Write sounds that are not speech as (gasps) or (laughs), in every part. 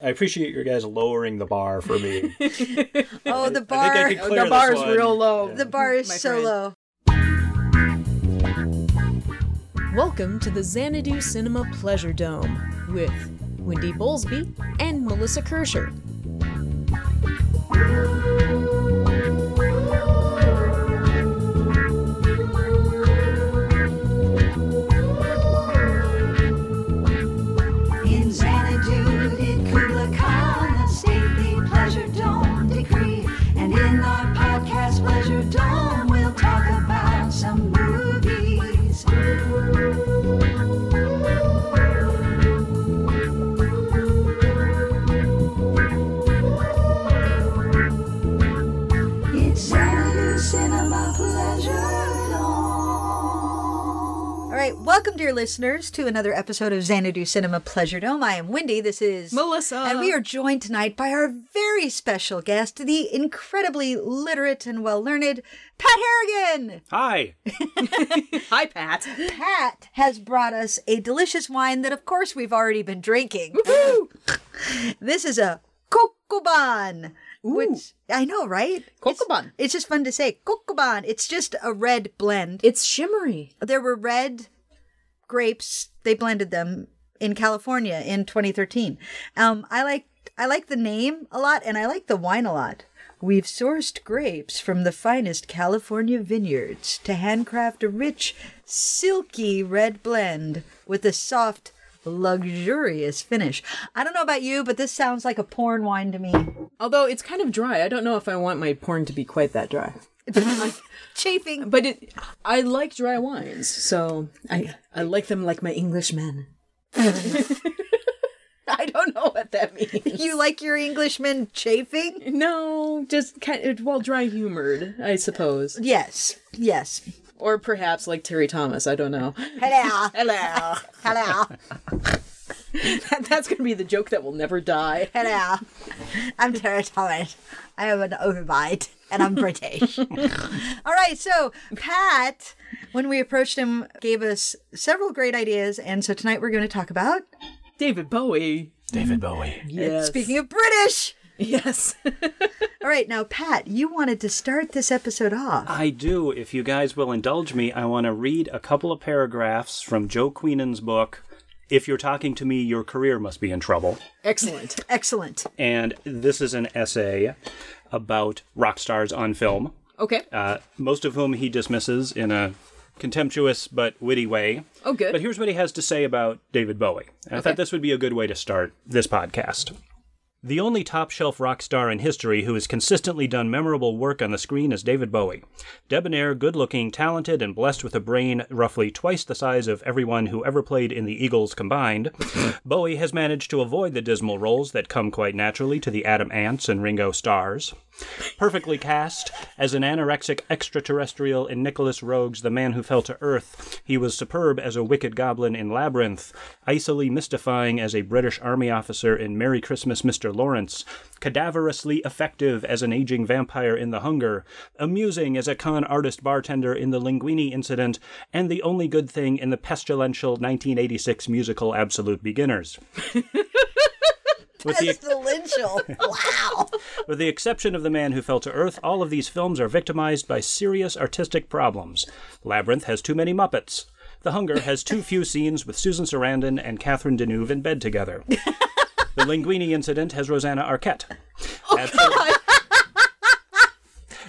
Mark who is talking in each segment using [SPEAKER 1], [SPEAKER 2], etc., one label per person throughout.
[SPEAKER 1] I appreciate your guys lowering the bar for
[SPEAKER 2] (laughs)
[SPEAKER 1] me.
[SPEAKER 3] Oh, the
[SPEAKER 1] I think I
[SPEAKER 3] bar.
[SPEAKER 1] could clear
[SPEAKER 2] the
[SPEAKER 1] this
[SPEAKER 2] bar is
[SPEAKER 1] one.
[SPEAKER 2] real low.
[SPEAKER 1] Yeah.
[SPEAKER 3] The bar is
[SPEAKER 2] my
[SPEAKER 3] so
[SPEAKER 2] friend.
[SPEAKER 3] low.
[SPEAKER 4] Welcome to the Xanadu Cinema Pleasure Dome with Wendy Bowlesby and Melissa Kirscher.
[SPEAKER 5] In Xanadu did Kubla Khan a stately pleasure dome decree. And in our podcast, Pleasure Dome, we'll talk about some movies. It's Xanadu Cinema Pleasure Dome.
[SPEAKER 3] All right, welcome, dear listeners, to another episode of Xanadu Cinema Pleasure Dome. I am Wendy. This is
[SPEAKER 4] Melissa.
[SPEAKER 3] and we are joined tonight by our very special guest, the incredibly literate and well learned Pat Harrigan.
[SPEAKER 1] Hi.
[SPEAKER 2] Hi, Pat. (gasps)
[SPEAKER 3] Pat has brought us a delicious wine that, of course, we've already been drinking. this is a kokoban, which I know, right? It's-
[SPEAKER 2] Kokoban.
[SPEAKER 3] It's just fun to say kokoban. It's just a red blend.
[SPEAKER 4] It's shimmery.
[SPEAKER 3] there were red grapes. They blended them in California in 2013. Um, I like I like the name a lot, and I like the wine a lot. We've sourced grapes from the finest California vineyards to handcraft a rich, silky red blend with a soft, luxurious finish. I don't know about you, but this sounds like a porn wine to me.
[SPEAKER 2] Although it's kind of dry. I don't know if I want my porn to be quite that dry.
[SPEAKER 3] Chafing.
[SPEAKER 2] But it, I like dry wines, so I I like them like my Englishmen. (laughs) I don't know what that means.
[SPEAKER 3] You like your Englishman chafing?
[SPEAKER 2] (laughs) No, just kind of well dry humored, I suppose,
[SPEAKER 3] Yes, yes.
[SPEAKER 2] or perhaps like Terry Thomas. I don't know.
[SPEAKER 3] Hello,
[SPEAKER 2] (laughs) Hello.
[SPEAKER 3] hello.
[SPEAKER 2] That's gonna be the joke that will never die.
[SPEAKER 3] Hello. uh, I'm Tara Thomas. I am an overbite and I'm
[SPEAKER 2] (laughs)
[SPEAKER 3] British. All right, so Pat, when we approached him, gave us several great ideas, and so tonight we're going to talk about
[SPEAKER 2] David Bowie.
[SPEAKER 1] David Bowie.
[SPEAKER 2] Yes.
[SPEAKER 3] speaking of British.
[SPEAKER 2] (laughs) Yes.
[SPEAKER 3] All right, now Pat, you wanted to start this episode off.
[SPEAKER 1] I do, if you guys will indulge me, I want to read a couple of paragraphs from Joe Queenan's book, If You're Talking to Me, Your Career Must Be in Trouble.
[SPEAKER 2] Excellent.
[SPEAKER 3] Excellent.
[SPEAKER 1] And this is an essay about rock stars on film,
[SPEAKER 2] Okay.
[SPEAKER 1] uh, most of whom he dismisses in a contemptuous but witty way.
[SPEAKER 2] Oh, good.
[SPEAKER 1] But here's what he has to say about David Bowie. And I thought this would be a good way to start this podcast. The only top shelf rock star in history who has consistently done memorable work on the screen is David Bowie. Debonair, good looking, talented, and blessed with a brain roughly twice the size of everyone who ever played in the Eagles combined, Bowie has managed to avoid the dismal roles that come quite naturally to the Adam Ants and Ringo Starrs. Perfectly cast as an anorexic extraterrestrial in Nicholas Rogue's The Man Who Fell to Earth, he was superb as a wicked goblin in Labyrinth, icily mystifying as a British Army officer in Merry Christmas, Mr. Lawrence, cadaverously effective as an aging vampire in The Hunger, amusing as a con artist bartender in The Linguini Incident, and the only good thing in the pestilential 1986 musical Absolute Beginners. With the
[SPEAKER 2] (laughs)
[SPEAKER 3] Pestilential. wow.
[SPEAKER 1] with the exception of The Man Who Fell to Earth, all of these films are victimized by serious artistic problems. Labyrinth has too many Muppets. The Hunger has too few scenes with Susan Sarandon and Catherine Deneuve in bed together. the Linguini Incident has Rosanna Arquette. Absolute-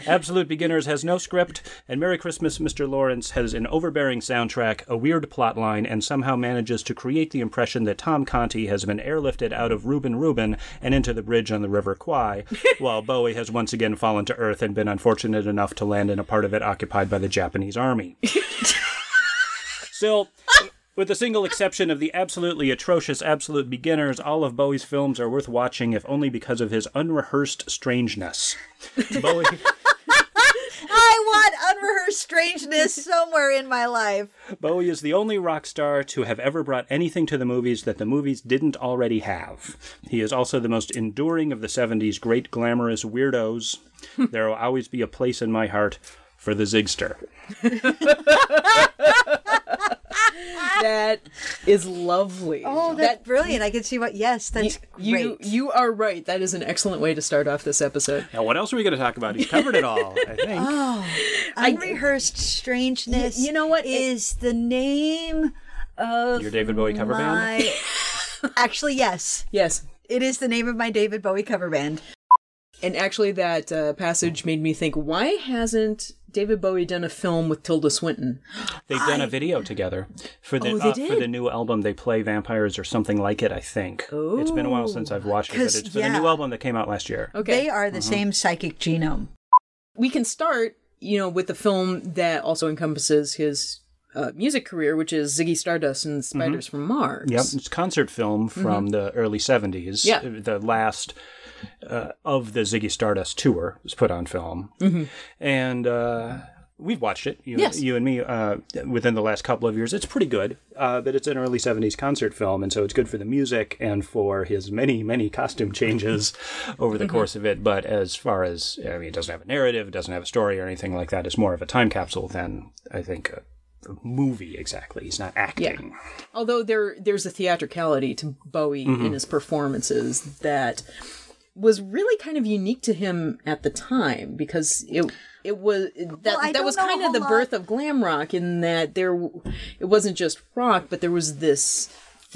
[SPEAKER 1] Absolute Beginners has no script, and Merry Christmas, Mr. Lawrence has an overbearing soundtrack, a weird plotline, and somehow manages to create the impression that Tom Conti has been airlifted out of Reuben Reuben and into the bridge on the River Kwai, while Bowie has once again fallen to Earth and been unfortunate enough to land in a part of it occupied by the Japanese army. Still, with the single exception of the absolutely atrocious Absolute Beginners, all of Bowie's films are worth watching if only because of his unrehearsed strangeness. Bowie.
[SPEAKER 3] I want unrehearsed strangeness somewhere in my life.
[SPEAKER 1] Bowie is the only rock star to have ever brought anything to the movies that the movies didn't already have. He is also the most enduring of the 70s great glamorous weirdos.
[SPEAKER 2] (laughs)
[SPEAKER 1] there will always be a place in my heart for the Zigster.
[SPEAKER 2] that is lovely.
[SPEAKER 3] Oh, that's brilliant. I can see what. Yes, that's great.
[SPEAKER 2] you you are right. That is an excellent way to start off this episode.
[SPEAKER 1] Now, what else are we going to talk about? He's covered it all, (laughs) I think.
[SPEAKER 2] Oh,
[SPEAKER 3] Unrehearsed strangeness.
[SPEAKER 2] Y- you know what? It-
[SPEAKER 3] is the name of
[SPEAKER 1] Your David Bowie cover band?
[SPEAKER 3] my... (laughs) Actually, yes,
[SPEAKER 2] Yes,
[SPEAKER 3] it is the name of my David Bowie cover band.
[SPEAKER 2] and actually, that uh, passage made me think: Why hasn't David Bowie done a film with Tilda Swinton?
[SPEAKER 1] They've done a video together for the
[SPEAKER 2] Oh, they
[SPEAKER 1] uh, for
[SPEAKER 2] did?
[SPEAKER 1] the new album. They play vampires or something like it. I think it's been a while since I've watched it, but
[SPEAKER 3] 'Cause,
[SPEAKER 1] it's for the
[SPEAKER 3] yeah.
[SPEAKER 1] new album that came out last year.
[SPEAKER 2] Okay,
[SPEAKER 3] They
[SPEAKER 1] Uh-huh.
[SPEAKER 3] are the same psychic genome.
[SPEAKER 2] we can start, you know, with the film that also encompasses his uh, music career, which is Ziggy Stardust and Spiders
[SPEAKER 3] Mm-hmm.
[SPEAKER 2] from Mars.
[SPEAKER 1] Yep, it's a concert film from the early '70s.
[SPEAKER 2] Mm-hmm. Yeah.
[SPEAKER 1] the last uh, of the Ziggy Stardust tour was put on film, mm-hmm. and uh, we've watched it. You,
[SPEAKER 2] Yes.
[SPEAKER 1] you and me uh, within the last couple of years. It's pretty good, uh, but it's an early '70s concert film, and so it's good for the music and for his many, many costume changes (laughs) over
[SPEAKER 2] Mm-hmm.
[SPEAKER 1] the course of it. But as far as I mean, it doesn't have a narrative, it doesn't have a story or anything like that. It's more of a time capsule than I think. A, a movie exactly he's not acting
[SPEAKER 2] Although there there's a theatricality to Bowie in his performances that was really kind of unique to him at the time because it it was that
[SPEAKER 3] Well, I
[SPEAKER 2] that
[SPEAKER 3] don't
[SPEAKER 2] was
[SPEAKER 3] know a
[SPEAKER 2] kind of
[SPEAKER 3] whole
[SPEAKER 2] the
[SPEAKER 3] lot.
[SPEAKER 2] birth of glam rock in that there w- it wasn't just rock but there was this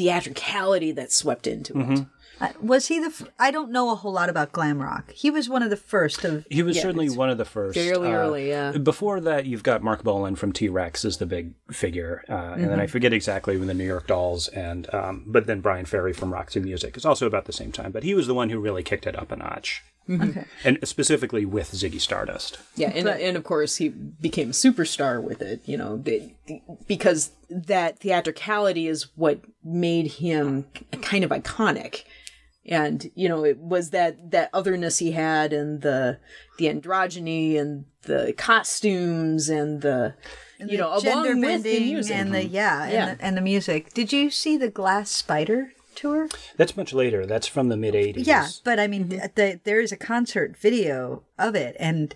[SPEAKER 2] theatricality that swept into it.
[SPEAKER 3] Uh, was he the? F- I don't know a whole lot about glam rock. He was one of the first of.
[SPEAKER 1] He was certainly one of the first. uh,
[SPEAKER 2] fairly early, yeah.
[SPEAKER 1] Before that, you've got Mark Bolan from T Rex is the big figure, uh, and then I
[SPEAKER 2] Mm-hmm.
[SPEAKER 1] forget exactly when the New York Dolls, and um, but then Brian Ferry from Roxy Music is also about the same time. But he was the one who really kicked it up a notch,
[SPEAKER 2] Mm-hmm.
[SPEAKER 3] Okay.
[SPEAKER 1] and specifically with Ziggy Stardust.
[SPEAKER 2] Yeah, and and of course he became a superstar with it, you know, they, because that theatricality is what made him kind of iconic. And you know, it was that that otherness he had, and the the androgyny, and the costumes, and the you know, along with the
[SPEAKER 3] bending
[SPEAKER 2] music.
[SPEAKER 3] and the yeah, and,
[SPEAKER 2] Yeah.
[SPEAKER 3] The, and the music. Did you see the Glass Spider tour?
[SPEAKER 1] That's much later. That's from the mid '80s.
[SPEAKER 3] Yeah, but I mean, th- the, there is a concert video of it, and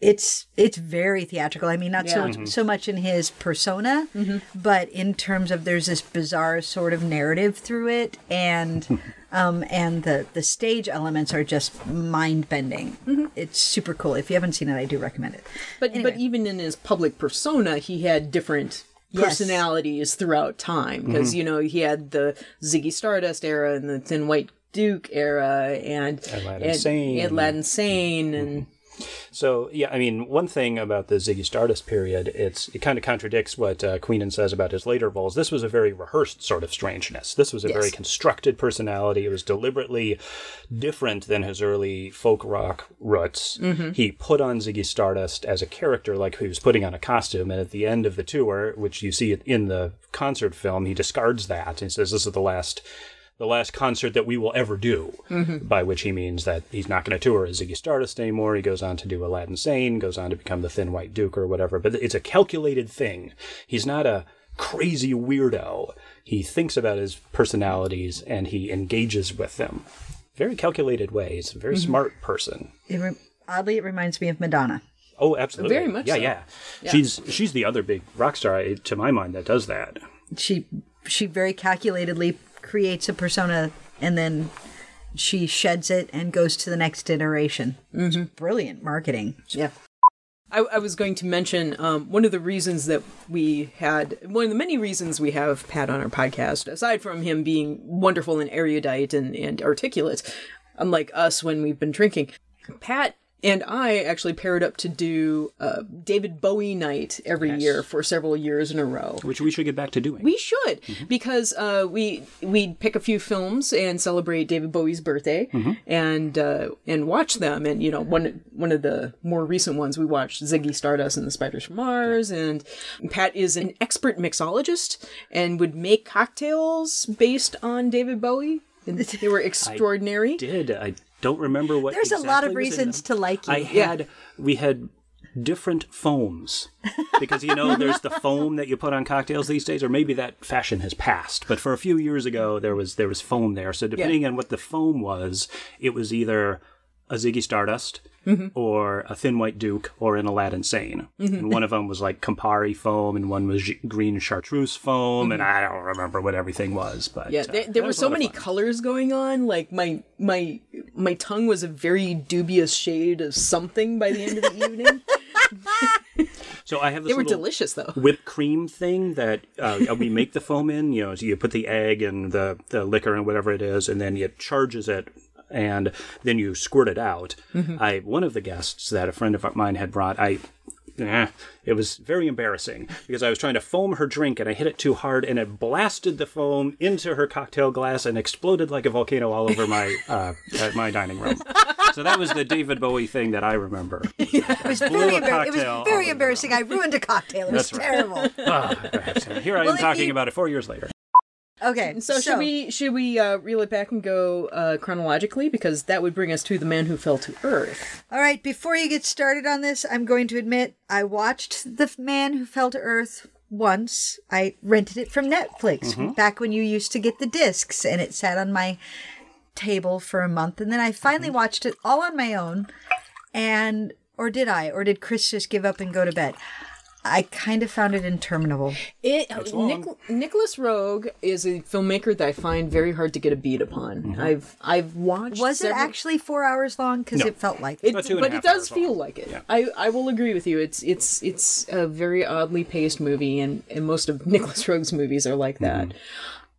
[SPEAKER 3] it's it's very theatrical. I mean, not so so much in his persona, but in terms of there's this bizarre sort of narrative through it, and um, and the the stage elements are just mind bending. It's super cool. If you haven't seen it, I do recommend it.
[SPEAKER 2] but but even in his public persona, he had different
[SPEAKER 3] Yes.
[SPEAKER 2] personalities throughout time because
[SPEAKER 1] Mm-hmm.
[SPEAKER 2] you know he had the Ziggy Stardust era and the Thin White Duke era and
[SPEAKER 1] Aladdin
[SPEAKER 2] and,
[SPEAKER 1] Sane.
[SPEAKER 2] and Aladdin Sane and
[SPEAKER 1] So yeah, I mean, one thing about the Ziggy Stardust period, it's it kind of contradicts what uh, Queenan says about his later roles. This was a very rehearsed sort of strangeness. This was a very constructed personality. It was deliberately different than his early folk rock roots. He put on Ziggy Stardust as a character, like he was putting on a costume. And at the end of the tour, which you see it in the concert film, he discards that and says, "This is the last." the last concert that we will ever do, by which he means that he's not going to tour as Ziggy Stardust anymore. He goes on to do Aladdin Sane, goes on to become the Thin White Duke or whatever. But it's a calculated thing. He's not a crazy weirdo. He thinks about his personalities and he engages with them. Very calculated way. He's a very smart person.
[SPEAKER 3] It re- oddly, it reminds me of Madonna.
[SPEAKER 1] Oh, absolutely.
[SPEAKER 2] Very much
[SPEAKER 1] Yeah,
[SPEAKER 2] so.
[SPEAKER 1] yeah. She's she's the other big rock star eh, to my mind that does that.
[SPEAKER 3] she she very calculatedly creates a persona and then she sheds it and goes to the next iteration.
[SPEAKER 1] Mm-hmm.
[SPEAKER 3] It's brilliant marketing.
[SPEAKER 2] yeah. I, I was going to mention um, one of the reasons that we had one of the many reasons we have Pat on our podcast, aside from him being wonderful and erudite and, and articulate, unlike us when we've been drinking. Pat and I actually paired up to do uh, David Bowie night every year for several years in a row.
[SPEAKER 1] Which we should get back to doing.
[SPEAKER 2] We should
[SPEAKER 1] Mm-hmm.
[SPEAKER 2] because uh, we we'd pick a few films and celebrate David Bowie's birthday
[SPEAKER 1] Mm-hmm.
[SPEAKER 2] and uh, and watch them. And you know one one of the more recent ones we watched Ziggy Stardust and the Spiders from Mars. And Pat is an expert mixologist and would make cocktails based on David Bowie.
[SPEAKER 1] (laughs)
[SPEAKER 2] And they were extraordinary.
[SPEAKER 1] did. I don't remember what.
[SPEAKER 3] There's a lot of
[SPEAKER 1] exactly was in
[SPEAKER 3] reasons
[SPEAKER 1] them.
[SPEAKER 3] to like you.
[SPEAKER 1] I had we had different foams because you know there's the foam that you put on cocktails these days, or maybe that fashion has passed. But for a few years ago, there was there was foam there. So depending on what the foam was, it was either. a Ziggy Stardust
[SPEAKER 2] Mm-hmm.
[SPEAKER 1] or a Thin White Duke or an Aladdin Sane. And one of them was like Campari foam and one was g- green chartreuse foam. And I don't remember what everything was. But
[SPEAKER 2] Mm-hmm. Yeah,
[SPEAKER 1] uh,
[SPEAKER 2] there,
[SPEAKER 1] that
[SPEAKER 2] there were
[SPEAKER 1] was a
[SPEAKER 2] so
[SPEAKER 1] lot of
[SPEAKER 2] many
[SPEAKER 1] fun.
[SPEAKER 2] colors going on. Like my my my tongue was a very dubious shade of something by the end of the
[SPEAKER 1] (laughs)
[SPEAKER 2] evening.
[SPEAKER 1] So I have this
[SPEAKER 2] They were
[SPEAKER 1] little
[SPEAKER 2] delicious though.
[SPEAKER 1] whipped cream thing that uh, we make the foam in. You know, so you put the egg and the, the liquor and whatever it is, and then it charges it, and then you squirt it out.
[SPEAKER 3] Mm-hmm.
[SPEAKER 1] I one of the guests that a friend of mine had brought, I. eh, It was very embarrassing because I was trying to foam her drink and I hit it too hard and it blasted the foam into her cocktail glass and exploded like a volcano all over
[SPEAKER 3] (laughs)
[SPEAKER 1] my uh, uh, my dining room. So that was the David Bowie thing that I
[SPEAKER 3] (laughs)
[SPEAKER 1] remember.
[SPEAKER 3] It was
[SPEAKER 1] Blew
[SPEAKER 3] very,
[SPEAKER 1] a
[SPEAKER 3] embar- it
[SPEAKER 1] cocktail
[SPEAKER 3] was
[SPEAKER 1] all over
[SPEAKER 3] very
[SPEAKER 1] the
[SPEAKER 3] embarrassing. I ruined a cocktail. It was
[SPEAKER 1] That's right.
[SPEAKER 3] terrible.
[SPEAKER 1] (laughs) Ah, Here I
[SPEAKER 2] (laughs)
[SPEAKER 3] Well,
[SPEAKER 1] am
[SPEAKER 3] if
[SPEAKER 1] talking
[SPEAKER 3] you-
[SPEAKER 1] about it four years later.
[SPEAKER 3] Okay.
[SPEAKER 2] So, should we should we uh, reel it back and go uh, chronologically because that would bring us to the man who fell to earth.
[SPEAKER 3] All right, before you get started on this, I'm going to admit I watched The Man Who Fell to Earth once. I rented it from Netflix back when you used to get the discs, and it sat on my table for a month. And then I finally watched it all on my own. And, or did I? Or did Chris just give up and go to bed? I kind of found it interminable.
[SPEAKER 2] It Nicholas Rogue is a filmmaker that I find very hard to get a beat upon.
[SPEAKER 1] Mm-hmm.
[SPEAKER 2] I've I've watched.
[SPEAKER 3] Was it
[SPEAKER 2] several-
[SPEAKER 3] actually four hours long? Because
[SPEAKER 1] No.
[SPEAKER 3] it felt like
[SPEAKER 2] It,
[SPEAKER 1] About two and a
[SPEAKER 2] but
[SPEAKER 1] half
[SPEAKER 2] it does
[SPEAKER 1] hours long.
[SPEAKER 2] feel like it.
[SPEAKER 1] Yeah.
[SPEAKER 2] I, I will agree with you. It's it's it's a very oddly paced movie, and, and most of (laughs) Nicholas Rogue's movies are like that.
[SPEAKER 1] Mm-hmm.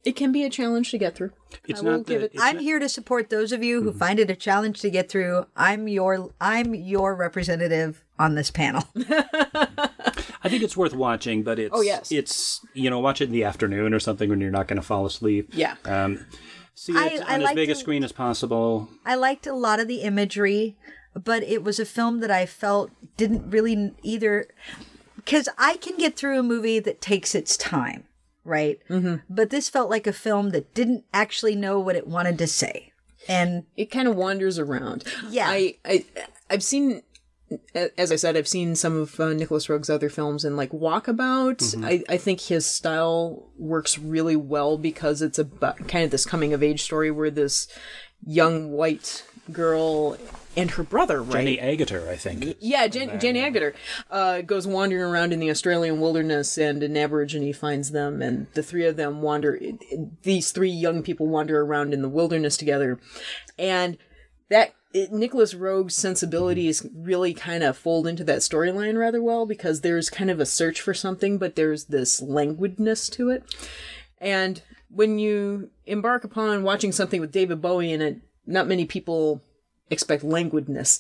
[SPEAKER 2] It can be a challenge to get through.
[SPEAKER 1] It's
[SPEAKER 2] I will
[SPEAKER 1] not
[SPEAKER 2] give
[SPEAKER 1] the,
[SPEAKER 2] it-
[SPEAKER 1] it's
[SPEAKER 3] I'm
[SPEAKER 1] not-
[SPEAKER 3] here to support those of you who find it a challenge to get through. I'm your I'm your representative on this panel. (laughs)
[SPEAKER 1] I think it's worth watching, but it's
[SPEAKER 2] Oh, yes.
[SPEAKER 1] it's you know watch it in the afternoon or something when you're not going to fall asleep.
[SPEAKER 2] Yeah.
[SPEAKER 1] Um, see it
[SPEAKER 3] I-
[SPEAKER 1] on
[SPEAKER 3] I
[SPEAKER 1] as
[SPEAKER 3] like
[SPEAKER 1] big a
[SPEAKER 3] to-
[SPEAKER 1] screen as possible.
[SPEAKER 3] I liked a lot of the imagery, but it was a film that I felt didn't really n- either cuz I can get through a movie that takes its time, right? Mm-hmm. But this felt like a film that didn't actually know what it wanted to say. And
[SPEAKER 2] it kind of wanders around.
[SPEAKER 3] Yeah.
[SPEAKER 2] I, I I've seen a- as I said, I've seen some of uh, Nicholas Rogue's other films and like Walkabout. I, I think his style works really well because it's about kind of this coming of age story where this young white girl and her brother, right?
[SPEAKER 1] Jenny Agutter, I think.
[SPEAKER 2] Yeah, Jan, Jan Agater uh, goes wandering around in the Australian wilderness, and an Aborigine finds them, and the three of them wander. These three young people wander around in the wilderness together, and that it, Nicholas Rogue's sensibilities really kind of fold into that storyline rather well because there's kind of a search for something, but there's this languidness to it. And when you embark upon watching something with David Bowie in it, not many people expect languidness.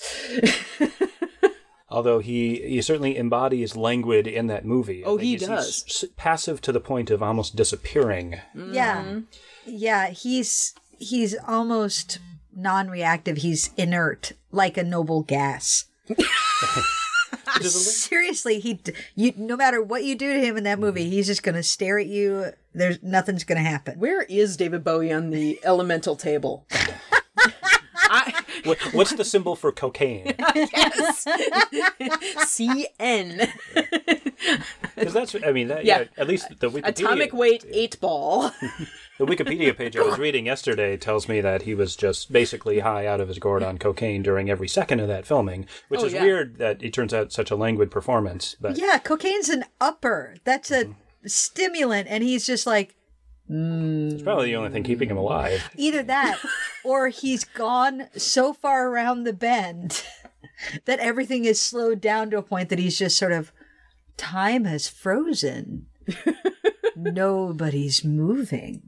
[SPEAKER 2] (laughs)
[SPEAKER 1] Although he he certainly embodies languid in that movie. I
[SPEAKER 2] Oh,
[SPEAKER 1] think
[SPEAKER 2] he
[SPEAKER 1] he's-
[SPEAKER 2] does.
[SPEAKER 1] he's s- passive to the point of almost disappearing.
[SPEAKER 2] (laughs)
[SPEAKER 3] yeah. Yeah, he's he's almost non-reactive. He's inert like a noble gas. seriously he d- you no matter what you do to him in that movie he's just gonna stare at you there's nothing's gonna happen
[SPEAKER 2] Where is David Bowie on the
[SPEAKER 3] (laughs)
[SPEAKER 2] elemental table? (laughs) I,
[SPEAKER 1] What, what's the symbol for
[SPEAKER 2] (laughs)
[SPEAKER 1] cocaine?
[SPEAKER 2] CN.
[SPEAKER 1] Because that's I mean that,
[SPEAKER 2] Yeah.
[SPEAKER 1] yeah. at least the Wikipedia,
[SPEAKER 2] Atomic weight eight
[SPEAKER 3] (laughs)
[SPEAKER 2] ball.
[SPEAKER 1] the
[SPEAKER 2] (laughs)
[SPEAKER 1] Wikipedia page I was reading yesterday tells me that he was just basically high out of his gourd on cocaine during every second of that filming, which
[SPEAKER 2] Oh,
[SPEAKER 1] is
[SPEAKER 2] yeah.
[SPEAKER 1] weird that it turns out such a languid performance. But
[SPEAKER 3] yeah cocaine's an upper that's a stimulant and he's just like
[SPEAKER 1] It's probably the only thing keeping him alive.
[SPEAKER 3] either that or he's gone so far around the bend (laughs) that everything is slowed down to a point that he's just sort of time has
[SPEAKER 2] (laughs)
[SPEAKER 3] frozen nobody's moving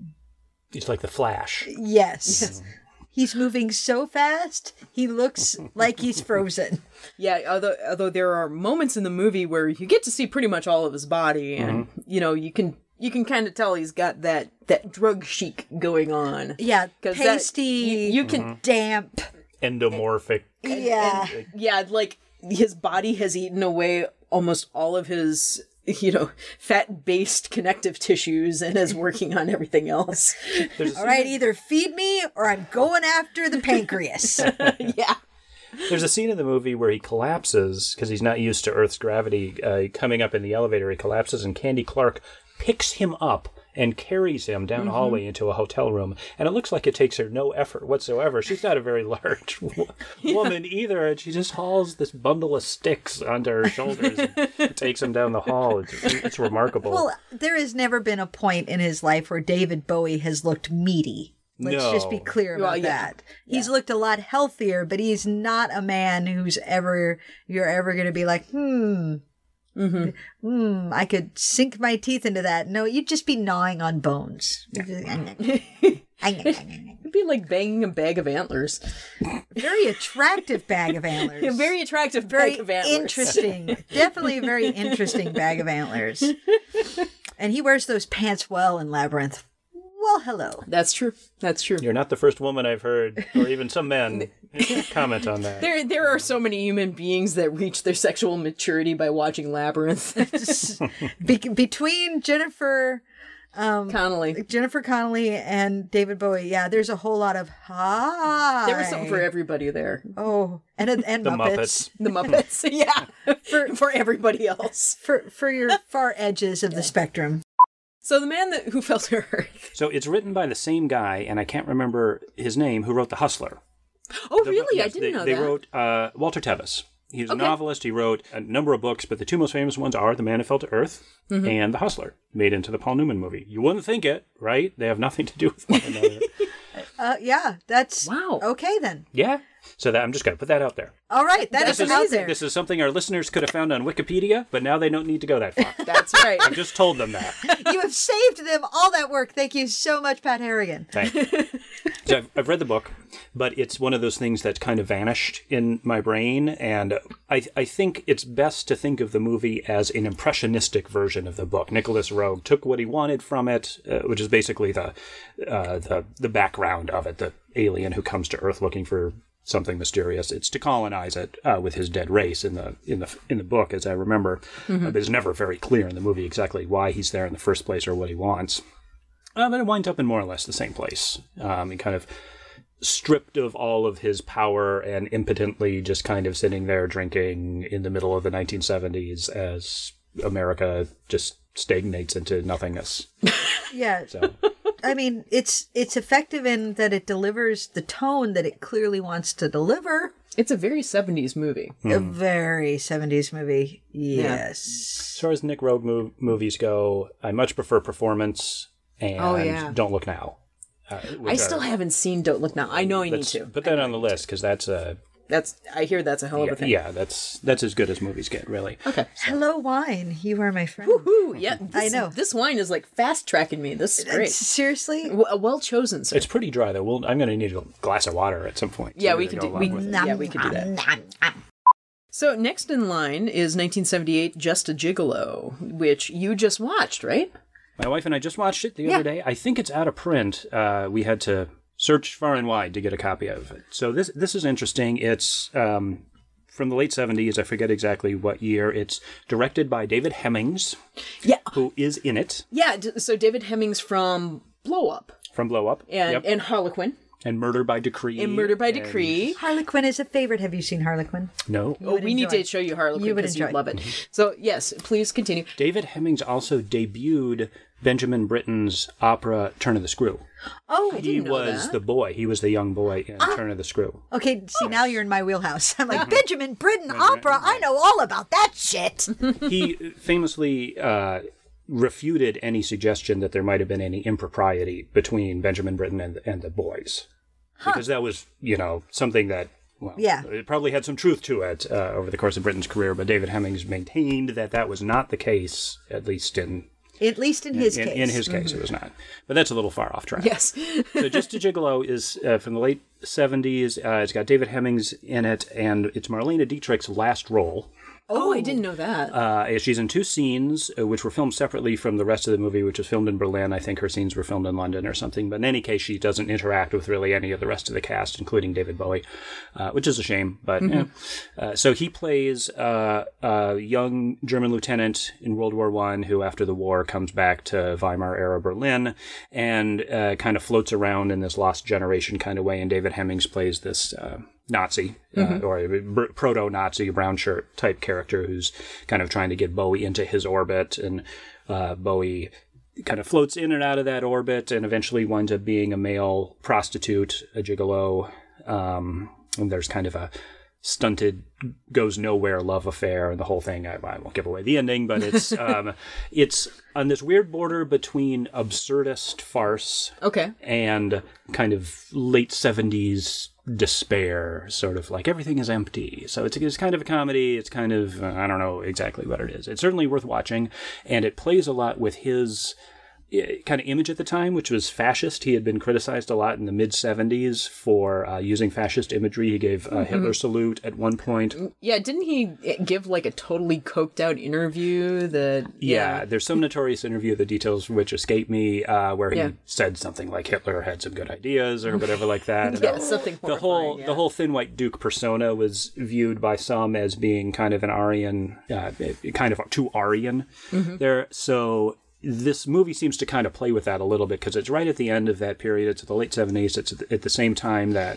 [SPEAKER 1] He's like the Flash.
[SPEAKER 3] Yes. He's moving so fast, he looks like he's frozen.
[SPEAKER 2] yeah, although although there are moments in the movie where you get to see pretty much all of his body, and
[SPEAKER 3] Mm-hmm.
[SPEAKER 2] you know you can you can kind of tell he's got that that drug chic going on.
[SPEAKER 3] Yeah,
[SPEAKER 2] 'Cause that-
[SPEAKER 3] pasty, Mm-hmm.
[SPEAKER 2] you, you can
[SPEAKER 3] damp.
[SPEAKER 1] Endomorphic.
[SPEAKER 3] yeah.
[SPEAKER 2] yeah, like his body has eaten away almost all of his you know fat based connective tissues and is working on
[SPEAKER 3] (laughs)
[SPEAKER 2] everything else.
[SPEAKER 3] All right, either feed me or I'm going after the pancreas.
[SPEAKER 2] (laughs) yeah.
[SPEAKER 1] There's a scene in the movie where he collapses because he's not used to Earth's gravity. Uh, coming up in the elevator, he collapses, and Candy Clark picks him up and carries him down a hallway into a hotel room. And it looks like it takes her no effort whatsoever. She's not a very large (laughs) wo- woman either, and she just hauls this bundle of sticks onto her shoulders and takes him down the hall. It's, it's remarkable.
[SPEAKER 3] Well, there has never been a point in his life where David Bowie has looked meaty. Let's just be
[SPEAKER 1] No.
[SPEAKER 3] clear about
[SPEAKER 2] Well, yeah.
[SPEAKER 3] that. He's looked a lot healthier, but he's not a man who's ever you're ever going to be like, hmm,
[SPEAKER 2] Mm-hmm.
[SPEAKER 3] hmm, I could sink my teeth into that. No, you'd just be gnawing on bones.
[SPEAKER 2] It'd be like banging a bag of antlers.
[SPEAKER 3] (laughs) very attractive bag of antlers.
[SPEAKER 2] A (laughs) very attractive
[SPEAKER 3] very
[SPEAKER 2] bag of antlers. (laughs)
[SPEAKER 3] interesting. Definitely a very interesting bag of antlers. And he wears those pants well in Labyrinth. Well, hello.
[SPEAKER 2] That's true. That's true.
[SPEAKER 1] You're not the first woman I've heard, or even some men, comment on that.
[SPEAKER 2] There, there are so many human beings that reach their sexual maturity by watching Labyrinth. (laughs)
[SPEAKER 3] Be- between Jennifer
[SPEAKER 2] Um, Connolly.
[SPEAKER 3] Jennifer Connelly and David Bowie, yeah, there's a whole lot of hi.
[SPEAKER 2] There was something for everybody there.
[SPEAKER 3] oh, and and
[SPEAKER 1] The
[SPEAKER 3] Muppets.
[SPEAKER 1] Muppets.
[SPEAKER 2] (laughs) The Muppets, yeah, (laughs) for, for everybody else.
[SPEAKER 3] for for
[SPEAKER 2] (laughs)
[SPEAKER 3] your far edges of the spectrum.
[SPEAKER 2] So the man that who fell to earth.
[SPEAKER 1] So it's written by the same guy, and I can't remember his name, who wrote The Hustler.
[SPEAKER 2] Oh,
[SPEAKER 1] The-
[SPEAKER 2] really? I
[SPEAKER 1] yes,
[SPEAKER 2] didn't
[SPEAKER 1] they,
[SPEAKER 2] know
[SPEAKER 1] they
[SPEAKER 2] that.
[SPEAKER 1] wrote uh, Walter Tevis. He's a
[SPEAKER 2] Okay.
[SPEAKER 1] novelist. He wrote a number of books, but the two most famous ones are The Man Who Fell to Earth
[SPEAKER 2] Mm-hmm.
[SPEAKER 1] and The Hustler, made into the Paul Newman movie. You wouldn't think it, right? They have nothing to do with one
[SPEAKER 2] (laughs)
[SPEAKER 1] another.
[SPEAKER 3] Uh, yeah, that's
[SPEAKER 2] Wow.
[SPEAKER 3] Okay then.
[SPEAKER 1] yeah. So that I'm just going to put that out there.
[SPEAKER 3] All right, that's
[SPEAKER 1] This is,
[SPEAKER 3] out there.
[SPEAKER 1] this is something our listeners could have found on Wikipedia, but now they don't need to go that
[SPEAKER 2] (laughs)
[SPEAKER 1] far.
[SPEAKER 2] That's right.
[SPEAKER 1] I just told them that.
[SPEAKER 3] you have saved them all that work. Thank you so much, Pat Harrigan.
[SPEAKER 1] Thank you. (laughs) so I've, I've read the book, but it's one of those things that kind of vanished in my brain, and I, I think it's best to think of the movie as an impressionistic version of the book. Nicholas Rogue took what he wanted from it, uh, which is basically the, uh, the the background of it, the alien who comes to Earth looking for something mysterious. It's to colonize it uh, with his dead race in the in the in the book, as I remember. Uh, but it's never very clear in the movie exactly why he's there in the first place or what he wants. Uh, but it winds up in more or less the same place. Um, he kind of stripped of all of his power and impotently just kind of sitting there drinking in the middle of the 1970s as America just stagnates into nothingness.
[SPEAKER 3] Yeah,
[SPEAKER 1] So
[SPEAKER 3] (laughs) I mean, it's it's effective in that it delivers the tone that it clearly wants to deliver.
[SPEAKER 2] It's a very 70s movie.
[SPEAKER 3] A very 70s movie. Yes.
[SPEAKER 1] as far as Nick Rogue mov- movies go, I much prefer Performance and
[SPEAKER 2] Oh, yeah.
[SPEAKER 1] Don't Look Now. uh, which
[SPEAKER 2] I still
[SPEAKER 1] are-
[SPEAKER 2] haven't seen Don't Look Now. I know I need
[SPEAKER 1] let's
[SPEAKER 2] to.
[SPEAKER 1] Put that on the list because that's a
[SPEAKER 2] That's I hear that's a hell of a
[SPEAKER 1] yeah,
[SPEAKER 2] thing.
[SPEAKER 1] that's that's as good as movies get really.
[SPEAKER 2] Okay.
[SPEAKER 3] Hello, wine. You are my friend.
[SPEAKER 2] Woohoo! Yeah, this,
[SPEAKER 3] I know.
[SPEAKER 2] this wine is like fast tracking me. This is
[SPEAKER 3] Uh,
[SPEAKER 2] great.
[SPEAKER 3] Seriously?
[SPEAKER 2] W- uh, well chosen, sir.
[SPEAKER 1] It's pretty dry though. We'll, I'm going to need a glass of water at some point.
[SPEAKER 2] yeah,
[SPEAKER 1] to
[SPEAKER 2] we
[SPEAKER 1] really
[SPEAKER 2] could
[SPEAKER 1] go
[SPEAKER 2] do.
[SPEAKER 1] along
[SPEAKER 2] We,
[SPEAKER 1] with it.
[SPEAKER 2] yeah, we could do that. So next in line is 1978, Just a Gigolo, which you just watched, right?
[SPEAKER 1] My wife and I just watched it the other day. I think it's out of print. Uh, we had to search far and wide to get a copy of it. So this this is interesting. It's um, from the late seventies. I forget exactly what year. It's directed by David Hemmings,
[SPEAKER 2] Yeah,
[SPEAKER 1] who is in it
[SPEAKER 2] yeah. d- So David Hemmings from Blow Up
[SPEAKER 1] from Blow Up
[SPEAKER 2] and
[SPEAKER 1] Yep.
[SPEAKER 2] and Harlequin
[SPEAKER 1] And Murder by Decree
[SPEAKER 2] and Murder by
[SPEAKER 1] and-
[SPEAKER 2] Decree.
[SPEAKER 3] Harlequin is a favorite. Have you seen Harlequin?
[SPEAKER 1] No,
[SPEAKER 2] Oh, we need
[SPEAKER 3] enjoy.
[SPEAKER 2] to show you Harlequin
[SPEAKER 3] You would
[SPEAKER 2] because you
[SPEAKER 3] enjoy.
[SPEAKER 2] love it. So yes, please continue. (laughs)
[SPEAKER 1] David Hemmings also debuted Benjamin Britten's opera Turn of the Screw.
[SPEAKER 3] Oh,
[SPEAKER 1] He
[SPEAKER 2] know
[SPEAKER 1] was
[SPEAKER 2] that. Ah.
[SPEAKER 1] the boy. He was the young boy in Turn of the Screw.
[SPEAKER 3] Okay, see, now you're in my wheelhouse. I'm like, Benjamin Britten opera. I know all about that shit.
[SPEAKER 1] he famously uh, refuted any suggestion that there might have been any impropriety between Benjamin Britten and, and the boys, because that was, you know, something that. Well,
[SPEAKER 3] Yeah.
[SPEAKER 1] it probably had some truth to it uh, over the course of Britain's career, but David Hemmings maintained that that was not the case, at least in
[SPEAKER 3] At least in his
[SPEAKER 1] in,
[SPEAKER 3] case. Mm-hmm.
[SPEAKER 1] in his case, it was not. But that's a little far off track.
[SPEAKER 2] Yes.
[SPEAKER 1] so just a gigolo is uh, from the late 70s uh, it's got david hemmings in it and it's marlena dietrich's last role
[SPEAKER 2] Oh, I didn't know that.
[SPEAKER 1] uh, she's in two scenes, uh, which were filmed separately from the rest of the movie, which was filmed in Berlin. I think her scenes were filmed in London or something. But in any case, she doesn't interact with really any of the rest of the cast, including David Bowie, uh, which is a shame. But eh. uh, so he plays uh, a young German lieutenant in World War One who, after the war, comes back to Weimar era Berlin and uh, kind of floats around in this lost generation kind of way. And David Hemmings plays this. Uh, Nazi uh, or a br- proto-Nazi brown shirt type character who's kind of trying to get Bowie into his orbit, and uh, Bowie kind of floats in and out of that orbit and eventually winds up being a male prostitute, a gigolo. Um, and there's kind of a stunted, goes nowhere love affair and the whole thing. I, I won't give away the ending, but it's um, it's on this weird border between absurdist farce
[SPEAKER 2] Okay.
[SPEAKER 1] and kind of late 70s despair sort of like everything is empty so it's, it's kind of a comedy it's kind of uh, i don't know exactly what it is it's certainly worth watching and it plays a lot with his eh, kind of image at the time which was fascist he had been criticized a lot in the mid 70s for uh, using fascist imagery he gave a hitler salute at one point
[SPEAKER 2] Yeah, didn't he eh, give like a totally coked out interview that
[SPEAKER 1] Yeah, there's some notorious interview, the details of which escape me, uh, where he
[SPEAKER 2] Yeah.
[SPEAKER 1] said something like Hitler had some good ideas or whatever like that. And
[SPEAKER 2] Yeah,
[SPEAKER 1] the-
[SPEAKER 2] something
[SPEAKER 1] The whole
[SPEAKER 2] horrifying, yeah.
[SPEAKER 1] the whole thin white Duke persona was viewed by some as being kind of an Aryan, uh, kind of too Aryan there. So this movie seems to kind of play with that a little bit because it's right at the end of that period. It's the late '70s. It's at the same time that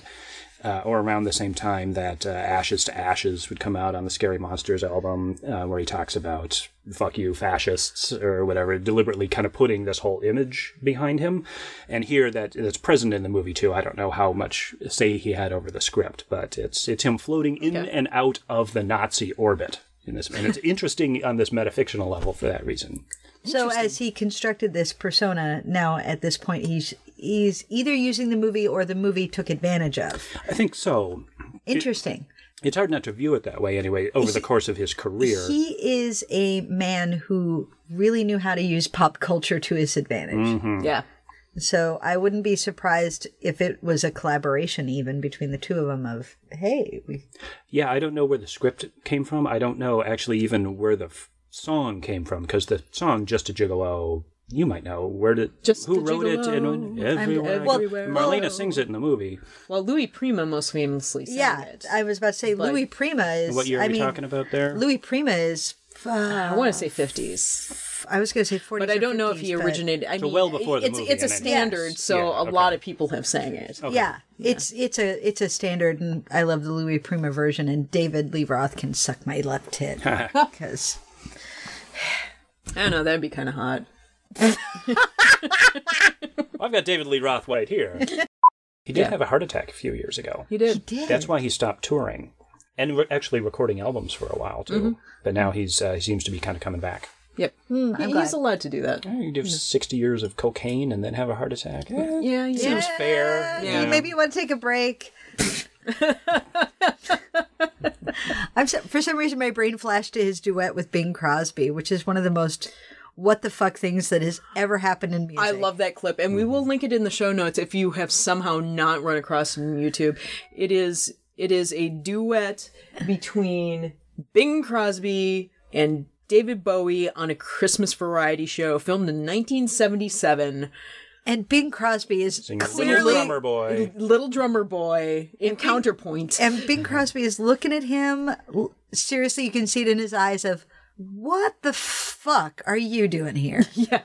[SPEAKER 1] uh, or around the same time that uh, Ashes to Ashes would come out on the Scary Monsters album, uh, where he talks about "fuck you, fascists" or whatever, deliberately kind of putting this whole image behind him. And here, that that's present in the movie too. I don't know how much say he had over the script, but it's it's him floating in and out of the Nazi orbit. In this, and it's interesting on this metafictional level for that reason.
[SPEAKER 3] So as he constructed this persona, now at this point he's he's either using the movie or the movie took advantage of.
[SPEAKER 1] I think so.
[SPEAKER 3] Interesting.
[SPEAKER 1] It's hard not to view it that way anyway. Over the course of his career,
[SPEAKER 3] He is a man who really knew how to use pop culture to his advantage.
[SPEAKER 1] Mm-hmm.
[SPEAKER 2] Yeah.
[SPEAKER 3] So I wouldn't be surprised if it was a collaboration even between the two of them of hey, we
[SPEAKER 1] Yeah, I don't know where the script came from. I don't know actually even where the f- song came from because the song "Just a Gigolo," you might know where did
[SPEAKER 2] Just
[SPEAKER 1] who
[SPEAKER 2] a
[SPEAKER 1] wrote it and
[SPEAKER 2] gigolo.
[SPEAKER 1] everywhere.
[SPEAKER 3] well,
[SPEAKER 1] Marlena
[SPEAKER 3] well-
[SPEAKER 1] sings it in the movie.
[SPEAKER 2] Well, Louis Prima most famously sang
[SPEAKER 3] Yeah,
[SPEAKER 2] it.
[SPEAKER 3] I was about to say
[SPEAKER 2] But-
[SPEAKER 3] Louis Prima is
[SPEAKER 1] What year are
[SPEAKER 3] I
[SPEAKER 1] we
[SPEAKER 3] mean
[SPEAKER 1] talking about there?
[SPEAKER 3] Louis Prima is
[SPEAKER 2] I
[SPEAKER 3] um,
[SPEAKER 2] want to say 50s.
[SPEAKER 3] I was going to say 40s
[SPEAKER 2] but I
[SPEAKER 3] or
[SPEAKER 2] don't know if
[SPEAKER 3] 50s,
[SPEAKER 2] he
[SPEAKER 3] but-
[SPEAKER 2] originated. I
[SPEAKER 1] So
[SPEAKER 2] mean,
[SPEAKER 1] well before the
[SPEAKER 2] it's,
[SPEAKER 1] movie,
[SPEAKER 2] It's a
[SPEAKER 1] in any case.
[SPEAKER 2] standard, so
[SPEAKER 1] Yeah, okay.
[SPEAKER 2] a lot of people have sang it.
[SPEAKER 3] Yeah, it's it's a it's a standard, and I love the Louis Prima version. And David Lee Roth can suck my
[SPEAKER 1] (laughs)
[SPEAKER 3] left tit because
[SPEAKER 2] I don't know. That'd be kind of hot.
[SPEAKER 1] I've got David Lee Roth right here. he did have a heart attack a few years ago.
[SPEAKER 2] He did.
[SPEAKER 3] did
[SPEAKER 1] That's why he stopped touring and re- actually recording albums for a while too. But now he's uh, he seems to be kind of coming back.
[SPEAKER 2] Yep. He-
[SPEAKER 3] Hmm, I'm
[SPEAKER 2] he's
[SPEAKER 3] glad.
[SPEAKER 2] allowed to do that.
[SPEAKER 1] Eh, You do sixty years of cocaine and then have a heart attack. Eh,
[SPEAKER 2] Yeah. He
[SPEAKER 1] Seems fair.
[SPEAKER 3] Yeah,
[SPEAKER 1] you know.
[SPEAKER 3] Maybe you want to take a
[SPEAKER 2] (laughs)
[SPEAKER 3] break. I'm so, for some reason my brain flashed to his duet with Bing Crosby, which is one of the most what the fuck things that has ever happened in music.
[SPEAKER 2] I love that clip, and we will link it in the show notes if you have somehow not run across it on YouTube. It is it is a duet between Bing Crosby and David Bowie on a Christmas variety show filmed in 1977.
[SPEAKER 3] and Bing Crosby is
[SPEAKER 1] Sing Little
[SPEAKER 3] clearly
[SPEAKER 1] Drummer Boy.
[SPEAKER 2] Little Drummer Boy in Counterpoint.
[SPEAKER 3] and Bing Crosby is looking at him. l- Seriously, you can see it in his eyes of what the fuck are you doing here?
[SPEAKER 2] (laughs)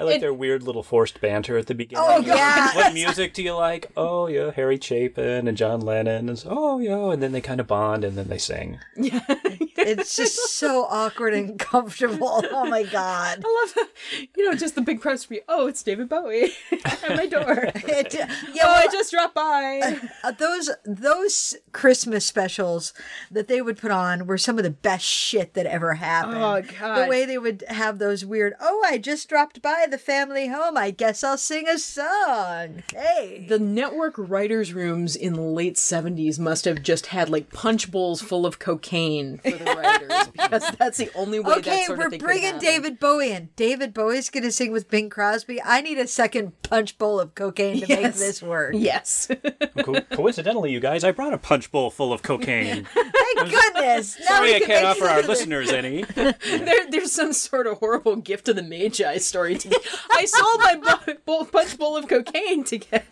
[SPEAKER 1] I like their weird little forced banter at the beginning.
[SPEAKER 3] Oh, yeah.
[SPEAKER 1] What music do you like? Oh yeah, Harry Chapin and John Lennon. And so, oh yeah, and then they kind of bond and then they sing.
[SPEAKER 3] (laughs) It's just so awkward and comfortable. (laughs) Oh my god.
[SPEAKER 2] (laughs) I love that. You know, just the big press review. Oh, it's David Bowie (laughs) at
[SPEAKER 3] (laughs)
[SPEAKER 2] my door. (laughs)
[SPEAKER 3] It- yeah,
[SPEAKER 2] Oh, I
[SPEAKER 3] well,
[SPEAKER 2] just dropped by.
[SPEAKER 3] uh, those those Christmas specials that they would put on were some of the best shit that ever happened.
[SPEAKER 2] Oh, God.
[SPEAKER 3] The way they would have those weird. Oh, I just dropped by the family home. I guess I'll sing a song. Hey.
[SPEAKER 2] The network writers' rooms in the late 70s must have just had like punch bowls full of cocaine for
[SPEAKER 3] (laughs)
[SPEAKER 2] the writers because that's the only way
[SPEAKER 3] Okay,
[SPEAKER 2] that sort
[SPEAKER 3] we're
[SPEAKER 2] of thing could
[SPEAKER 3] bringing
[SPEAKER 2] happen.
[SPEAKER 3] David Bowie in. David Bowie's going to sing with Bing Crosby. I need a second punch bowl of cocaine to make
[SPEAKER 2] (laughs) Yes.
[SPEAKER 3] this work.
[SPEAKER 2] Yes.
[SPEAKER 1] (laughs) Co- coincidentally, you guys, I brought a punch bowl full of cocaine.
[SPEAKER 3] (laughs) Thank goodness. Now we
[SPEAKER 1] Sorry, I
[SPEAKER 3] can
[SPEAKER 1] can't
[SPEAKER 3] make
[SPEAKER 1] offer our
[SPEAKER 3] sense of it.
[SPEAKER 1] listeners (laughs) any.
[SPEAKER 2] there, there's some sort of horrible gift to the Magi story. (laughs) To I sold my bu- bowl, punch bowl of cocaine to get.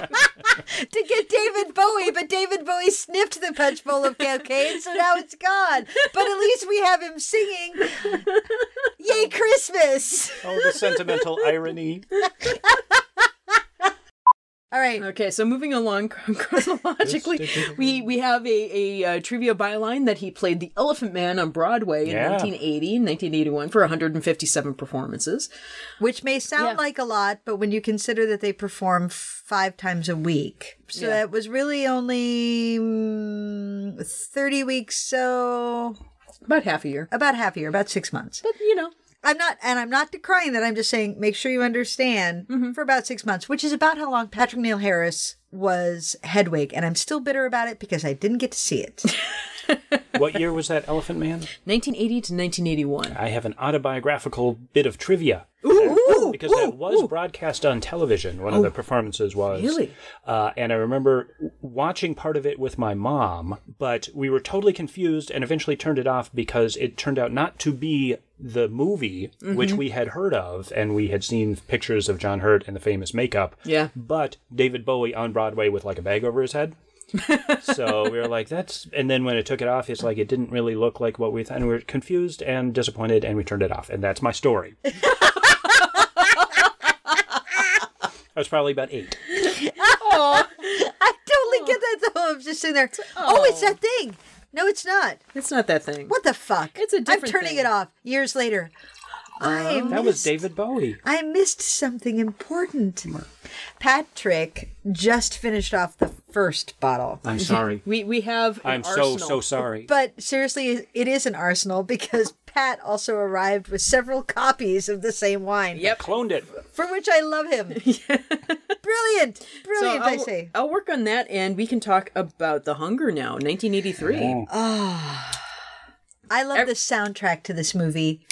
[SPEAKER 3] to get David Bowie, but David Bowie sniffed the punch bowl of cocaine, so now it's gone. But at least we have him singing Yay Christmas!
[SPEAKER 1] Oh, the sentimental irony.
[SPEAKER 3] All right.
[SPEAKER 2] Okay, so moving along (laughs) chronologically, we we have a, a uh, trivia byline that he played the Elephant Man on Broadway in
[SPEAKER 1] Yeah.
[SPEAKER 2] 1980 and 1981 for 157 performances.
[SPEAKER 3] Which may sound
[SPEAKER 2] Yeah.
[SPEAKER 3] like a lot, but when you consider that they perform five times a week, so that was really only mm, 30 weeks, so
[SPEAKER 2] About half a year.
[SPEAKER 3] about half a year, about six months.
[SPEAKER 2] But, you know,
[SPEAKER 3] I'm not, and I'm not decrying that. I'm just saying, make sure you understand for about six months, which is about how long Patrick Neil Harris was Hedwig, and I'm still bitter about it because I didn't get to see it. (laughs)
[SPEAKER 1] What year was that Elephant Man?
[SPEAKER 2] 1980 to 1981.
[SPEAKER 1] I have an autobiographical bit of trivia. because that was broadcast on television. One of
[SPEAKER 3] Oh,
[SPEAKER 1] the performances was.
[SPEAKER 2] Really?
[SPEAKER 1] Uh, and I remember w- watching part of it with my mom, but we were totally confused and eventually turned it off because it turned out not to be the movie which we had heard of and we had seen pictures of John Hurt and the famous makeup.
[SPEAKER 2] Yeah.
[SPEAKER 1] But David Bowie on Broadway with like a bag over his head. so we were like, that's. And then when it took it off, it's like it didn't really look like what we thought. And we were confused and disappointed, and we turned it off. And that's my story. I was probably about eight.
[SPEAKER 3] I totally get that though. I'm just sitting there. Oh. it's that thing. No, it's not.
[SPEAKER 2] It's not that thing.
[SPEAKER 3] What the fuck?
[SPEAKER 2] It's a
[SPEAKER 3] I'm
[SPEAKER 2] different
[SPEAKER 3] turning
[SPEAKER 2] thing.
[SPEAKER 3] it off years later. I
[SPEAKER 1] Uh, That
[SPEAKER 3] missed,
[SPEAKER 1] was David Bowie.
[SPEAKER 3] I missed something important. Patrick just finished off the first bottle.
[SPEAKER 2] (laughs)
[SPEAKER 1] I'm sorry.
[SPEAKER 2] We we have an
[SPEAKER 1] I'm so,
[SPEAKER 2] arsenal.
[SPEAKER 1] so sorry.
[SPEAKER 3] But seriously, it is an arsenal because (laughs) Pat also arrived with several copies of the same wine.
[SPEAKER 2] Yep.
[SPEAKER 1] Cloned it.
[SPEAKER 3] For which I love him.
[SPEAKER 2] (laughs)
[SPEAKER 3] Brilliant. Brilliant,
[SPEAKER 2] I'll,
[SPEAKER 3] I say.
[SPEAKER 2] I'll work on that and we can talk about The Hunger now, 1983.
[SPEAKER 3] I love the soundtrack to this movie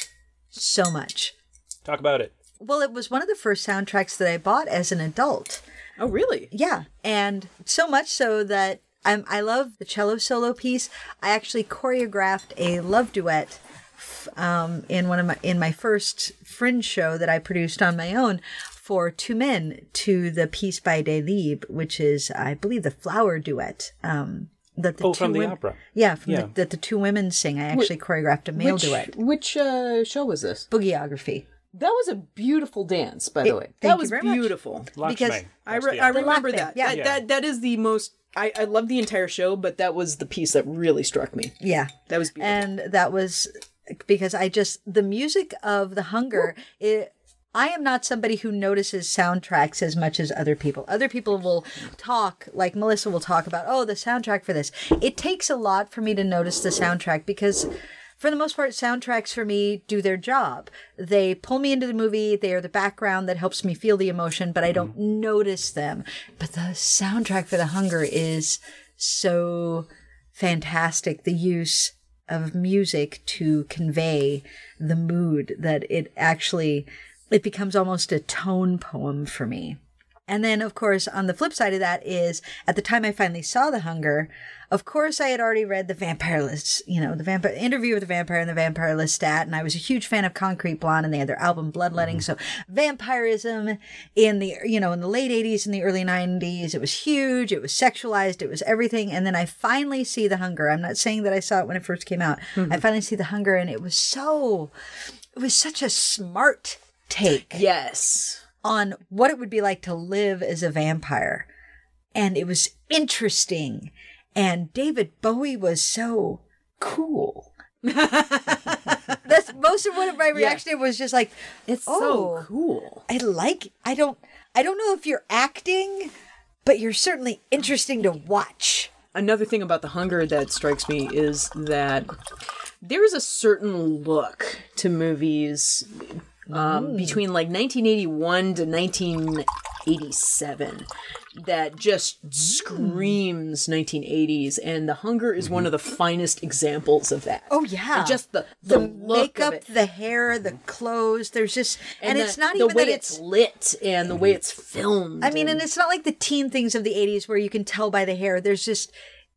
[SPEAKER 3] so much.
[SPEAKER 1] Talk about it.
[SPEAKER 3] Well, it was one of the first soundtracks that I bought as an adult.
[SPEAKER 2] Oh, really?
[SPEAKER 3] Yeah, and so much so that I'm, I love the cello solo piece. I actually choreographed a love duet f- um, in one of my in my first fringe show that I produced on my own for two men to the piece by Delibes, which is I believe the flower duet. Um, that the
[SPEAKER 1] Oh,
[SPEAKER 3] two
[SPEAKER 1] from the
[SPEAKER 3] women-
[SPEAKER 1] opera.
[SPEAKER 3] Yeah, from
[SPEAKER 1] Yeah.
[SPEAKER 3] The, that the two women sing. I actually choreographed a male
[SPEAKER 2] which
[SPEAKER 3] duet.
[SPEAKER 2] which uh, show was this?
[SPEAKER 3] Boogieography.
[SPEAKER 2] That was a beautiful dance, by the way.
[SPEAKER 3] thank
[SPEAKER 2] That
[SPEAKER 3] you
[SPEAKER 2] was
[SPEAKER 3] very much.
[SPEAKER 2] beautiful.
[SPEAKER 1] Lakshmi.
[SPEAKER 3] Because
[SPEAKER 2] I,
[SPEAKER 1] That's
[SPEAKER 2] re-
[SPEAKER 1] the
[SPEAKER 2] I
[SPEAKER 1] opera.
[SPEAKER 2] remember
[SPEAKER 3] Lockdown,
[SPEAKER 2] that.
[SPEAKER 3] yeah.
[SPEAKER 2] That,
[SPEAKER 1] Yeah.
[SPEAKER 2] that. That is the most. I, I love the entire show, but that was the piece that really struck me.
[SPEAKER 3] Yeah.
[SPEAKER 2] That was beautiful.
[SPEAKER 3] and that was because I just the music of the hunger. It, I am not somebody who notices soundtracks as much as other people. Other people will talk, like Melissa will talk about, oh, the soundtrack for this. It takes a lot for me to notice the soundtrack because, for the most part, soundtracks for me do their job. They pull me into the movie, they are the background that helps me feel the emotion, but I don't notice them. But the soundtrack for The Hunger is so fantastic. The use of music to convey the mood that it actually it becomes almost a tone poem for me and then of course on the flip side of that is at the time i finally saw the hunger of course i had already read the vampire list you know the vampire interview with the vampire and the vampire listat and i was a huge fan of concrete blonde and they had their album bloodletting so vampirism in the you know in the late 80s and the early 90s it was huge it was sexualized it was everything and then i finally see the hunger i'm not saying that i saw it when it first came out i finally see the hunger and it was so it was such a smart take
[SPEAKER 2] yes.
[SPEAKER 3] on what it would be like to live as a vampire. And it was interesting. And David Bowie was so
[SPEAKER 2] (laughs)
[SPEAKER 3] cool. That's most of what my reaction was just like,
[SPEAKER 2] It's
[SPEAKER 3] Oh.
[SPEAKER 2] so cool.
[SPEAKER 3] I like I don't I don't know if you're acting, but you're certainly interesting to watch.
[SPEAKER 2] Another thing about the hunger that strikes me is that there is a certain look to movies
[SPEAKER 3] Mm.
[SPEAKER 2] um, between like 1981 to 1987 that just
[SPEAKER 3] Mm.
[SPEAKER 2] screams 1980s, and the hunger is one of the finest examples of that.
[SPEAKER 3] Mm-hmm. Oh yeah.
[SPEAKER 2] And just the
[SPEAKER 3] the,
[SPEAKER 2] the, look of
[SPEAKER 3] makeup,
[SPEAKER 2] it.
[SPEAKER 3] the hair, the clothes, there's just and,
[SPEAKER 2] the-
[SPEAKER 3] it's not
[SPEAKER 2] the
[SPEAKER 3] even
[SPEAKER 2] way
[SPEAKER 3] that
[SPEAKER 2] it's lit and the way it's filmed.
[SPEAKER 3] I mean, and it's not like the teen things of the 80s where you can tell by the hair. There's just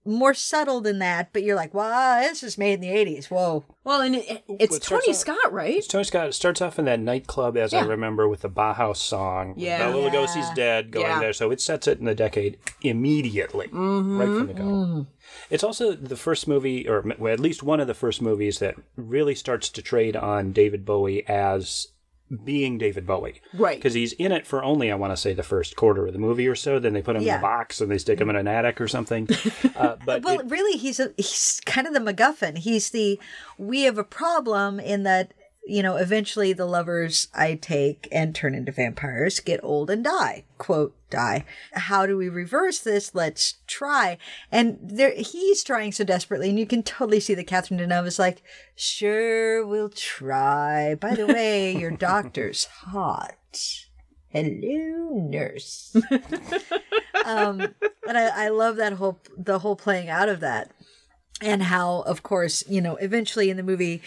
[SPEAKER 3] more subtle than that, but you're like, wow, this is made in the 80s. Whoa.
[SPEAKER 2] well, and it, it's
[SPEAKER 1] What starts
[SPEAKER 2] Tony
[SPEAKER 1] out-
[SPEAKER 2] Scott, right?
[SPEAKER 1] Tony Scott starts off in that nightclub, as I
[SPEAKER 2] Yeah.
[SPEAKER 1] remember, with the Bauhaus song.
[SPEAKER 2] Yeah.
[SPEAKER 1] Bela Lugosi's dead, going
[SPEAKER 2] Yeah. Mm-hmm.
[SPEAKER 1] there. So it sets it in the decade immediately, right from the go. It's also the first movie, or m- well, at least one of the first movies, that really starts to trade on David Bowie as being David Bowie.
[SPEAKER 2] Right.
[SPEAKER 1] Because he's in it for only, I want to say, the first quarter of the movie or so. Then they put him in
[SPEAKER 3] Yeah.
[SPEAKER 1] a box and they stick him in an attic or
[SPEAKER 3] (laughs)
[SPEAKER 1] something. uh, but
[SPEAKER 3] Well,
[SPEAKER 1] it-
[SPEAKER 3] really, he's a, he's kind of the MacGuffin. He's the we have a problem in that you know eventually the lovers I take and turn into vampires get old and die. Quote die. How do we reverse this? Let's try. And there he's trying so desperately, and you can totally see that Catherine Deneuve is like, sure, we'll try. By the
[SPEAKER 1] (laughs)
[SPEAKER 3] way, your doctor's hot. Hello, nurse and I, I love that whole the whole playing out of that and how of course you know eventually in the movie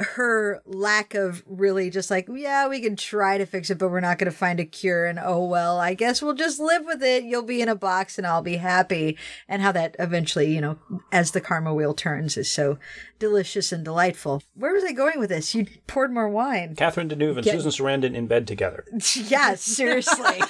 [SPEAKER 3] her lack of really just like yeah we can try to fix it but we're not going to find a cure and oh well i guess we'll just live with it you'll be in a box and i'll be happy and how that eventually you know as the karma wheel turns is so delicious and delightful where was i going with this you poured more wine (laughs)
[SPEAKER 1] Catherine Deneuve and Susan Sarandon in bed together.
[SPEAKER 3] yeah seriously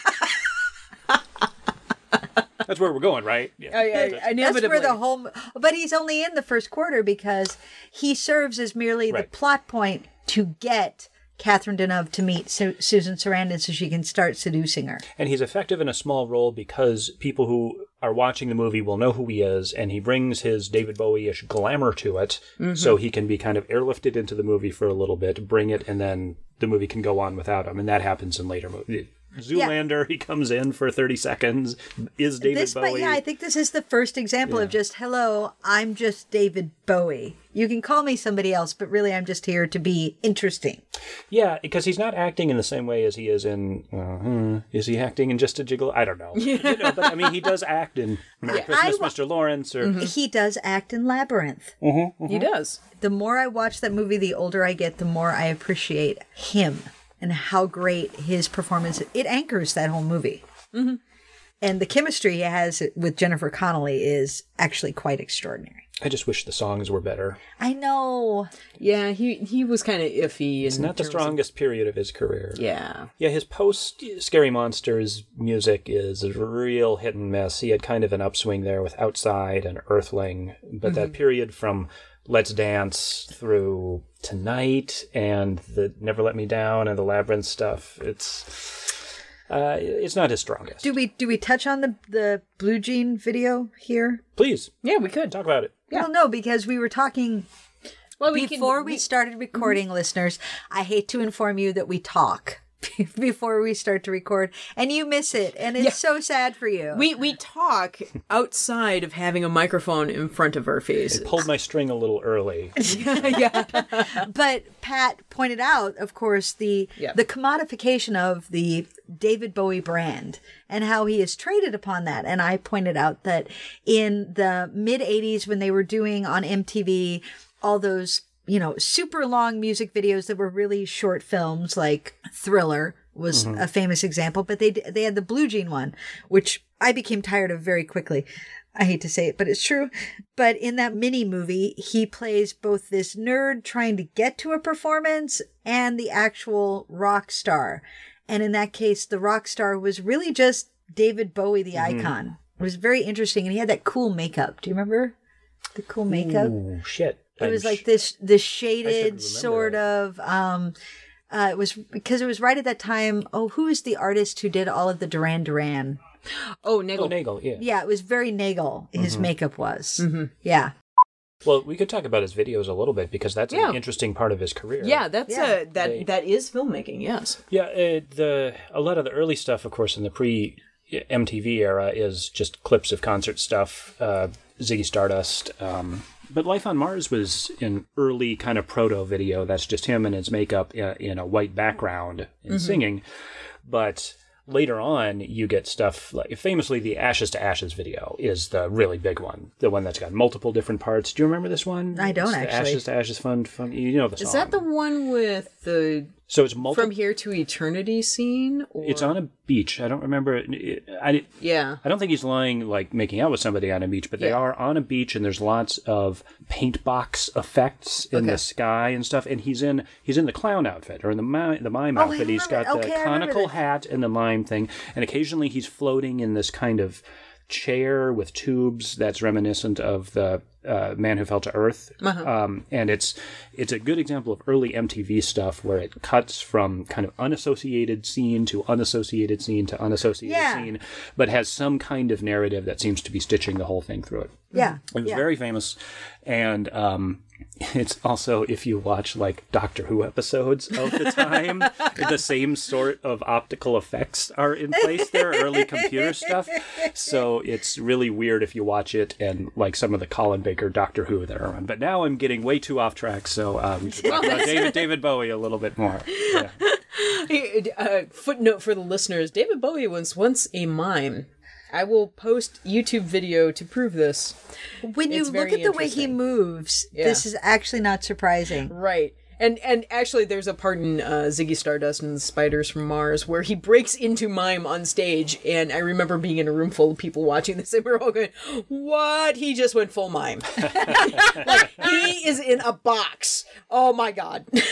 [SPEAKER 1] That's where we're going, right?
[SPEAKER 3] Oh,
[SPEAKER 1] Yeah.
[SPEAKER 2] I, I,
[SPEAKER 3] That's where
[SPEAKER 2] inevitably.
[SPEAKER 3] the whole. But he's only in the first quarter because he serves as merely
[SPEAKER 1] Right.
[SPEAKER 3] the plot point to get Catherine Deneuve to meet Su- Susan Sarandon so she can start seducing her.
[SPEAKER 1] And he's effective in a small role because people who are watching the movie will know who he is, and he brings his David Bowie ish glamour to it,
[SPEAKER 3] Mm-hmm.
[SPEAKER 1] so he can be kind of airlifted into the movie for a little bit, bring it, and then the movie can go on without him. And that happens in later movies. Zoolander, he comes in for 30 seconds, is David
[SPEAKER 3] this,
[SPEAKER 1] Bowie.
[SPEAKER 3] but yeah, I think this is the first example of just hello, I'm just David Bowie. You can call me somebody else, but really, I'm just here to be interesting.
[SPEAKER 1] Yeah, because he's not acting in the same way as he is in. Uh, hmm, is he acting in Just a Jiggle? I don't know. you know. But I mean, he does act in Merry Christmas,
[SPEAKER 3] wa- Mm-hmm.
[SPEAKER 1] Mr. Lawrence, or
[SPEAKER 3] He does act in Labyrinth.
[SPEAKER 2] he
[SPEAKER 3] Mm-hmm.
[SPEAKER 2] does.
[SPEAKER 3] the more I watch that movie, the older I get, the more I appreciate him and how great his performance. It anchors that whole movie, Mm-hmm. and the chemistry he has with Jennifer Connelly is actually quite extraordinary.
[SPEAKER 1] I just wish the songs were better.
[SPEAKER 3] I know.
[SPEAKER 2] Yeah, he he was kind of iffy.
[SPEAKER 1] It's not the strongest period of his career.
[SPEAKER 2] yeah.
[SPEAKER 1] Yeah, his post Scary Monsters music is a real hit and miss. He had kind of an upswing there with Outside and Earthling, but that period from Let's Dance through Tonight and the Never Let Me Down and the Labyrinth stuff, it's uh, it's not his strongest.
[SPEAKER 3] Do we do we touch on the the blue jean video here?
[SPEAKER 1] Please
[SPEAKER 2] Yeah, we could.
[SPEAKER 1] talk about it.
[SPEAKER 3] Well, no, because we were talking
[SPEAKER 2] Well,
[SPEAKER 3] before we Mm-hmm. started recording, listeners. I hate to inform you that we talk. (laughs) Before we start to record, and you miss it, and it's so sad for you.
[SPEAKER 2] we we talk outside of having a microphone in front of our face. (laughs)
[SPEAKER 1] Pulled my string a little early.
[SPEAKER 3] but Pat pointed out, of course, the
[SPEAKER 2] Yeah.
[SPEAKER 3] the commodification of the David Bowie brand and how he is traded upon that. And I pointed out that in the mid '80s, when they were doing on MTV all those you know super long music videos that were really short films, like Thriller was a famous example, but they d- they had the Blue Jean one, which I became tired of very quickly. I hate to say it, but it's true. But in that mini movie, he plays both this nerd trying to get to a performance and the actual rock star. And in that case, the rock star was really just David Bowie, the
[SPEAKER 1] Mm-hmm.
[SPEAKER 3] icon. It was very interesting. And he had that cool makeup. Do you remember the cool makeup?
[SPEAKER 1] Ooh, shit.
[SPEAKER 3] It was like this this shaded
[SPEAKER 1] remember
[SPEAKER 3] sort
[SPEAKER 1] that.
[SPEAKER 3] of um uh it was because it was right at that time. Oh, who is the artist who did all of the Duran Duran?
[SPEAKER 2] Oh, Nagel.
[SPEAKER 1] Oh, Nagel, yeah. Mm-hmm.
[SPEAKER 3] Yeah, it was very Nagel. His makeup was.
[SPEAKER 2] Mm-hmm.
[SPEAKER 3] Yeah.
[SPEAKER 1] Well, we could talk about his videos a little bit because that's
[SPEAKER 2] Yeah.
[SPEAKER 1] an interesting part of his career.
[SPEAKER 2] yeah, that's
[SPEAKER 3] Yeah.
[SPEAKER 2] uh that
[SPEAKER 1] They-
[SPEAKER 2] that is filmmaking. Yes.
[SPEAKER 1] Yeah, uh, the a lot of the early stuff, of course, in the pre uh, MTV era is just clips of concert stuff, uh, Ziggy Stardust. Um, but Life on Mars was an early kind of proto video. That's just him and his makeup in, in a white background
[SPEAKER 2] Mm-hmm.
[SPEAKER 1] and singing. But later on, you get stuff like famously the Ashes to Ashes video is the really big one, the one that's got multiple different parts. Do you remember this one?
[SPEAKER 3] I don't
[SPEAKER 1] It's the
[SPEAKER 3] actually.
[SPEAKER 1] Ashes to Ashes Fund. Fun, you know the song.
[SPEAKER 2] Is that the one with the
[SPEAKER 1] so it's multiple.
[SPEAKER 2] from here to eternity scene? Or...
[SPEAKER 1] It's on a beach. I don't remember. It, it- I,
[SPEAKER 2] (laughs) Yeah.
[SPEAKER 1] I don't think he's lying, like making out with somebody on a beach, but they
[SPEAKER 2] Yeah.
[SPEAKER 1] are on a beach, and there's lots of paint box effects in
[SPEAKER 2] Okay.
[SPEAKER 1] the sky and stuff. And he's in he's in the clown outfit or in the mime, the mime
[SPEAKER 3] Oh, I
[SPEAKER 1] outfit. He's
[SPEAKER 3] remember.
[SPEAKER 1] got the
[SPEAKER 3] Okay, I remember
[SPEAKER 1] conical
[SPEAKER 3] that.
[SPEAKER 1] hat and the mime thing, and occasionally he's floating in this kind of chair with tubes that's reminiscent of the uh, Man Who Fell to Earth, um, and it's it's a good example of early MTV stuff where it cuts from kind of unassociated scene to unassociated scene to unassociated
[SPEAKER 3] Yeah.
[SPEAKER 1] scene, but has some kind of narrative that seems to be stitching the whole thing through it.
[SPEAKER 3] Yeah.
[SPEAKER 2] Mm-hmm.
[SPEAKER 1] It was
[SPEAKER 3] yeah.
[SPEAKER 1] very famous, and um, it's also if you watch like Doctor Who episodes of the
[SPEAKER 2] (laughs)
[SPEAKER 1] time, the same sort of optical effects are in place there, early computer stuff. So it's really weird if you watch it and like some of the Colin Baker Doctor Who that are on. But now I'm getting way too off track, so uh, we should talk about David David Bowie a little bit more. Yeah.
[SPEAKER 2] Uh, footnote for the listeners: David Bowie was once a mime. I will post YouTube video to prove this.
[SPEAKER 3] when you
[SPEAKER 2] it's
[SPEAKER 3] look
[SPEAKER 2] very
[SPEAKER 3] at the way he
[SPEAKER 2] interesting.
[SPEAKER 3] moves, this is actually not surprising.
[SPEAKER 2] Right. And and actually, there's a part in uh, Ziggy Stardust and the Spiders from Mars where he breaks into mime on stage, and I remember being in a room full of people watching this, and we were all going, "What? He just went full mime! (laughs) like he is in a box! Oh my god!" (laughs)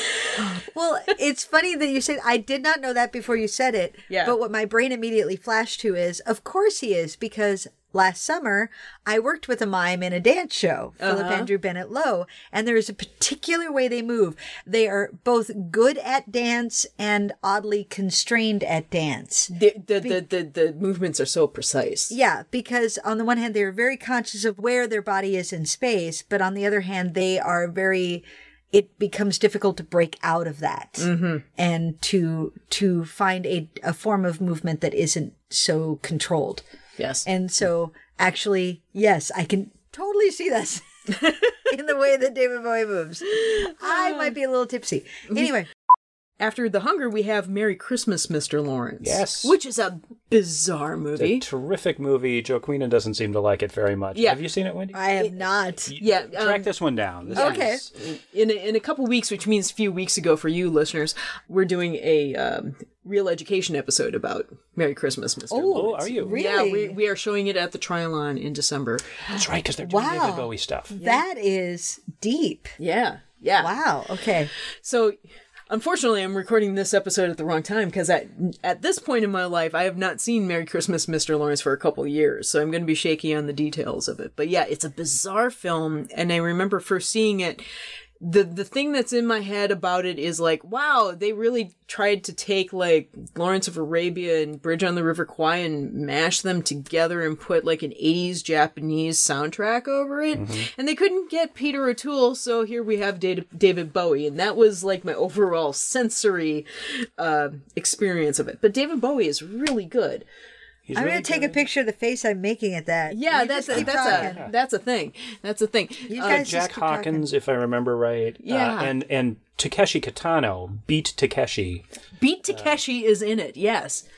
[SPEAKER 3] Well, it's funny that you said I did not know that before you said it.
[SPEAKER 2] Yeah.
[SPEAKER 3] But what my brain immediately flashed to is, of course he is, because last summer I worked with a mime in a dance show, Philip
[SPEAKER 2] Uh-huh.
[SPEAKER 3] Andrew Bennett Lowe, and there is a particular way they move. They are both good at dance and oddly constrained at dance.
[SPEAKER 2] The the the the, the movements are so precise.
[SPEAKER 3] Yeah, because on the one hand, they're very conscious of where their body is in space, but on the other hand, they are very, it becomes difficult to break out of that
[SPEAKER 1] Mm-hmm.
[SPEAKER 3] and to, to find a, a form of movement that isn't so controlled.
[SPEAKER 2] Yes.
[SPEAKER 3] And so actually, yes, I can totally see this (laughs) in the way that David Bowie moves.
[SPEAKER 1] Ah.
[SPEAKER 3] I might be a little tipsy. Anyway,
[SPEAKER 2] After The Hunger, we have Merry Christmas, Mr. Lawrence.
[SPEAKER 1] Yes.
[SPEAKER 2] Which is a bizarre movie.
[SPEAKER 1] A terrific movie. Joaquina doesn't seem to like it very much.
[SPEAKER 2] Yeah.
[SPEAKER 1] Have you seen it, Wendy?
[SPEAKER 3] I have not.
[SPEAKER 2] yeah. um,
[SPEAKER 1] Track this one down. This
[SPEAKER 3] Okay.
[SPEAKER 1] is-
[SPEAKER 2] in a, in a couple weeks, which means a few weeks ago for you listeners, we're doing a um, real education episode about Merry Christmas, Mr.
[SPEAKER 1] Oh,
[SPEAKER 2] Lawrence.
[SPEAKER 1] are you?
[SPEAKER 3] Really?
[SPEAKER 2] Yeah, we, we are showing it at the Trilon in December.
[SPEAKER 1] That's right, because they're doing
[SPEAKER 3] Wow.
[SPEAKER 1] David Bowie stuff.
[SPEAKER 3] That is deep.
[SPEAKER 2] Yeah, yeah.
[SPEAKER 3] Wow. Okay.
[SPEAKER 2] So, unfortunately, I'm recording this episode at the wrong time because at at this point in my life, I have not seen Merry Christmas, Mr. Lawrence for a couple years, so I'm going to be shaky on the details of it. But yeah, it's a bizarre film, and I remember first seeing it. The, the thing that's in my head about it is like wow they really tried to take like Lawrence of Arabia and Bridge on the River Kwai and mash them together and put like an 80s Japanese soundtrack over it. And they couldn't get Peter O'Toole, so here we have Da- David Bowie. And that was like my overall sensory uh, experience of it. But David Bowie is really good.
[SPEAKER 1] He's
[SPEAKER 3] I'm
[SPEAKER 1] really
[SPEAKER 3] gonna take
[SPEAKER 1] good.
[SPEAKER 3] a picture of the face I'm making at that.
[SPEAKER 2] Yeah,
[SPEAKER 3] You
[SPEAKER 2] that's
[SPEAKER 3] just
[SPEAKER 2] a,
[SPEAKER 3] keep
[SPEAKER 2] that's a
[SPEAKER 3] talking.
[SPEAKER 2] that's a thing. That's a thing.
[SPEAKER 3] You
[SPEAKER 2] Uh,
[SPEAKER 3] guys just
[SPEAKER 1] Jack
[SPEAKER 3] keep talking.
[SPEAKER 1] Hawkins, if I remember right.
[SPEAKER 2] Yeah.
[SPEAKER 1] Uh, and and Takeshi Kitano beat Takeshi.
[SPEAKER 2] Beat Takeshi is in it. Yes.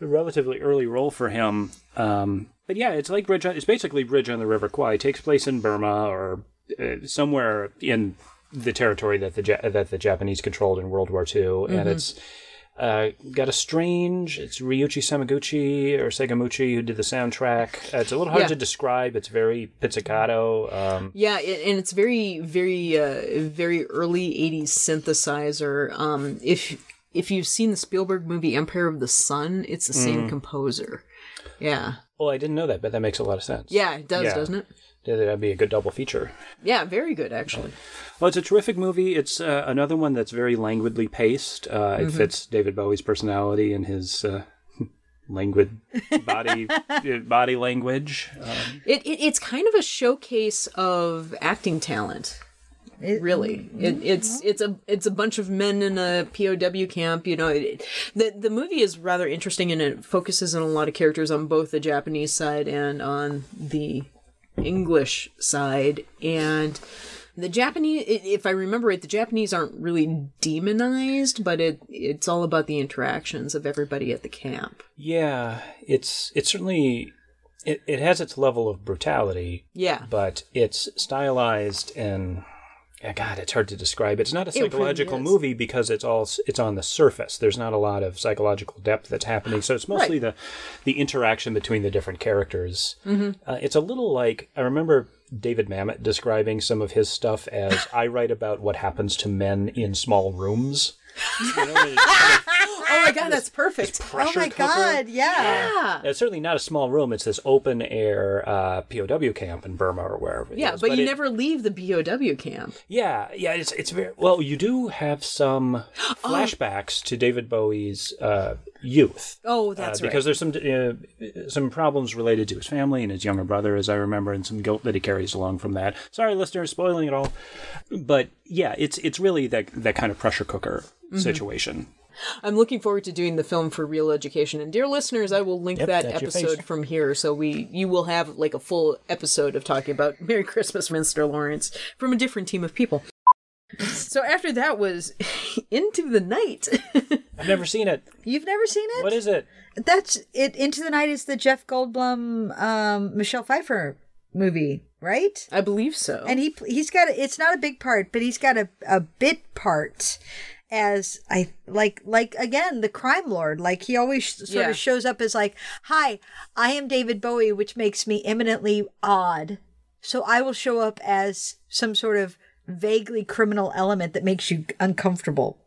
[SPEAKER 1] A relatively early role for him. Um, but yeah, it's like Bridge. On, it's basically Bridge on the River Kwai. It takes place in Burma or uh, somewhere in the territory that the ja- that the Japanese controlled in World War II,
[SPEAKER 3] Mm-hmm.
[SPEAKER 1] and it's. Uh, got a strange. It's Ryuichi Samaguchi or Segamuchi who did the soundtrack. Uh, it's a little hard
[SPEAKER 2] Yeah.
[SPEAKER 1] to describe. It's very pizzicato. Um,
[SPEAKER 2] Yeah, it, and it's very, very, uh, very early '80s synthesizer. Um, if if you've seen the Spielberg movie Empire of the Sun, it's the same composer. Yeah,
[SPEAKER 1] well, I didn't know that, but that makes a lot of sense.
[SPEAKER 2] yeah, it does,
[SPEAKER 1] Yeah.
[SPEAKER 2] doesn't it?
[SPEAKER 1] Yeah, that'd be a good double feature.
[SPEAKER 2] Yeah, very good actually.
[SPEAKER 1] Well, it's a terrific movie. It's uh, another one that's very languidly paced. Uh, It fits David Bowie's personality and his uh, (laughs) languid body uh, body language.
[SPEAKER 2] It, it it's kind of a showcase of acting talent.
[SPEAKER 3] It-
[SPEAKER 2] really it, Mm-hmm. it's it's a it's a bunch of men in a POW camp you know it, it- the the movie is rather interesting and it focuses on a lot of characters on both the Japanese side and on the English side and the Japanese i- if I remember right the Japanese aren't really demonized but it it's all about the interactions of everybody at the camp
[SPEAKER 1] Yeah, it's it's certainly it, it has its level of brutality,
[SPEAKER 2] yeah
[SPEAKER 1] but it's stylized and. ah, God, it's hard to describe. It's not a
[SPEAKER 2] really
[SPEAKER 1] psychological
[SPEAKER 2] is.
[SPEAKER 1] movie because it's all s- it's on the surface. There's not a lot of psychological depth that's happening. So it's mostly the the interaction between the different characters.
[SPEAKER 2] Mm-hmm.
[SPEAKER 1] Uh, it's a little like I remember David Mamet describing some of his stuff as I write about what happens to men in small rooms. You know, there's-
[SPEAKER 2] Oh my god, that's perfect.
[SPEAKER 3] Oh
[SPEAKER 1] pressure
[SPEAKER 3] my
[SPEAKER 1] cooker.
[SPEAKER 3] God. Yeah.
[SPEAKER 2] Yeah.
[SPEAKER 1] It's certainly not a small room. It's this open air uh, POW camp in Burma or wherever. it
[SPEAKER 2] Yeah,
[SPEAKER 1] is.
[SPEAKER 2] but you
[SPEAKER 1] it-
[SPEAKER 2] never leave the BOW camp.
[SPEAKER 1] Yeah, yeah. It's it's very well. You do have
[SPEAKER 2] (gasps)
[SPEAKER 1] some
[SPEAKER 2] Oh.
[SPEAKER 1] flashbacks to David Bowie's uh, youth.
[SPEAKER 2] Oh,
[SPEAKER 1] Uh,
[SPEAKER 2] that's right.
[SPEAKER 1] because there's some uh, some problems related to his family and his younger brother, as I remember, and some guilt that he carries along from that. Sorry, listeners, spoiling it all. But yeah, it's it's really that that kind of pressure cooker
[SPEAKER 2] Mm-hmm.
[SPEAKER 1] situation.
[SPEAKER 2] I'm looking forward to doing the film for Real Education. And dear listeners, I will link
[SPEAKER 1] Yep,
[SPEAKER 2] that
[SPEAKER 1] that's your
[SPEAKER 2] episode
[SPEAKER 1] face.
[SPEAKER 2] from here so we you will have like a full episode of talking about (laughs) Merry Christmas, Minster Lawrence, from a different team of people. so after that was (laughs) Into the Night. (laughs)
[SPEAKER 1] I've never seen it.
[SPEAKER 3] You've never seen it?
[SPEAKER 1] What is it?
[SPEAKER 3] That's it. Into the Night is the Jeff Goldblum, um, Michelle Pfeiffer movie, right?
[SPEAKER 2] I believe
[SPEAKER 1] Oh.
[SPEAKER 2] so.
[SPEAKER 3] And he pl- he's got a, it's not a big part, but he's got a, a bit part as I like like again the crime lord. Like he always sh- sort
[SPEAKER 2] Yeah.
[SPEAKER 3] of shows up as like, "Hi, I am David Bowie," which makes me eminently odd. So I will show up as some sort of vaguely criminal element that makes you uncomfortable.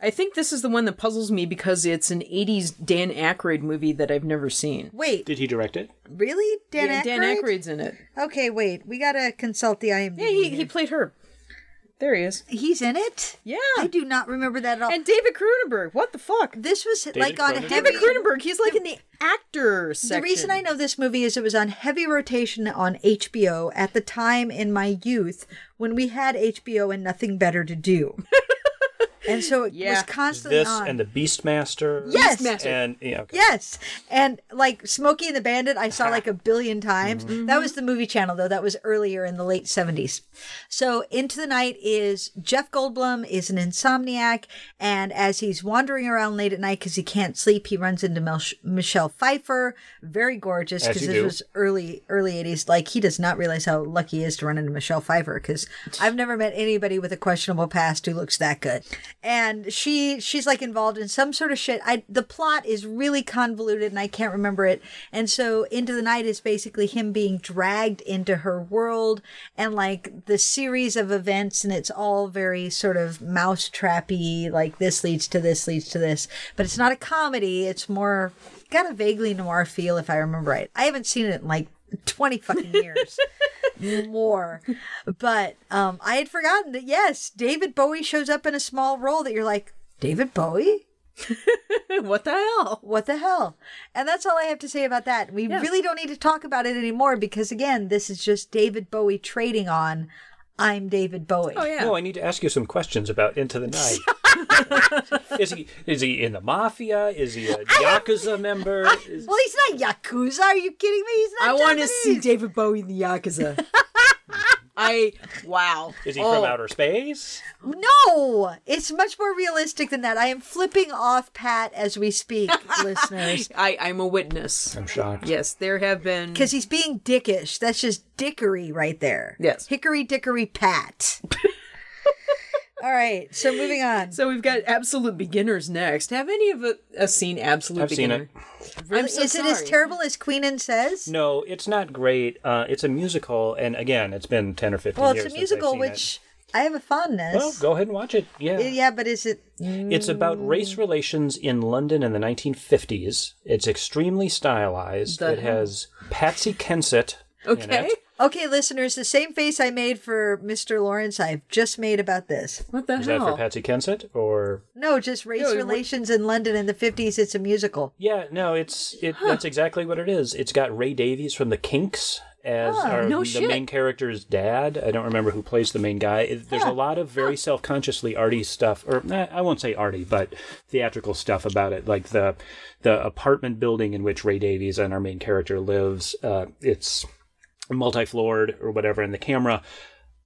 [SPEAKER 2] I think this is the one that puzzles me because it's an 80s Dan Aykroyd movie that I've never seen.
[SPEAKER 3] Wait,
[SPEAKER 1] Did he direct it?
[SPEAKER 3] really, Dan
[SPEAKER 2] Yeah, Dan
[SPEAKER 3] Aykroyd?
[SPEAKER 2] Aykroyd's in it.
[SPEAKER 3] Okay, wait. We gotta consult the IMDb.
[SPEAKER 2] Yeah, he, he played her. There he is.
[SPEAKER 3] He's in it.
[SPEAKER 2] Yeah.
[SPEAKER 3] I do not remember that at all.
[SPEAKER 2] And David Cronenberg. What the fuck?
[SPEAKER 3] this was like on
[SPEAKER 1] Cronenberg?
[SPEAKER 3] heavy.
[SPEAKER 2] David Cronenberg, he's like in the actor
[SPEAKER 3] The
[SPEAKER 2] section.
[SPEAKER 3] reason I know this movie is it was on heavy rotation on HBO at the time in my youth when we had HBO and nothing better to
[SPEAKER 2] (laughs)
[SPEAKER 3] do. and so it
[SPEAKER 2] Yeah.
[SPEAKER 3] was constantly
[SPEAKER 1] This
[SPEAKER 3] on.
[SPEAKER 1] and the Beastmaster.
[SPEAKER 3] Yes!
[SPEAKER 2] Beastmaster.
[SPEAKER 1] And yeah, okay.
[SPEAKER 3] Yes. And like Smokey and the Bandit, I saw like a billion times. That was the movie channel, though. That was earlier in the late 70s. So Into the Night is Jeff Goldblum is an insomniac. And as he's wandering around late at night because he can't sleep, he runs into Mel- Michelle Pfeiffer. Very gorgeous
[SPEAKER 1] As
[SPEAKER 3] because
[SPEAKER 1] you
[SPEAKER 3] this
[SPEAKER 1] do.
[SPEAKER 3] was early, early 80s. Like he does not realize how lucky he is to run into Michelle Pfeiffer because I've never met anybody with a questionable past who looks that good. And she she's like involved in some sort of shit. I the plot is really convoluted and I can't remember it. And so Into the Night is basically him being dragged into her world and like the series of events and it's all very sort of mousetrappy, like this leads to this leads to this. But it's not a comedy, it's more got a vaguely noir feel if I remember right. I haven't seen it in like 20 fucking years more. But um, I had forgotten that, yes, David Bowie shows up in a small role that you're like, David Bowie?
[SPEAKER 2] (laughs) what the hell?
[SPEAKER 3] What the hell? And that's all I have to say about that. We really don't need to talk about it anymore because, again, this is just David Bowie trading on I'm David Bowie.
[SPEAKER 2] Oh yeah.
[SPEAKER 1] No, I need to ask you some questions about Into the Night. is he is he in the mafia? Is he a yakuza member? Is-
[SPEAKER 3] Well, he's not Yakuza. Are you kidding me? He's not
[SPEAKER 2] I want to
[SPEAKER 3] Japanese.
[SPEAKER 2] see David Bowie in
[SPEAKER 3] (laughs)
[SPEAKER 2] the Yakuza. I wow.
[SPEAKER 1] Is he
[SPEAKER 2] Oh,
[SPEAKER 1] from outer space?
[SPEAKER 3] No, it's much more realistic than that. I am flipping off Pat as we
[SPEAKER 2] (laughs)
[SPEAKER 3] speak, listeners.
[SPEAKER 2] I I'm a witness.
[SPEAKER 1] I'm shocked.
[SPEAKER 2] Yes, there have been.
[SPEAKER 3] Because he's being dickish. That's just dickery right there.
[SPEAKER 2] Yes.
[SPEAKER 3] Hickory dickory pat.
[SPEAKER 2] (laughs)
[SPEAKER 3] All right. So moving on.
[SPEAKER 2] So we've got Absolute Beginners next. Have any of us seen Absolute
[SPEAKER 1] I've seen
[SPEAKER 2] Beginner? I'm so
[SPEAKER 3] Is it as
[SPEAKER 2] sorry.
[SPEAKER 3] terrible as Queenan says?
[SPEAKER 1] No, it's not great. Uh, it's a musical, and again, it's been ten or fifteen
[SPEAKER 3] well,
[SPEAKER 1] years.
[SPEAKER 3] it's a
[SPEAKER 1] since I've
[SPEAKER 3] musical,
[SPEAKER 1] seen it.
[SPEAKER 3] which I have a fondness.
[SPEAKER 1] Well, go ahead and watch it. Yeah.
[SPEAKER 3] yeah, but is it?
[SPEAKER 1] It's about race relations in London in the 1950s. It's extremely stylized.
[SPEAKER 2] The
[SPEAKER 1] it has Patsy Kensit. in
[SPEAKER 2] Okay.
[SPEAKER 1] it.
[SPEAKER 3] Okay, listeners, the same face I made for Mr. Lawrence, I've just made about this.
[SPEAKER 2] What the
[SPEAKER 1] Is that for
[SPEAKER 2] hell?
[SPEAKER 1] Patsy Kensit or
[SPEAKER 3] No, just race
[SPEAKER 2] No, it-
[SPEAKER 3] relations in London in the 50s. It's a musical.
[SPEAKER 1] Yeah, no, it's it. That's exactly what it is. It's got Ray Davies from the Kinks as our,
[SPEAKER 2] Ah, no
[SPEAKER 1] the
[SPEAKER 2] shit.
[SPEAKER 1] main character's dad. I don't remember who plays the main guy. It- there's a lot of very self-consciously arty stuff, or eh, I won't say arty, but theatrical stuff about it, like the the apartment building in which Ray Davies and our main character lives. Uh, it's multi-floored or whatever, and the camera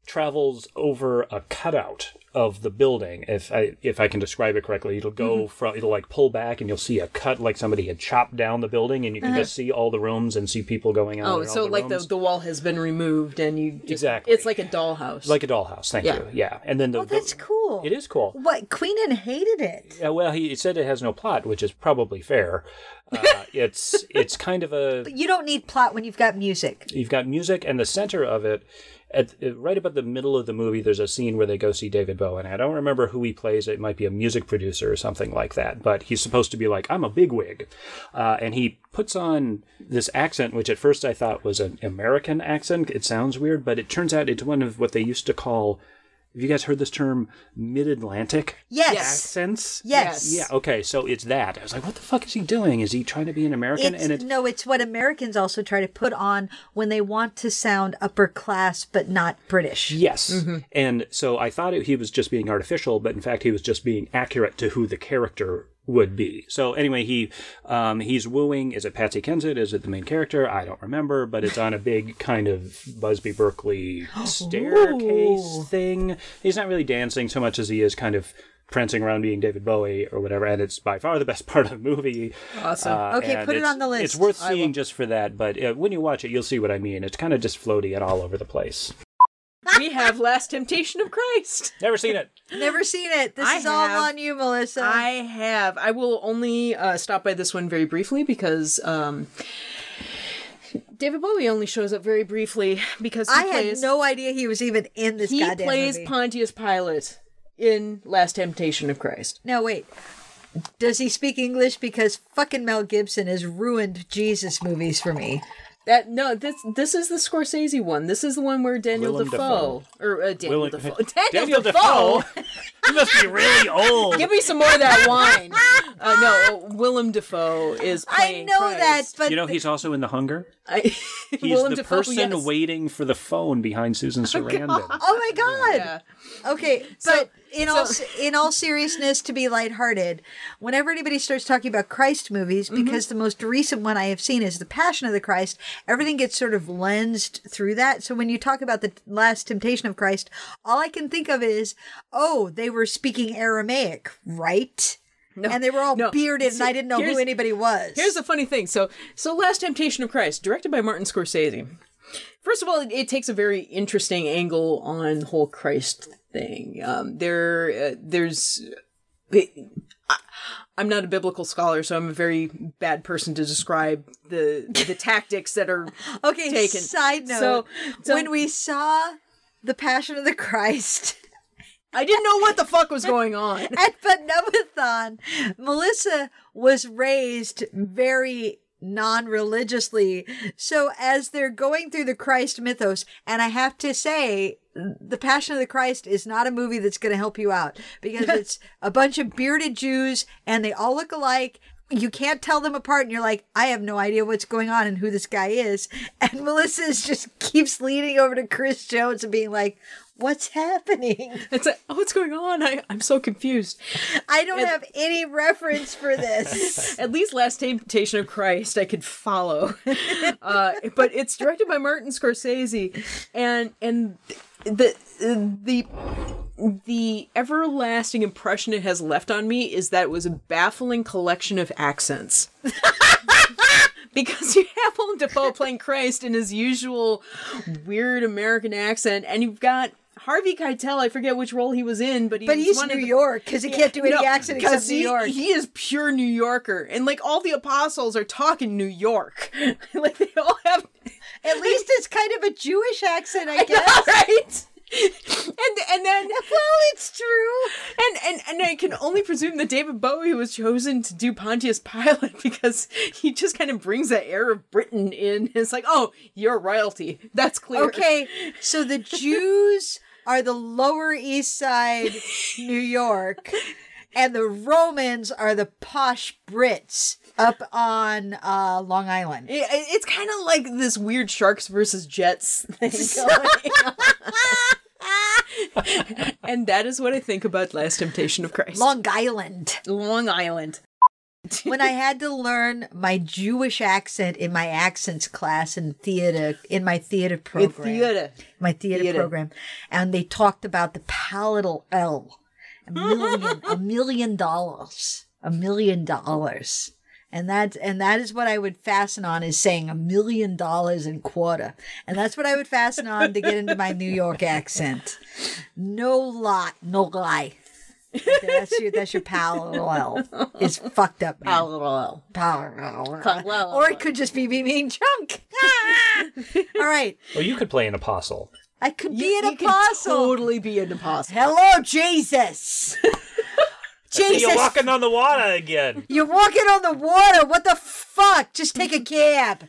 [SPEAKER 1] travels over a cutout of the building if i if i can describe it correctly it'll go
[SPEAKER 2] Mm-hmm.
[SPEAKER 1] from it'll like pull back and you'll see a cut like somebody had chopped down the building and you can just see all the rooms and see people going out
[SPEAKER 2] Uh-huh. Oh,
[SPEAKER 1] in all
[SPEAKER 2] so
[SPEAKER 1] the
[SPEAKER 2] like the,
[SPEAKER 1] rooms.
[SPEAKER 2] the wall has been removed and you just,
[SPEAKER 1] Exactly.
[SPEAKER 2] It's like a dollhouse.
[SPEAKER 1] like a dollhouse thank
[SPEAKER 2] Yeah.
[SPEAKER 1] you yeah and then the,
[SPEAKER 3] Oh, that's
[SPEAKER 1] the-
[SPEAKER 3] cool.
[SPEAKER 1] it is cool
[SPEAKER 3] What? Queenan hated it.
[SPEAKER 1] Yeah, well, he said it has no plot, which is probably fair.
[SPEAKER 2] (laughs)
[SPEAKER 1] Uh, it's it's kind of a
[SPEAKER 3] You don't need plot when you've got music.
[SPEAKER 1] you've got music and the center of it at uh, right about the middle of the movie there's a scene where they go see david bowen i don't remember who he plays it might be a music producer or something like that but he's supposed to be like i'm a bigwig uh, and he puts on this accent which at first i thought was an american accent it sounds weird but it turns out it's one of what they used to call have you guys heard this term mid-atlantic
[SPEAKER 3] Yes.
[SPEAKER 1] accents
[SPEAKER 3] Yes.
[SPEAKER 1] yeah okay so it's that i was like what the fuck is he doing is he trying to be an american
[SPEAKER 3] It's, no, it's what Americans also try to put on when they want to sound upper class but not British.
[SPEAKER 1] Yes.
[SPEAKER 3] Mm-hmm.
[SPEAKER 1] And so I thought it, he was just being artificial, but in fact, he was just being accurate to who the character would be. So anyway, he um, he's wooing. Is it Patsy Kensit? Is it the main character? I don't remember, but it's on a big kind of Busby
[SPEAKER 3] (gasps)
[SPEAKER 1] Berkeley staircase thing. He's not really dancing so much as he is kind of prancing around being David Bowie or whatever, and it's by far the best (laughs) part of the movie.
[SPEAKER 2] Awesome.
[SPEAKER 1] Uh,
[SPEAKER 3] Okay,
[SPEAKER 1] and
[SPEAKER 3] put it
[SPEAKER 1] it's-
[SPEAKER 3] on the list.
[SPEAKER 1] It's worth seeing just for that, but uh, when you watch it, you'll see what I mean. It's kind of just floaty and all over the place.
[SPEAKER 2] we have Last Temptation of Christ.
[SPEAKER 1] Never seen it.
[SPEAKER 3] Never seen it. This
[SPEAKER 2] I
[SPEAKER 3] is all
[SPEAKER 2] have.
[SPEAKER 3] on you, Melissa.
[SPEAKER 2] I have. I will only uh, stop by this one very briefly because um, David Bowie only shows up very briefly because he
[SPEAKER 3] I had
[SPEAKER 2] plays
[SPEAKER 3] no idea he was even in this
[SPEAKER 2] he
[SPEAKER 3] goddamn
[SPEAKER 2] plays
[SPEAKER 3] movie.
[SPEAKER 2] Pontius Pilate in Last Temptation of Christ.
[SPEAKER 3] no, wait. Does he speak English? Because fucking Mel Gibson has ruined Jesus movies for me.
[SPEAKER 2] That no, this this is the Scorsese one. This is the one where Daniel
[SPEAKER 1] Willem
[SPEAKER 2] Defoe or uh, Daniel
[SPEAKER 1] Willem-
[SPEAKER 2] Defoe.
[SPEAKER 1] (laughs) Daniel Defoe. you must be really old.
[SPEAKER 2] Give me some more
[SPEAKER 3] (laughs)
[SPEAKER 2] of that wine. Uh, no, Willem Defoe is.
[SPEAKER 3] I
[SPEAKER 2] Playing
[SPEAKER 3] know that,
[SPEAKER 2] Christ.
[SPEAKER 3] but
[SPEAKER 1] you know he's also in The Hunger.
[SPEAKER 2] I, (laughs)
[SPEAKER 1] He's
[SPEAKER 2] Willem
[SPEAKER 1] the
[SPEAKER 2] Dafoe,
[SPEAKER 1] person
[SPEAKER 2] yes.
[SPEAKER 1] waiting for the phone behind
[SPEAKER 2] (laughs)
[SPEAKER 1] Susan Sarandon.
[SPEAKER 3] oh my god. Okay, but in all
[SPEAKER 2] so-
[SPEAKER 3] in all seriousness, to be lighthearted, whenever anybody starts talking about Christ movies,
[SPEAKER 2] Mm-hmm.
[SPEAKER 3] because the most recent one I have seen is The Passion of the Christ, everything gets sort of lensed through that. So when you talk about the Last Temptation of Christ, all I can think of is, oh, they were speaking Aramaic, right? and they were all
[SPEAKER 2] no.
[SPEAKER 3] bearded, and I didn't know who
[SPEAKER 2] Here's-
[SPEAKER 3] anybody was.
[SPEAKER 2] Here's the funny thing. So, so Last Temptation of Christ, directed by Martin Scorsese. First of all, it, it takes a very interesting angle on the whole Christ thing. Um, there, uh, there's. I- I'm not a biblical scholar, so I'm a very bad person to describe the (laughs) the tactics that are
[SPEAKER 3] okay.
[SPEAKER 2] taken.
[SPEAKER 3] Side note:
[SPEAKER 2] So- so-
[SPEAKER 3] when we saw The Passion of the Christ.
[SPEAKER 2] I didn't know what the fuck was going on.
[SPEAKER 3] (laughs) at Benubathon, Melissa was raised very non religiously. So, as they're going through the Christ mythos, and I have to say, The Passion of the Christ is not a movie that's going to help you out because it's a bunch of bearded Jews and they all look alike. You can't tell them apart, and you're like, I have no idea what's going on and who this guy is. (laughs) And Melissa is just keeps leaning over to Chris Jones and being like, What's happening?
[SPEAKER 2] (laughs) It's like, oh, what's going on? I, I'm so confused.
[SPEAKER 3] I don't have any reference for
[SPEAKER 2] (laughs)
[SPEAKER 3] this.
[SPEAKER 2] At least Last Temptation of Christ I could follow. (laughs) uh, but it's directed by Martin Scorsese, and and the the the everlasting impression it has left on me is that it was a baffling collection of accents. (laughs) because you have Willem Dafoe playing Christ in his usual weird American accent, and you've got Harvey Keitel. I forget which role he was in, but he
[SPEAKER 3] But
[SPEAKER 2] was
[SPEAKER 3] he's
[SPEAKER 2] one
[SPEAKER 3] New
[SPEAKER 2] of the-
[SPEAKER 3] York because he can't do any accent except
[SPEAKER 2] because
[SPEAKER 3] New
[SPEAKER 2] he-
[SPEAKER 3] York.
[SPEAKER 2] He is pure New Yorker, and like all the apostles are talking New York. (laughs) like they all have,
[SPEAKER 3] At least it's kind of a Jewish accent,
[SPEAKER 2] (laughs)
[SPEAKER 3] I
[SPEAKER 2] all
[SPEAKER 3] guess. (laughs)
[SPEAKER 2] right. and and then
[SPEAKER 3] Well, it's true.
[SPEAKER 2] and, and and I can only presume that David Bowie was chosen to do Pontius Pilate (laughs) because he just kind of brings that air of Britain in. It's like, oh, you're royalty. That's clear.
[SPEAKER 3] Okay, so the Jews are the Lower East Side, New York, and the Romans are the posh Brits up on uh, Long Island.
[SPEAKER 2] It- it's kind of like this weird sharks versus jets (laughs)
[SPEAKER 3] (laughs)
[SPEAKER 2] thing going on. and that is what I think about Last Temptation of Christ.
[SPEAKER 3] Long Island.
[SPEAKER 2] Long Island.
[SPEAKER 3] when I had to learn my Jewish accent in my accents class in theater in my theater program.
[SPEAKER 2] theater.
[SPEAKER 3] My theater,
[SPEAKER 2] Theater.
[SPEAKER 3] program. And they talked about the palatal L. A million,
[SPEAKER 2] (laughs)
[SPEAKER 3] a million dollars. A million dollars. And that's and that is what I would fasten on is saying a million dollars in quarter. And that's what I would fasten on to get into my New York accent. No lot, no lie. Okay, that's your that's your parallel. It's fucked up. man. Parallel. Or it could just be me being drunk.
[SPEAKER 2] (laughs)
[SPEAKER 3] Ah! All right,
[SPEAKER 1] Well, you could play an apostle.
[SPEAKER 3] I could be
[SPEAKER 2] You-
[SPEAKER 3] an
[SPEAKER 2] you can
[SPEAKER 3] apostle.
[SPEAKER 2] Totally be an apostle.
[SPEAKER 3] Hello, Jesus. Jesus,
[SPEAKER 1] You're walking on the water again.
[SPEAKER 3] you're walking on the water. What the fuck? Just take a cab.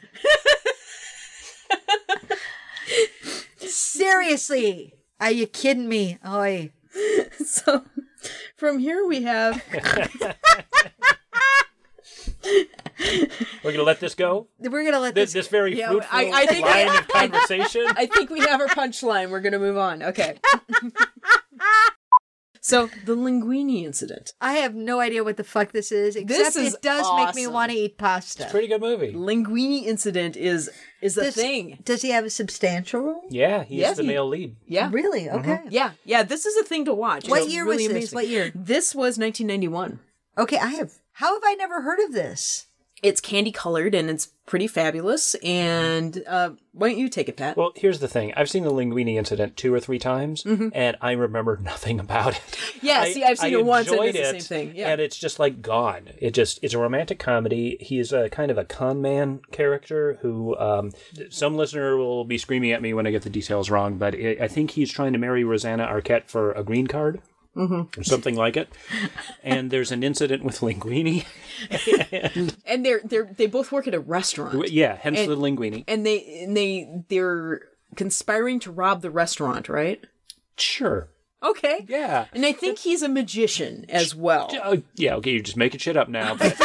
[SPEAKER 3] Seriously, are you kidding me? Oi.
[SPEAKER 2] (laughs) So from here we have
[SPEAKER 1] We're gonna let this go.
[SPEAKER 3] We're gonna let
[SPEAKER 1] This
[SPEAKER 3] this.
[SPEAKER 1] this very
[SPEAKER 2] Yeah,
[SPEAKER 1] fruitful
[SPEAKER 2] I- I think
[SPEAKER 1] line
[SPEAKER 2] I-
[SPEAKER 1] of conversation.
[SPEAKER 2] I think we have our punchline. We're going to move on. Okay. (laughs) so, the linguini incident.
[SPEAKER 3] I have no idea what the fuck this is. Except
[SPEAKER 2] This is
[SPEAKER 3] it does make me
[SPEAKER 2] awesome.
[SPEAKER 3] want to eat pasta.
[SPEAKER 1] Pretty good movie.
[SPEAKER 2] Linguini incident is is a
[SPEAKER 3] Does-
[SPEAKER 2] thing.
[SPEAKER 3] Does he have a substantial role?
[SPEAKER 1] Yeah, he's
[SPEAKER 2] Yes,
[SPEAKER 1] the
[SPEAKER 2] he-
[SPEAKER 1] male lead.
[SPEAKER 2] Yeah. Mm-hmm.
[SPEAKER 3] Really? Okay.
[SPEAKER 2] Yeah. Yeah, this is a thing to watch.
[SPEAKER 3] What
[SPEAKER 2] It's
[SPEAKER 3] year was
[SPEAKER 2] really
[SPEAKER 3] this?
[SPEAKER 2] amazing.
[SPEAKER 3] What year?
[SPEAKER 2] This was 1991.
[SPEAKER 3] Okay. I have. How have I never heard of this?
[SPEAKER 2] It's candy colored and it's pretty fabulous. And uh, why don't you take it, Pat?
[SPEAKER 1] Well, here's the thing. I've seen the Linguini incident two or three times,
[SPEAKER 2] Mm-hmm.
[SPEAKER 1] and I remember (laughs) nothing about it.
[SPEAKER 2] yeah, see, I've seen
[SPEAKER 1] I
[SPEAKER 2] it once and
[SPEAKER 1] enjoyed
[SPEAKER 2] it's the same
[SPEAKER 1] it,
[SPEAKER 2] thing. Yeah.
[SPEAKER 1] And it's just like gone. It just it's a romantic comedy. He's a kind of a con man character who um, some listener will be screaming at me when I get the details wrong, but i I think he's trying to marry Rosanna Arquette for a green card.
[SPEAKER 2] Mm-hmm.
[SPEAKER 1] Or something like
[SPEAKER 2] (laughs)
[SPEAKER 1] it, and there's an incident with Linguini.
[SPEAKER 2] and they're they're they both work at a restaurant.
[SPEAKER 1] Yeah, hence the Linguini.
[SPEAKER 2] And they and they they're conspiring to rob the restaurant, right?
[SPEAKER 1] Sure.
[SPEAKER 2] Okay.
[SPEAKER 1] Yeah.
[SPEAKER 2] And I think he's a magician as well.
[SPEAKER 1] Oh, yeah. Okay, you're just making shit up now. But
[SPEAKER 2] (laughs)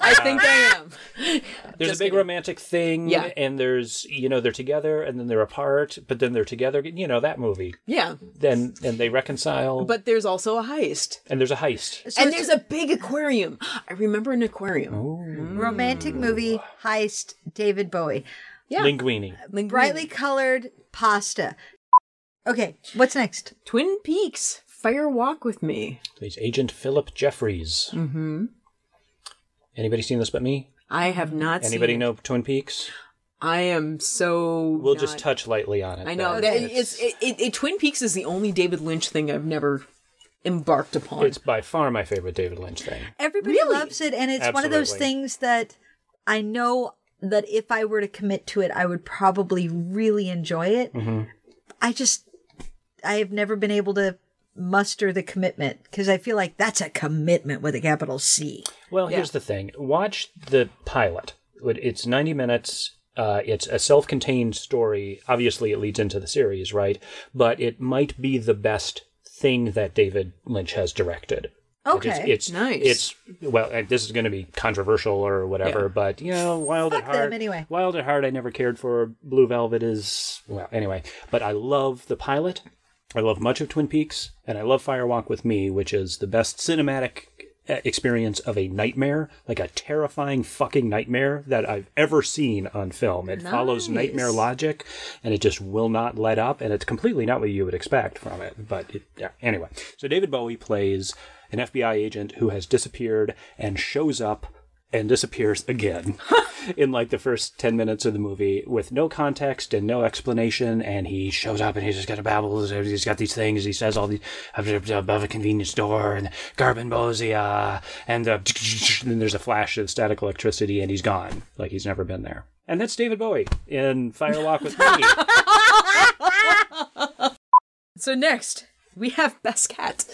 [SPEAKER 2] I think I am.
[SPEAKER 1] there's a big romantic thing
[SPEAKER 2] Yeah.
[SPEAKER 1] and there's you know they're together and then they're apart but then they're together you know that movie
[SPEAKER 2] Yeah.
[SPEAKER 1] then and they reconcile
[SPEAKER 2] But there's also a heist.
[SPEAKER 1] and there's a heist
[SPEAKER 3] So
[SPEAKER 2] and
[SPEAKER 3] it's
[SPEAKER 2] there's a big aquarium. I remember an aquarium.
[SPEAKER 1] Oh.
[SPEAKER 3] romantic movie heist. David Bowie.
[SPEAKER 2] Yeah.
[SPEAKER 1] linguini
[SPEAKER 2] Linguini.
[SPEAKER 3] Brightly colored pasta. Okay. What's next?
[SPEAKER 2] Twin Peaks. Fire Walk with Me.
[SPEAKER 1] He's agent philip jeffries mm-hmm. anybody seen this but me
[SPEAKER 2] I have not seen
[SPEAKER 1] anybody
[SPEAKER 2] it.
[SPEAKER 1] know twin peaks
[SPEAKER 2] I am so
[SPEAKER 1] we'll
[SPEAKER 2] not-
[SPEAKER 1] just touch lightly on it
[SPEAKER 2] I know
[SPEAKER 1] then.
[SPEAKER 2] that it's it, it, it- Twin Peaks is the only David Lynch thing I've never embarked upon. (laughs)
[SPEAKER 1] it's by far my favorite david lynch thing
[SPEAKER 3] Everybody
[SPEAKER 2] Really?
[SPEAKER 3] loves it, and it's one of those
[SPEAKER 1] Absolutely.
[SPEAKER 3] things that I know that if I were to commit to it, I would probably really enjoy it. I just, I have never been able to muster the commitment because I feel like that's a commitment with a capital C.
[SPEAKER 1] Well, here's the thing. Watch the pilot. It- It's 90 minutes. Uh, it's a self-contained story. Obviously, it leads into the series, right? But it might be the best thing that David Lynch has directed.
[SPEAKER 3] Okay.
[SPEAKER 1] It's, it's
[SPEAKER 2] Nice.
[SPEAKER 1] It's well, and this is going to be controversial or whatever, but you know, Wild at
[SPEAKER 3] Fuck them
[SPEAKER 1] Heart.
[SPEAKER 3] anyway.
[SPEAKER 1] Wild at Heart. I never cared for Blue Velvet. Is well, anyway. But I love the pilot. I love much of Twin Peaks, and I love Firewalk with Me, which is the best cinematic uh, experience of a nightmare, like a terrifying fucking nightmare that I've ever seen on film. It follows nightmare logic, and it just will not let up, and it's completely not what you would expect from it. But it, yeah, anyway, so David Bowie plays an FBI agent who has disappeared and shows up and disappears again in like the first 10 minutes of the movie with no context and no explanation and he shows up and he's just got a babble he's got these things he says all these above a convenience door and garbambozia and, the, and then there's a flash of static electricity and he's gone like he's never been there and that's david bowie in firewalk with me
[SPEAKER 3] (laughs)
[SPEAKER 2] so next we have Basquiat.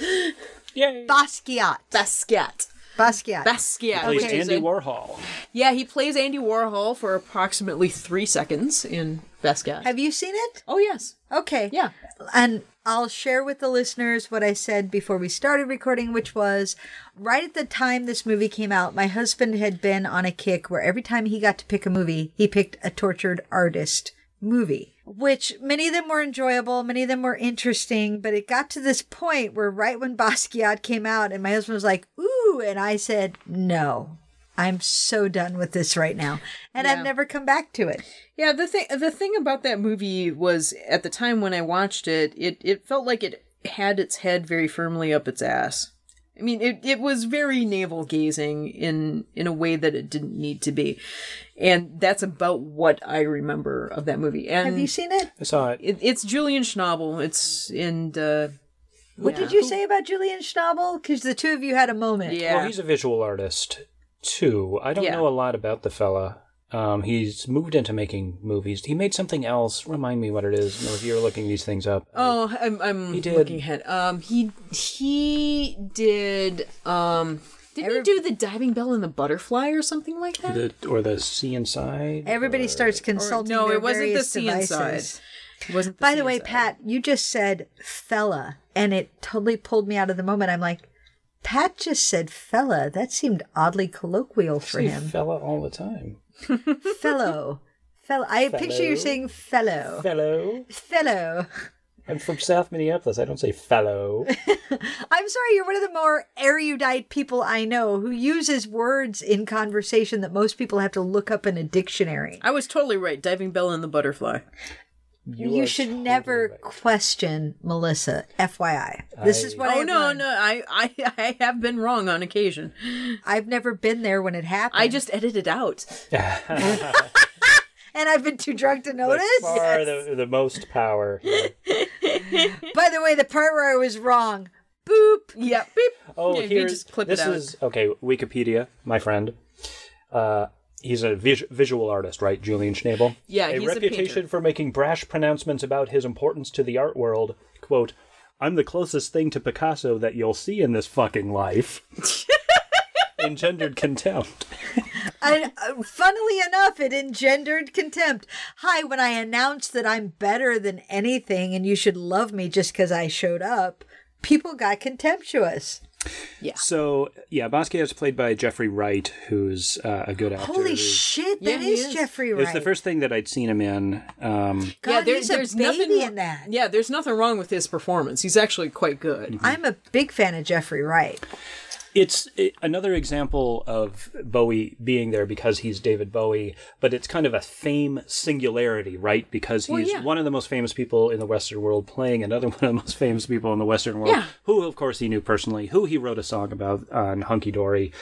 [SPEAKER 1] (laughs) yay
[SPEAKER 3] Basquiat.
[SPEAKER 2] Basquiat.
[SPEAKER 3] Basquiat.
[SPEAKER 2] Basquiat.
[SPEAKER 1] plays
[SPEAKER 2] which is
[SPEAKER 1] andy
[SPEAKER 2] a-
[SPEAKER 1] warhol
[SPEAKER 2] Yeah, he plays Andy Warhol for approximately three seconds in Basquiat.
[SPEAKER 3] have you seen it?
[SPEAKER 2] Oh yes,
[SPEAKER 3] Okay.
[SPEAKER 2] yeah.
[SPEAKER 3] And I'll share with the listeners what I said before we started recording, which was right at the time this movie came out, my husband had been on a kick where every time he got to pick a movie, he picked a tortured artist movie, which many of them were enjoyable, many of them were interesting, but it got to this point where right when Basquiat came out, and my husband was like, ooh, and I said, no. I'm so done with this right now. And I've never come back to it.
[SPEAKER 2] Yeah, the thing the thing about that movie was at the time when I watched it, it it felt like it had its head very firmly up its ass. I mean, it, it was very navel gazing in in a way that it didn't need to be, and that's about what I remember of that movie. And
[SPEAKER 3] Have you seen it?
[SPEAKER 1] i saw it
[SPEAKER 2] it, it's Julian Schnabel. It's and uh,
[SPEAKER 3] What did you say about Julian Schnabel? Because the two of you had a moment.
[SPEAKER 2] Yeah.
[SPEAKER 1] Well, he's a visual artist too. I don't
[SPEAKER 2] Yeah.
[SPEAKER 1] know a lot about the fella. Um, he's moved into making movies. He made something else. Remind me what it is. No, if you're looking these things up.
[SPEAKER 2] Oh, I'm I'm
[SPEAKER 1] He did-
[SPEAKER 2] looking ahead. Um, he he did um. Did he do the diving bell and the butterfly or something like that?
[SPEAKER 1] The, or the sea inside.
[SPEAKER 3] Everybody starts consulting.
[SPEAKER 2] no,
[SPEAKER 3] their
[SPEAKER 2] it wasn't the
[SPEAKER 3] various
[SPEAKER 2] sea
[SPEAKER 3] devices.
[SPEAKER 2] inside. It wasn't. The
[SPEAKER 3] By
[SPEAKER 2] sea
[SPEAKER 3] the way,
[SPEAKER 2] inside.
[SPEAKER 3] Pat, you just said fella, and it totally pulled me out of the moment. I'm like, Pat just said fella. That seemed oddly colloquial for
[SPEAKER 1] See
[SPEAKER 3] him.
[SPEAKER 1] fella all the time.
[SPEAKER 2] (laughs)
[SPEAKER 3] fellow. Fellow. I picture you
[SPEAKER 1] Fellow.
[SPEAKER 3] saying fellow.
[SPEAKER 1] Fellow.
[SPEAKER 3] Fellow. (laughs)
[SPEAKER 1] I'm from South Minneapolis. I don't say fellow.
[SPEAKER 3] I'm sorry, you're one of the more erudite people I know who uses words in conversation that most people have to look up in a dictionary.
[SPEAKER 2] I was totally right. Diving bell and the butterfly.
[SPEAKER 3] (laughs) You,
[SPEAKER 1] are
[SPEAKER 3] should
[SPEAKER 1] totally
[SPEAKER 3] never
[SPEAKER 1] (laughs) right.
[SPEAKER 3] question Melissa, FYI. This is
[SPEAKER 1] I-
[SPEAKER 3] what
[SPEAKER 2] oh
[SPEAKER 3] I've
[SPEAKER 2] no,
[SPEAKER 3] learned.
[SPEAKER 2] no, I, I (laughs) I have been wrong on occasion.
[SPEAKER 3] I've never been there when it happened.
[SPEAKER 2] I just edited out.
[SPEAKER 3] and I've been too drunk to
[SPEAKER 1] By
[SPEAKER 3] notice. (laughs)
[SPEAKER 1] far the, the most power. here.
[SPEAKER 3] By the way, the part where I was wrong. Boop.
[SPEAKER 2] Yeah, beep.
[SPEAKER 1] Oh,
[SPEAKER 2] Yeah, you
[SPEAKER 1] here's
[SPEAKER 2] just clip it
[SPEAKER 1] this
[SPEAKER 2] out.
[SPEAKER 1] is okay. Wikipedia, my friend. Uh, he's a vis- visual artist, right? Julian Schnabel.
[SPEAKER 2] Yeah,
[SPEAKER 1] a
[SPEAKER 2] he's a
[SPEAKER 1] reputation
[SPEAKER 2] painter.
[SPEAKER 1] for making brash pronouncements about his importance to the art world. Quote: "I'm the closest thing to Picasso that you'll see in this fucking
[SPEAKER 2] (laughs)
[SPEAKER 1] life." Engendered contempt.
[SPEAKER 3] And uh, funnily enough, it engendered contempt. Hi, when I announced that I'm better than anything and you should love me just because I showed up, people got contemptuous.
[SPEAKER 1] So yeah, Basquiat's played by Jeffrey Wright, who's uh, a good actor.
[SPEAKER 3] Holy
[SPEAKER 1] who-
[SPEAKER 3] shit,
[SPEAKER 2] Yeah,
[SPEAKER 3] that
[SPEAKER 2] he
[SPEAKER 3] is,
[SPEAKER 2] is.
[SPEAKER 3] Jeffrey
[SPEAKER 1] It
[SPEAKER 3] Wright.
[SPEAKER 1] was the first thing that I'd seen him in. Um,
[SPEAKER 3] God,
[SPEAKER 2] yeah, there-
[SPEAKER 3] he's
[SPEAKER 2] there's
[SPEAKER 3] a baby
[SPEAKER 2] nothing wrong-
[SPEAKER 3] in that.
[SPEAKER 2] Yeah, there's nothing wrong with his performance. He's actually quite good.
[SPEAKER 3] I'm a big fan of Jeffrey Wright.
[SPEAKER 1] It's i another example of Bowie being there because he's David Bowie, but it's kind of a fame singularity, right? Because he's
[SPEAKER 2] yeah.
[SPEAKER 1] one of the most famous people in the Western world playing another (laughs) one of the most famous people in the Western world,
[SPEAKER 2] Yeah.
[SPEAKER 1] who, of course, he knew personally, who he wrote a song about on Hunky Dory.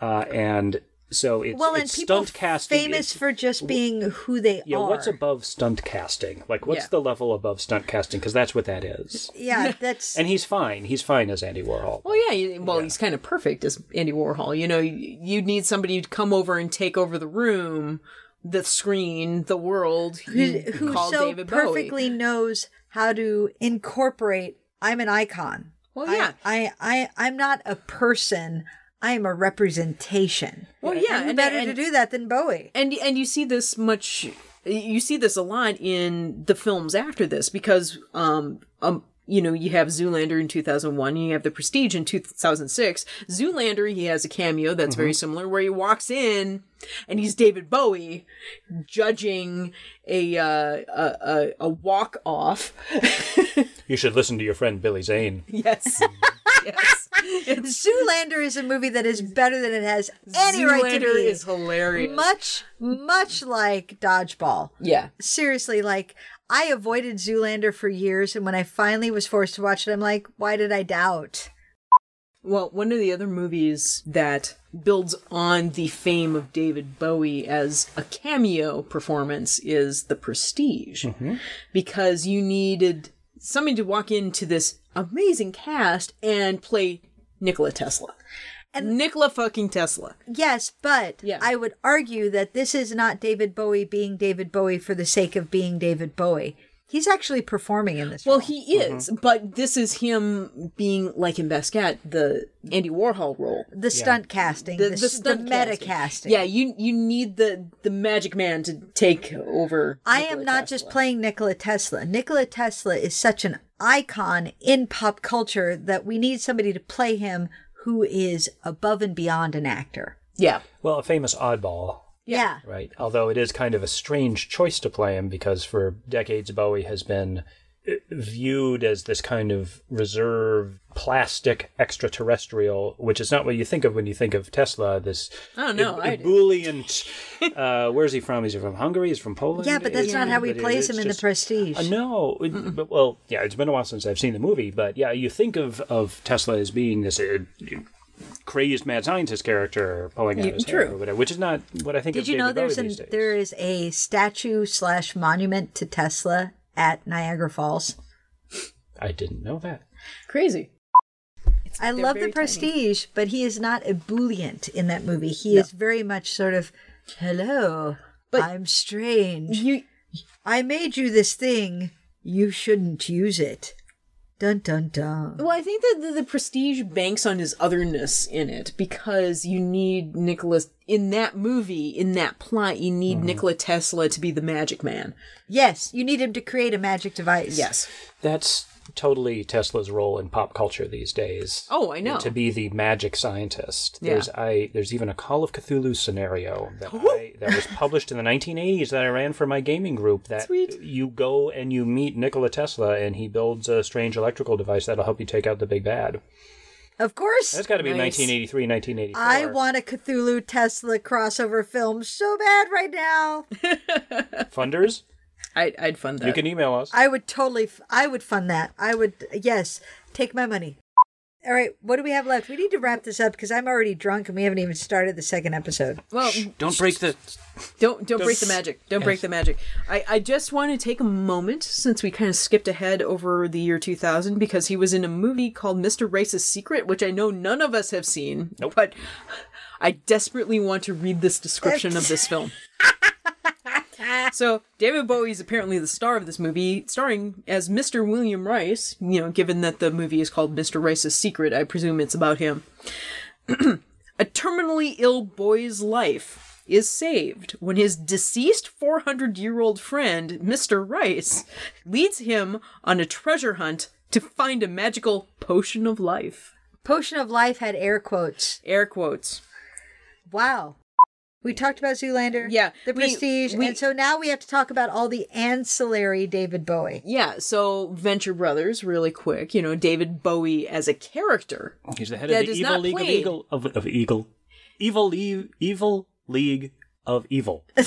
[SPEAKER 1] Uh, and so it's,
[SPEAKER 3] Well,
[SPEAKER 1] it's
[SPEAKER 3] and people
[SPEAKER 1] stunt casting.
[SPEAKER 3] famous
[SPEAKER 1] It's-
[SPEAKER 3] for just being who they
[SPEAKER 1] yeah,
[SPEAKER 3] are.
[SPEAKER 1] what's above stunt casting? Like, what's
[SPEAKER 2] Yeah.
[SPEAKER 1] the level above stunt casting? Because that's what that is. (laughs)
[SPEAKER 3] yeah, that's
[SPEAKER 1] And he's fine. He's fine as Andy Warhol.
[SPEAKER 2] Well, yeah. you- Well, he's kind of perfect as Andy Warhol. You know, you- you'd need somebody to come over and take over the room, the screen, the world.
[SPEAKER 3] who,
[SPEAKER 2] You
[SPEAKER 3] who
[SPEAKER 2] call
[SPEAKER 3] so
[SPEAKER 2] David Bowie.
[SPEAKER 3] perfectly knows how to incorporate I'm an icon.
[SPEAKER 2] Well, yeah.
[SPEAKER 3] I, I, I, I'm not a person. I am a representation.
[SPEAKER 2] Well, yeah,
[SPEAKER 3] And
[SPEAKER 2] and
[SPEAKER 3] better
[SPEAKER 2] and,
[SPEAKER 3] to do that than Bowie.
[SPEAKER 2] and and you see this much you see this a lot in the films after this because um um you know you have Zoolander in 2001 and you have The Prestige in 2006 Zoolander he has a cameo that's very similar where he walks in and he's David Bowie judging a uh, a, a, a walk off
[SPEAKER 1] You should listen to your friend Billy Zane.
[SPEAKER 2] (laughs) yes yes
[SPEAKER 3] (laughs) Zoolander is a movie that is better than it has any right to
[SPEAKER 2] Zoolander
[SPEAKER 3] be.
[SPEAKER 2] is hilarious
[SPEAKER 3] much, much like Dodgeball.
[SPEAKER 2] yeah
[SPEAKER 3] Seriously, like I avoided Zoolander for years, and when I finally was forced to watch it, I'm like, why did I doubt?
[SPEAKER 2] Well, one of the other movies that builds on the fame of David Bowie as a cameo performance is The Prestige, because you needed somebody to walk into this amazing cast and play Nikola Tesla. And Nikola fucking Tesla.
[SPEAKER 3] Yes, but
[SPEAKER 2] Yeah.
[SPEAKER 3] I would argue that this is not David Bowie being David Bowie for the sake of being David Bowie. He's actually performing in this.
[SPEAKER 2] Well,
[SPEAKER 3] role.
[SPEAKER 2] he is, but this is him being like in Basquiat, the Andy Warhol role.
[SPEAKER 3] the stunt casting, the, s- the
[SPEAKER 2] stunt
[SPEAKER 3] meta casting.
[SPEAKER 2] Yeah, you you need the the magic man to take over.
[SPEAKER 3] I
[SPEAKER 2] Nikola
[SPEAKER 3] am not
[SPEAKER 2] Tesla.
[SPEAKER 3] just playing Nikola Tesla. Nikola Tesla is such an icon in pop culture that we need somebody to play him who is above and beyond an actor.
[SPEAKER 2] Yeah.
[SPEAKER 1] Well, a famous oddball,
[SPEAKER 3] Yeah.
[SPEAKER 1] right? Although it is kind of a strange choice to play him because for decades Bowie has been uh, viewed as this kind of reserved, plastic extraterrestrial, which is not what you think of when you think of Tesla. This
[SPEAKER 2] I don't know, I did.
[SPEAKER 1] ebullient. Uh, where's he from? Is he from Hungary? He's from Poland.
[SPEAKER 3] Yeah, but that's
[SPEAKER 1] Is-
[SPEAKER 3] not how he
[SPEAKER 1] but it-
[SPEAKER 3] plays
[SPEAKER 1] it's
[SPEAKER 3] him in the
[SPEAKER 1] just-
[SPEAKER 3] Prestige.
[SPEAKER 1] Uh, no, it- but, well, yeah, it's been a while since I've seen the movie, but yeah, you think of, of Tesla as being this uh, crazed mad scientist character pulling out his hair
[SPEAKER 2] true.
[SPEAKER 1] or whatever, which is not what I think.
[SPEAKER 3] Did
[SPEAKER 1] of
[SPEAKER 3] you
[SPEAKER 1] David
[SPEAKER 3] know there's
[SPEAKER 1] Bowie
[SPEAKER 3] an
[SPEAKER 1] these days.
[SPEAKER 3] there is a statue slash monument to Tesla at Niagara Falls?
[SPEAKER 1] I didn't know that.
[SPEAKER 2] Crazy.
[SPEAKER 3] I
[SPEAKER 2] They're
[SPEAKER 3] love the
[SPEAKER 2] very tiny.
[SPEAKER 3] prestige, but he is not ebullient in that movie. He is very much sort of, hello,
[SPEAKER 2] But-
[SPEAKER 3] I'm strange.
[SPEAKER 2] You
[SPEAKER 3] I made you this thing. You shouldn't use it. Dun dun dun.
[SPEAKER 2] Well, I think that the, the prestige banks on his otherness in it because you need Nicholas in that movie, in that plot, you need Nikola Tesla to be the magic man.
[SPEAKER 3] Yes, you need him to create a magic device.
[SPEAKER 2] Yes.
[SPEAKER 1] That's totally Tesla's role in pop culture these days.
[SPEAKER 2] Oh, I know.
[SPEAKER 1] To be the magic scientist.
[SPEAKER 2] Yeah.
[SPEAKER 1] There's I there's even a Call of Cthulhu scenario that I, that was published in the 1980s that I ran for my gaming group that
[SPEAKER 2] Sweet.
[SPEAKER 1] you go and you meet Nikola Tesla and he builds a strange electrical device that'll help you take out the big bad.
[SPEAKER 3] Of course.
[SPEAKER 1] That's got to be
[SPEAKER 2] Nice.
[SPEAKER 1] 1983, 1984.
[SPEAKER 3] I want a Cthulhu Tesla crossover film so bad right now.
[SPEAKER 1] funders.
[SPEAKER 2] I'd, I'd fund that.
[SPEAKER 1] You can email us.
[SPEAKER 3] I would totally, f- I would fund that. I would, yes, take my money. All right, what do we have left? We need to wrap this up because I'm already drunk and we haven't even started the second episode.
[SPEAKER 2] well,
[SPEAKER 1] Don't break the
[SPEAKER 2] Don't don't break the magic. Don't break the magic. I, I just want to take a moment since we kind of skipped ahead over the year 2000 because he was in a movie called Mr. Rice's Secret, which I know none of us have seen.
[SPEAKER 1] Nope.
[SPEAKER 2] But I desperately want to read this description of this film. so David Bowie is apparently the star of this movie, starring as Mr. William Rice. You know, given that the movie is called Mr. Rice's Secret, I presume it's about him. A terminally ill boy's life is saved when his deceased 400 year old friend, Mr. Rice, leads him on a treasure hunt to find a magical potion of life.
[SPEAKER 3] Potion of Life had air quotes.
[SPEAKER 2] Air quotes.
[SPEAKER 3] Wow. We talked about Zoolander,
[SPEAKER 2] Yeah,
[SPEAKER 3] The
[SPEAKER 2] we-
[SPEAKER 3] Prestige,
[SPEAKER 2] we-
[SPEAKER 3] and so now we have to talk about all the ancillary David Bowie.
[SPEAKER 2] Yeah, so Venture Brothers, really quick. You know, David Bowie as a character.
[SPEAKER 1] oh, He's the head
[SPEAKER 2] That
[SPEAKER 1] of the
[SPEAKER 2] is
[SPEAKER 1] Evil
[SPEAKER 2] not
[SPEAKER 1] League of
[SPEAKER 2] played.
[SPEAKER 1] Eagle of, of Eagle. Evil League Evil League of
[SPEAKER 2] (laughs)
[SPEAKER 1] Evil.
[SPEAKER 2] Uh,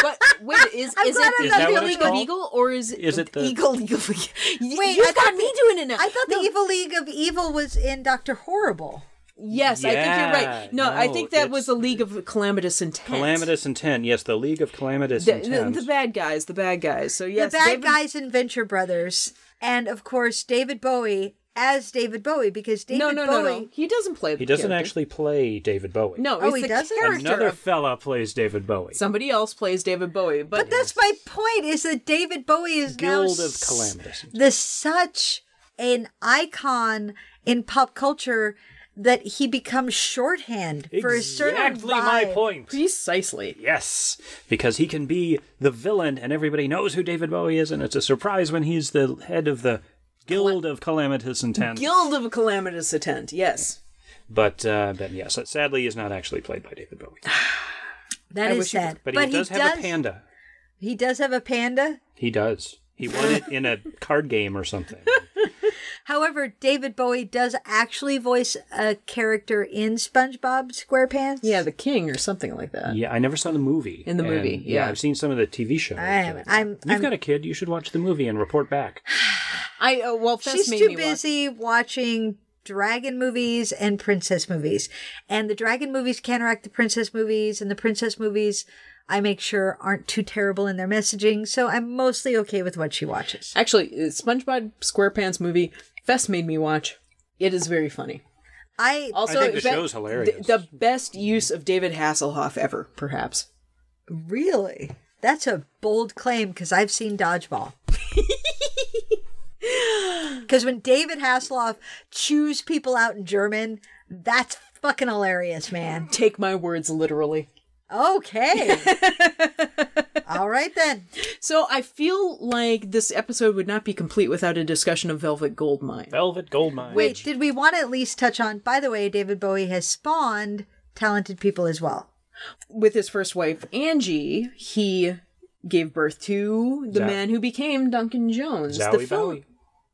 [SPEAKER 2] But wait, is,
[SPEAKER 3] I'm
[SPEAKER 2] is
[SPEAKER 3] glad
[SPEAKER 2] it
[SPEAKER 1] not
[SPEAKER 3] I'm
[SPEAKER 2] the
[SPEAKER 1] Is that
[SPEAKER 2] Evil
[SPEAKER 1] what it's
[SPEAKER 2] League of
[SPEAKER 1] called?
[SPEAKER 2] Eagle or is,
[SPEAKER 1] Is it the-
[SPEAKER 2] Eagle League of Eagle? (laughs)
[SPEAKER 3] Wait,
[SPEAKER 2] you
[SPEAKER 3] I
[SPEAKER 2] got
[SPEAKER 3] thought
[SPEAKER 2] me
[SPEAKER 3] the-
[SPEAKER 2] doing it now.
[SPEAKER 3] (laughs) I thought
[SPEAKER 2] No.
[SPEAKER 3] the Evil League of Evil was in Doctor Horrible.
[SPEAKER 2] Yes, I think you're
[SPEAKER 1] Yeah,
[SPEAKER 2] right. No, I
[SPEAKER 1] no,
[SPEAKER 2] think that
[SPEAKER 1] it's-
[SPEAKER 2] was the League of Calamitous Intent.
[SPEAKER 1] Calamitous Intent. Yes, the League of Calamitous
[SPEAKER 2] The, the,
[SPEAKER 1] Intent.
[SPEAKER 2] the bad guys, the bad guys. So yes,
[SPEAKER 3] the bad
[SPEAKER 2] David-
[SPEAKER 3] guys in Venture Brothers, and of course David Bowie as David Bowie because David
[SPEAKER 2] No, no,
[SPEAKER 3] Bowie.
[SPEAKER 2] no, no. He doesn't play. The
[SPEAKER 1] he doesn't
[SPEAKER 2] uh, character.
[SPEAKER 1] actually play David Bowie.
[SPEAKER 2] No,
[SPEAKER 3] Oh,
[SPEAKER 2] it's
[SPEAKER 3] he
[SPEAKER 2] the
[SPEAKER 3] doesn't?
[SPEAKER 2] character.
[SPEAKER 1] Another
[SPEAKER 2] of-
[SPEAKER 1] fella plays David Bowie.
[SPEAKER 2] somebody else plays David Bowie, but,
[SPEAKER 3] But that's my point is that David Bowie is now
[SPEAKER 1] Guild of
[SPEAKER 3] s-
[SPEAKER 1] Calamitous.
[SPEAKER 3] the such an icon in pop culture that he becomes shorthand for a certain
[SPEAKER 1] exactly my
[SPEAKER 3] vibe.
[SPEAKER 1] point.
[SPEAKER 2] precisely.
[SPEAKER 1] Yes, because he can be the villain, and everybody knows who David Bowie is, and it's a surprise when he's the head of the Guild of Calamitous Intent.
[SPEAKER 2] Guild of Calamitous Intent. Yes.
[SPEAKER 1] But uh, but yes, sadly, is not actually played by David Bowie.
[SPEAKER 3] That
[SPEAKER 2] I
[SPEAKER 3] is
[SPEAKER 2] wish he
[SPEAKER 3] sad.
[SPEAKER 1] But he does have a panda.
[SPEAKER 3] He does have a panda.
[SPEAKER 1] He does. He won it in a card game or something.
[SPEAKER 3] However, David Bowie does actually voice a character in SpongeBob SquarePants.
[SPEAKER 2] Yeah, the king or something like that.
[SPEAKER 1] Yeah, I never saw the movie.
[SPEAKER 2] In the
[SPEAKER 1] And,
[SPEAKER 2] movie, yeah.
[SPEAKER 1] I've seen some of the TV shows.
[SPEAKER 3] I am. I'm.
[SPEAKER 1] You've
[SPEAKER 3] I'm
[SPEAKER 1] got a kid. You should watch the movie and report back.
[SPEAKER 2] I uh, well, Fess
[SPEAKER 3] She's
[SPEAKER 2] made me
[SPEAKER 3] too
[SPEAKER 2] watch-
[SPEAKER 3] busy watching dragon movies and princess movies. And the dragon movies counteract the princess movies, and the princess movies I make sure aren't too terrible in their messaging, so I'm mostly okay with what she watches.
[SPEAKER 2] Actually, uh, SpongeBob SquarePants movie. Fess made me watch. It is very funny.
[SPEAKER 3] I
[SPEAKER 2] Also,
[SPEAKER 1] think the
[SPEAKER 2] be-
[SPEAKER 1] show's hilarious.
[SPEAKER 2] The, the best use of David Hasselhoff ever, perhaps.
[SPEAKER 3] really that's a bold claim because I've seen
[SPEAKER 2] (laughs)
[SPEAKER 3] Dodgeball. Because when David Hasselhoff chews people out in German, that's fucking hilarious, man.
[SPEAKER 2] Take my words literally. (laughs)
[SPEAKER 3] Okay. All right then.
[SPEAKER 2] So I feel like this episode would not be complete without a discussion of Velvet Goldmine.
[SPEAKER 1] Velvet Goldmine.
[SPEAKER 3] Wait, did we want to at least touch on? By the way, David Bowie has spawned talented people as well.
[SPEAKER 2] With his first wife, Angie, he gave birth to the
[SPEAKER 1] Zow-
[SPEAKER 2] man who became Duncan Jones. the
[SPEAKER 1] Zowie
[SPEAKER 2] film-
[SPEAKER 1] Bowie.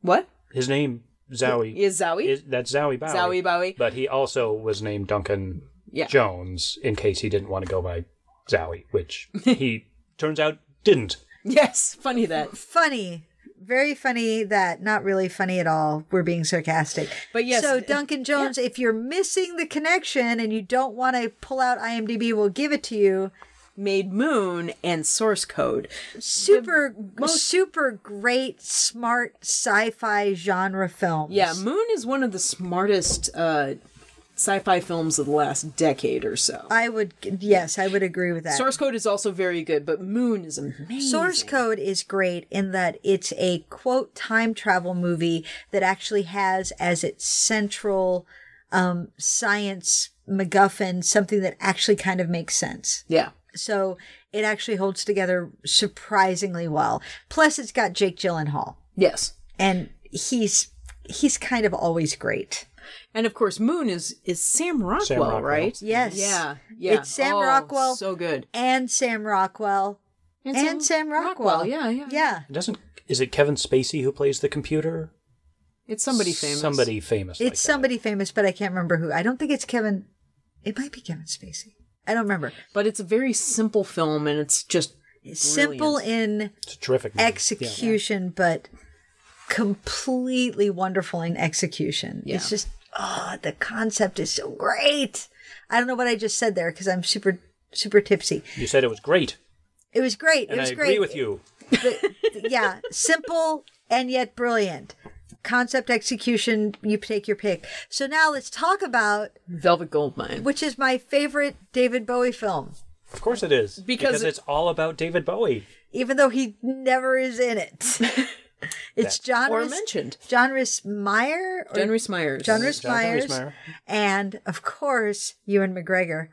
[SPEAKER 2] What?
[SPEAKER 1] His name Zowie.
[SPEAKER 2] Is Zowie?
[SPEAKER 1] Is- that's Zowie Bowie.
[SPEAKER 2] Zowie Bowie.
[SPEAKER 1] But he also was named Duncan
[SPEAKER 2] Yeah.
[SPEAKER 1] Jones in case he didn't want to go by Zowie, which
[SPEAKER 2] (laughs)
[SPEAKER 1] he turns out didn't.
[SPEAKER 2] (laughs) Yes, funny that.
[SPEAKER 3] Funny. Very funny that not really funny at all. We're being sarcastic.
[SPEAKER 2] But yes,
[SPEAKER 3] So
[SPEAKER 2] th-
[SPEAKER 3] Duncan Jones, if you're missing the connection and you don't want to pull out IMDb, we'll give it to you.
[SPEAKER 2] Made Moon, and Source Code.
[SPEAKER 3] Super, super great, smart sci-fi genre films.
[SPEAKER 2] Yeah, Moon is one of the smartest uh, sci fi films of the last decade or so.
[SPEAKER 3] I would. Yes, I would agree with that.
[SPEAKER 2] Source Code is also very good, but Moon is amazing.
[SPEAKER 3] Source Code is great in that it's a quote time travel movie that actually has as its central um, science MacGuffin something that actually kind of makes sense.
[SPEAKER 2] Yeah.
[SPEAKER 3] So it actually holds together surprisingly well. Plus, it's got Jake Gyllenhaal,
[SPEAKER 2] Yes.
[SPEAKER 3] and he's he's kind of always great.
[SPEAKER 2] And of course, Moon is is Sam Rockwell,
[SPEAKER 1] Rockwell.
[SPEAKER 2] right?
[SPEAKER 3] Yes.
[SPEAKER 2] Yeah. Yeah.
[SPEAKER 3] It's Sam
[SPEAKER 2] Oh,
[SPEAKER 3] Rockwell.
[SPEAKER 2] So good.
[SPEAKER 3] And Sam Rockwell. And, Sam, Rockwell.
[SPEAKER 2] Yeah. Yeah.
[SPEAKER 3] Yeah.
[SPEAKER 1] Doesn't is it Kevin Spacey who plays the computer?
[SPEAKER 2] It's somebody famous.
[SPEAKER 1] Somebody famous. like
[SPEAKER 3] It's somebody famous, but I can't remember who. I don't think it's Kevin. It might be Kevin Spacey. I don't remember.
[SPEAKER 2] But it's a very simple film, and it's just
[SPEAKER 3] Simple in
[SPEAKER 1] that. It's a terrific movie.
[SPEAKER 3] execution, but completely wonderful in execution. It's just, oh, the concept is so great. I don't know what I just said there because I'm super, super tipsy.
[SPEAKER 1] Yeah. You said it was great,
[SPEAKER 3] It was great.
[SPEAKER 1] and
[SPEAKER 3] it
[SPEAKER 1] I
[SPEAKER 3] was
[SPEAKER 1] agree
[SPEAKER 3] great.
[SPEAKER 1] with you.
[SPEAKER 3] (laughs) yeah, simple and yet brilliant. Concept execution, you take your pick. So now let's talk about
[SPEAKER 2] Velvet Goldmine.
[SPEAKER 3] which is my favorite David Bowie film,
[SPEAKER 1] Of course it is.
[SPEAKER 2] Because it-
[SPEAKER 1] it's all about David Bowie.
[SPEAKER 3] even though he never is in
[SPEAKER 2] (laughs)
[SPEAKER 3] it. it's John
[SPEAKER 2] Or
[SPEAKER 3] Rhys-
[SPEAKER 2] mentioned.
[SPEAKER 3] John Rhys Meyer, or
[SPEAKER 2] John Rhys Meyers.
[SPEAKER 3] John Rhys
[SPEAKER 1] John Rhys
[SPEAKER 3] Meyers,
[SPEAKER 1] Meyer.
[SPEAKER 3] and of course Ewan McGregor.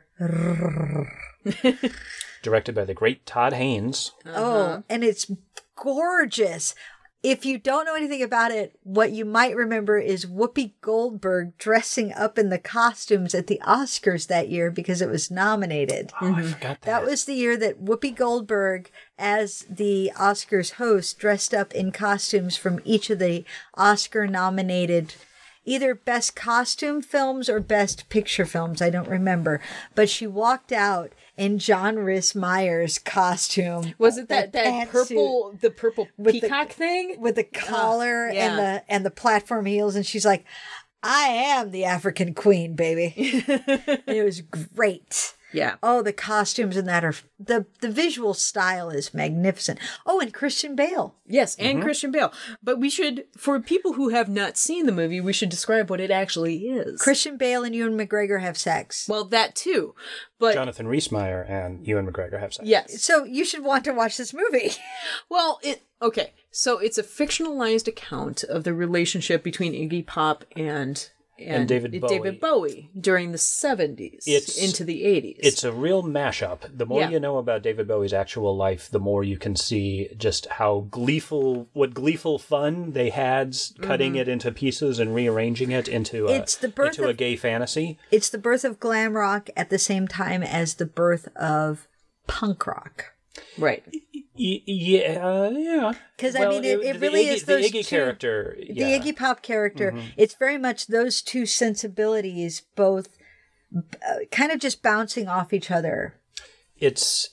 [SPEAKER 1] Directed by the great Todd Haynes.
[SPEAKER 2] Uh-huh.
[SPEAKER 3] Oh, and it's gorgeous. If you don't know anything about it, what you might remember is Whoopi Goldberg dressing up in the costumes at the Oscars that year because it was nominated.
[SPEAKER 1] Oh, I forgot that.
[SPEAKER 3] That was the year that Whoopi Goldberg, as the Oscars host, dressed up in costumes from each of the Oscar nominated either best costume films or best picture films. I don't remember. But she walked out in John Rhys Meyers' costume.
[SPEAKER 2] Was it that that,
[SPEAKER 3] pantsuit
[SPEAKER 2] purple the purple
[SPEAKER 3] the-
[SPEAKER 2] peacock thing?
[SPEAKER 3] with the collar
[SPEAKER 2] yeah.
[SPEAKER 3] and the and the platform heels and she's like I am the African queen,
[SPEAKER 2] (laughs)
[SPEAKER 3] baby. and it was great.
[SPEAKER 2] Yeah.
[SPEAKER 3] Oh, the costumes in that are the the visual style is magnificent. Oh, and Christian Bale.
[SPEAKER 2] Yes,
[SPEAKER 3] Mm-hmm.
[SPEAKER 2] and Christian Bale. But we should, for people who have not seen the movie, we should describe what it actually is.
[SPEAKER 3] Christian Bale and Ewan McGregor have sex.
[SPEAKER 2] well, that too. But
[SPEAKER 1] Jonathan Rhys Meyer and Ewan McGregor have sex.
[SPEAKER 2] yes.
[SPEAKER 3] So you should want to watch this movie. (laughs)
[SPEAKER 2] Well, it okay. So it's a fictionalized account of the relationship between Iggy Pop and and,
[SPEAKER 1] David Bowie.
[SPEAKER 2] Bowie during the seventies
[SPEAKER 1] It's-
[SPEAKER 2] into the eighties.
[SPEAKER 1] It's a real mashup. The more
[SPEAKER 2] Yeah.
[SPEAKER 1] you know about David Bowie's actual life, the more you can see just how gleeful, what gleeful fun they had cutting it into pieces and rearranging it into a,
[SPEAKER 3] Mm-hmm. It's the birth
[SPEAKER 1] into a
[SPEAKER 3] of-
[SPEAKER 1] gay fantasy.
[SPEAKER 3] It's the birth of glam rock at the same time as the birth of punk rock.
[SPEAKER 2] right.
[SPEAKER 1] Y- yeah, yeah.
[SPEAKER 3] 'Cause, I mean, it- it
[SPEAKER 1] the
[SPEAKER 3] really
[SPEAKER 1] Iggy-
[SPEAKER 3] is
[SPEAKER 1] the
[SPEAKER 3] those
[SPEAKER 1] Iggy
[SPEAKER 3] two-
[SPEAKER 1] character.
[SPEAKER 3] the
[SPEAKER 1] yeah.
[SPEAKER 3] Iggy Pop character,
[SPEAKER 2] Mm-hmm.
[SPEAKER 3] it's very much those two sensibilities both uh, kind of just bouncing off each other.
[SPEAKER 1] It's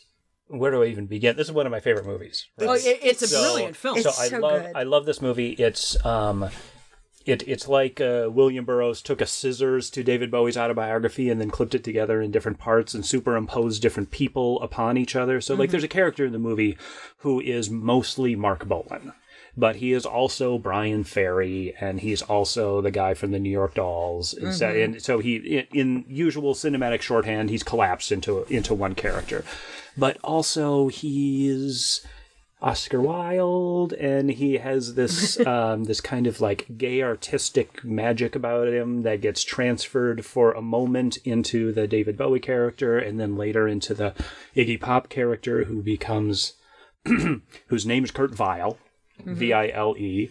[SPEAKER 1] where do I even begin? This is one of my favorite movies. right?
[SPEAKER 2] Oh, it, it's a brilliant film.
[SPEAKER 3] It's
[SPEAKER 1] So I
[SPEAKER 3] so
[SPEAKER 1] love
[SPEAKER 3] good.
[SPEAKER 1] I love this movie. It's um it it's like uh, William Burroughs took a scissors to David Bowie's autobiography and then clipped it together in different parts and superimposed different people upon each other. So
[SPEAKER 2] Mm-hmm.
[SPEAKER 1] like there's a character in the movie who is mostly Mark Bolan. But he is also Brian Ferry, and he's also the guy from the New York Dolls. And, so,
[SPEAKER 2] Mm-hmm.
[SPEAKER 1] and so he, in, in usual cinematic shorthand, he's collapsed into into one character. But also, he is Oscar Wilde, and he has this um, this kind of like gay artistic magic about him that gets transferred for a moment into the David Bowie character, and then later into the Iggy Pop character, who becomes (clears throat) whose name is Kurt Vile, V I L E,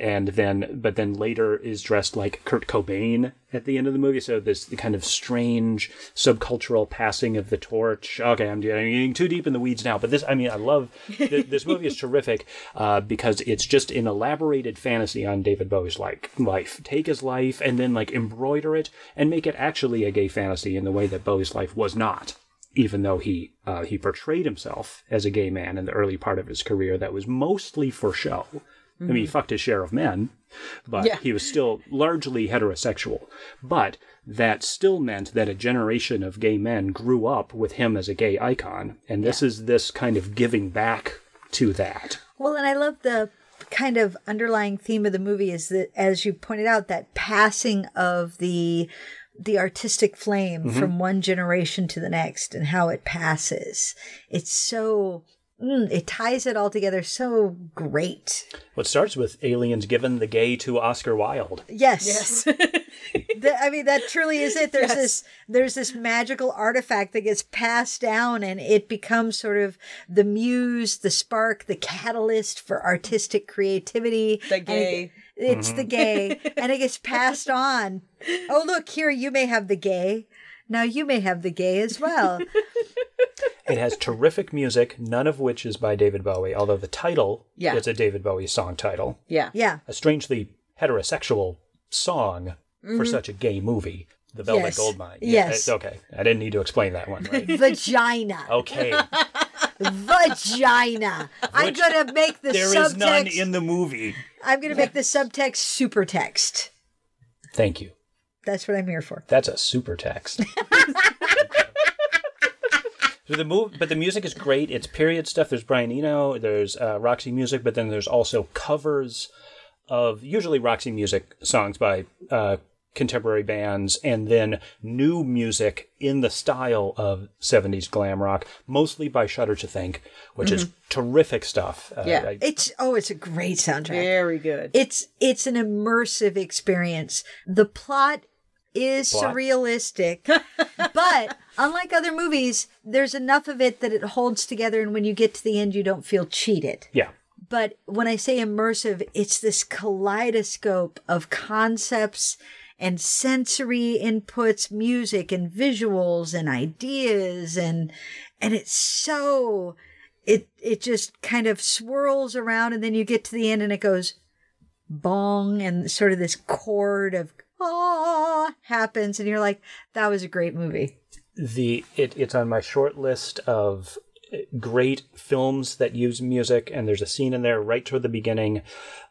[SPEAKER 1] and then but then later is dressed like Kurt Cobain at the end of the movie. So this kind of strange subcultural passing of the torch. Okay, I'm, I'm getting too deep in the weeds now, but this I mean I love th- this movie is terrific uh, because it's just an elaborated fantasy on David Bowie's like life. Take his life and then like embroider it and make it actually a gay fantasy in the way that Bowie's life was not even though he uh, he portrayed himself as a gay man in the early part of his career, that was mostly for show. I mean, he fucked his share of men, but
[SPEAKER 2] Mm. Yeah.
[SPEAKER 1] he was still largely heterosexual. But that still meant that a generation of gay men grew up with him as a gay icon. And this is this kind of giving back to that.
[SPEAKER 3] Well, and I love the kind of underlying theme of the movie is that, as you pointed out, that passing of the the artistic flame from one generation to the next and how it passes. It's so mm, it ties it all together so great.
[SPEAKER 1] What starts with aliens giving the gay to Oscar Wilde.
[SPEAKER 3] Yes. (laughs) Th- I mean that truly is it. There's this there's this magical artifact that gets passed down and it becomes sort of the muse, the spark, the catalyst for artistic creativity.
[SPEAKER 2] The
[SPEAKER 3] And it-
[SPEAKER 2] gay.
[SPEAKER 3] it's
[SPEAKER 1] Mm-hmm.
[SPEAKER 3] the gay and it gets passed on. Oh look, here you may have the gay. Now you may have the gay as well.
[SPEAKER 1] It has terrific music, none of which is by David Bowie, although the title
[SPEAKER 2] Yeah.
[SPEAKER 1] is a David Bowie song title.
[SPEAKER 2] Yeah.
[SPEAKER 3] Yeah.
[SPEAKER 1] A strangely heterosexual song for such a gay movie. The Velvet
[SPEAKER 3] Mm-hmm. Yes.
[SPEAKER 1] Goldmine.
[SPEAKER 3] Yes.
[SPEAKER 1] it- okay. I didn't need to explain that one,
[SPEAKER 3] (laughs)
[SPEAKER 1] right?
[SPEAKER 3] Vagina.
[SPEAKER 1] Okay.
[SPEAKER 3] Vagina. I'm
[SPEAKER 1] Which-
[SPEAKER 3] gonna make the
[SPEAKER 1] there is
[SPEAKER 3] subtext
[SPEAKER 1] none in the movie.
[SPEAKER 3] I'm gonna make the subtext super text.
[SPEAKER 1] Thank you.
[SPEAKER 3] That's what I'm here for.
[SPEAKER 1] That's a super text. So the move, but the music is great. It's period stuff. There's Brian Eno. There's uh, Roxy music, but then there's also covers of usually Roxy music songs by uh, contemporary bands, and then new music in the style of 70s glam rock, mostly by Shudder to Think, which is terrific stuff. Uh,
[SPEAKER 2] Yeah.
[SPEAKER 1] I-
[SPEAKER 3] It's oh, it's a great soundtrack.
[SPEAKER 2] Very good.
[SPEAKER 3] It's it's an immersive experience. The plot is
[SPEAKER 1] Plot?
[SPEAKER 3] surrealistic, but unlike other movies, there's enough of it that it holds together and when you get to the end you don't feel cheated.
[SPEAKER 1] yeah.
[SPEAKER 3] But when I say immersive, it's this kaleidoscope of concepts and sensory inputs, music and visuals and ideas and and it's so it it just kind of swirls around and then you get to the end and it goes bong and sort of this chord of ah happens and you're like that was a great movie.
[SPEAKER 2] (laughs)
[SPEAKER 1] the it, it's on my short list of uh, great films that use music and there's a scene in there right toward the beginning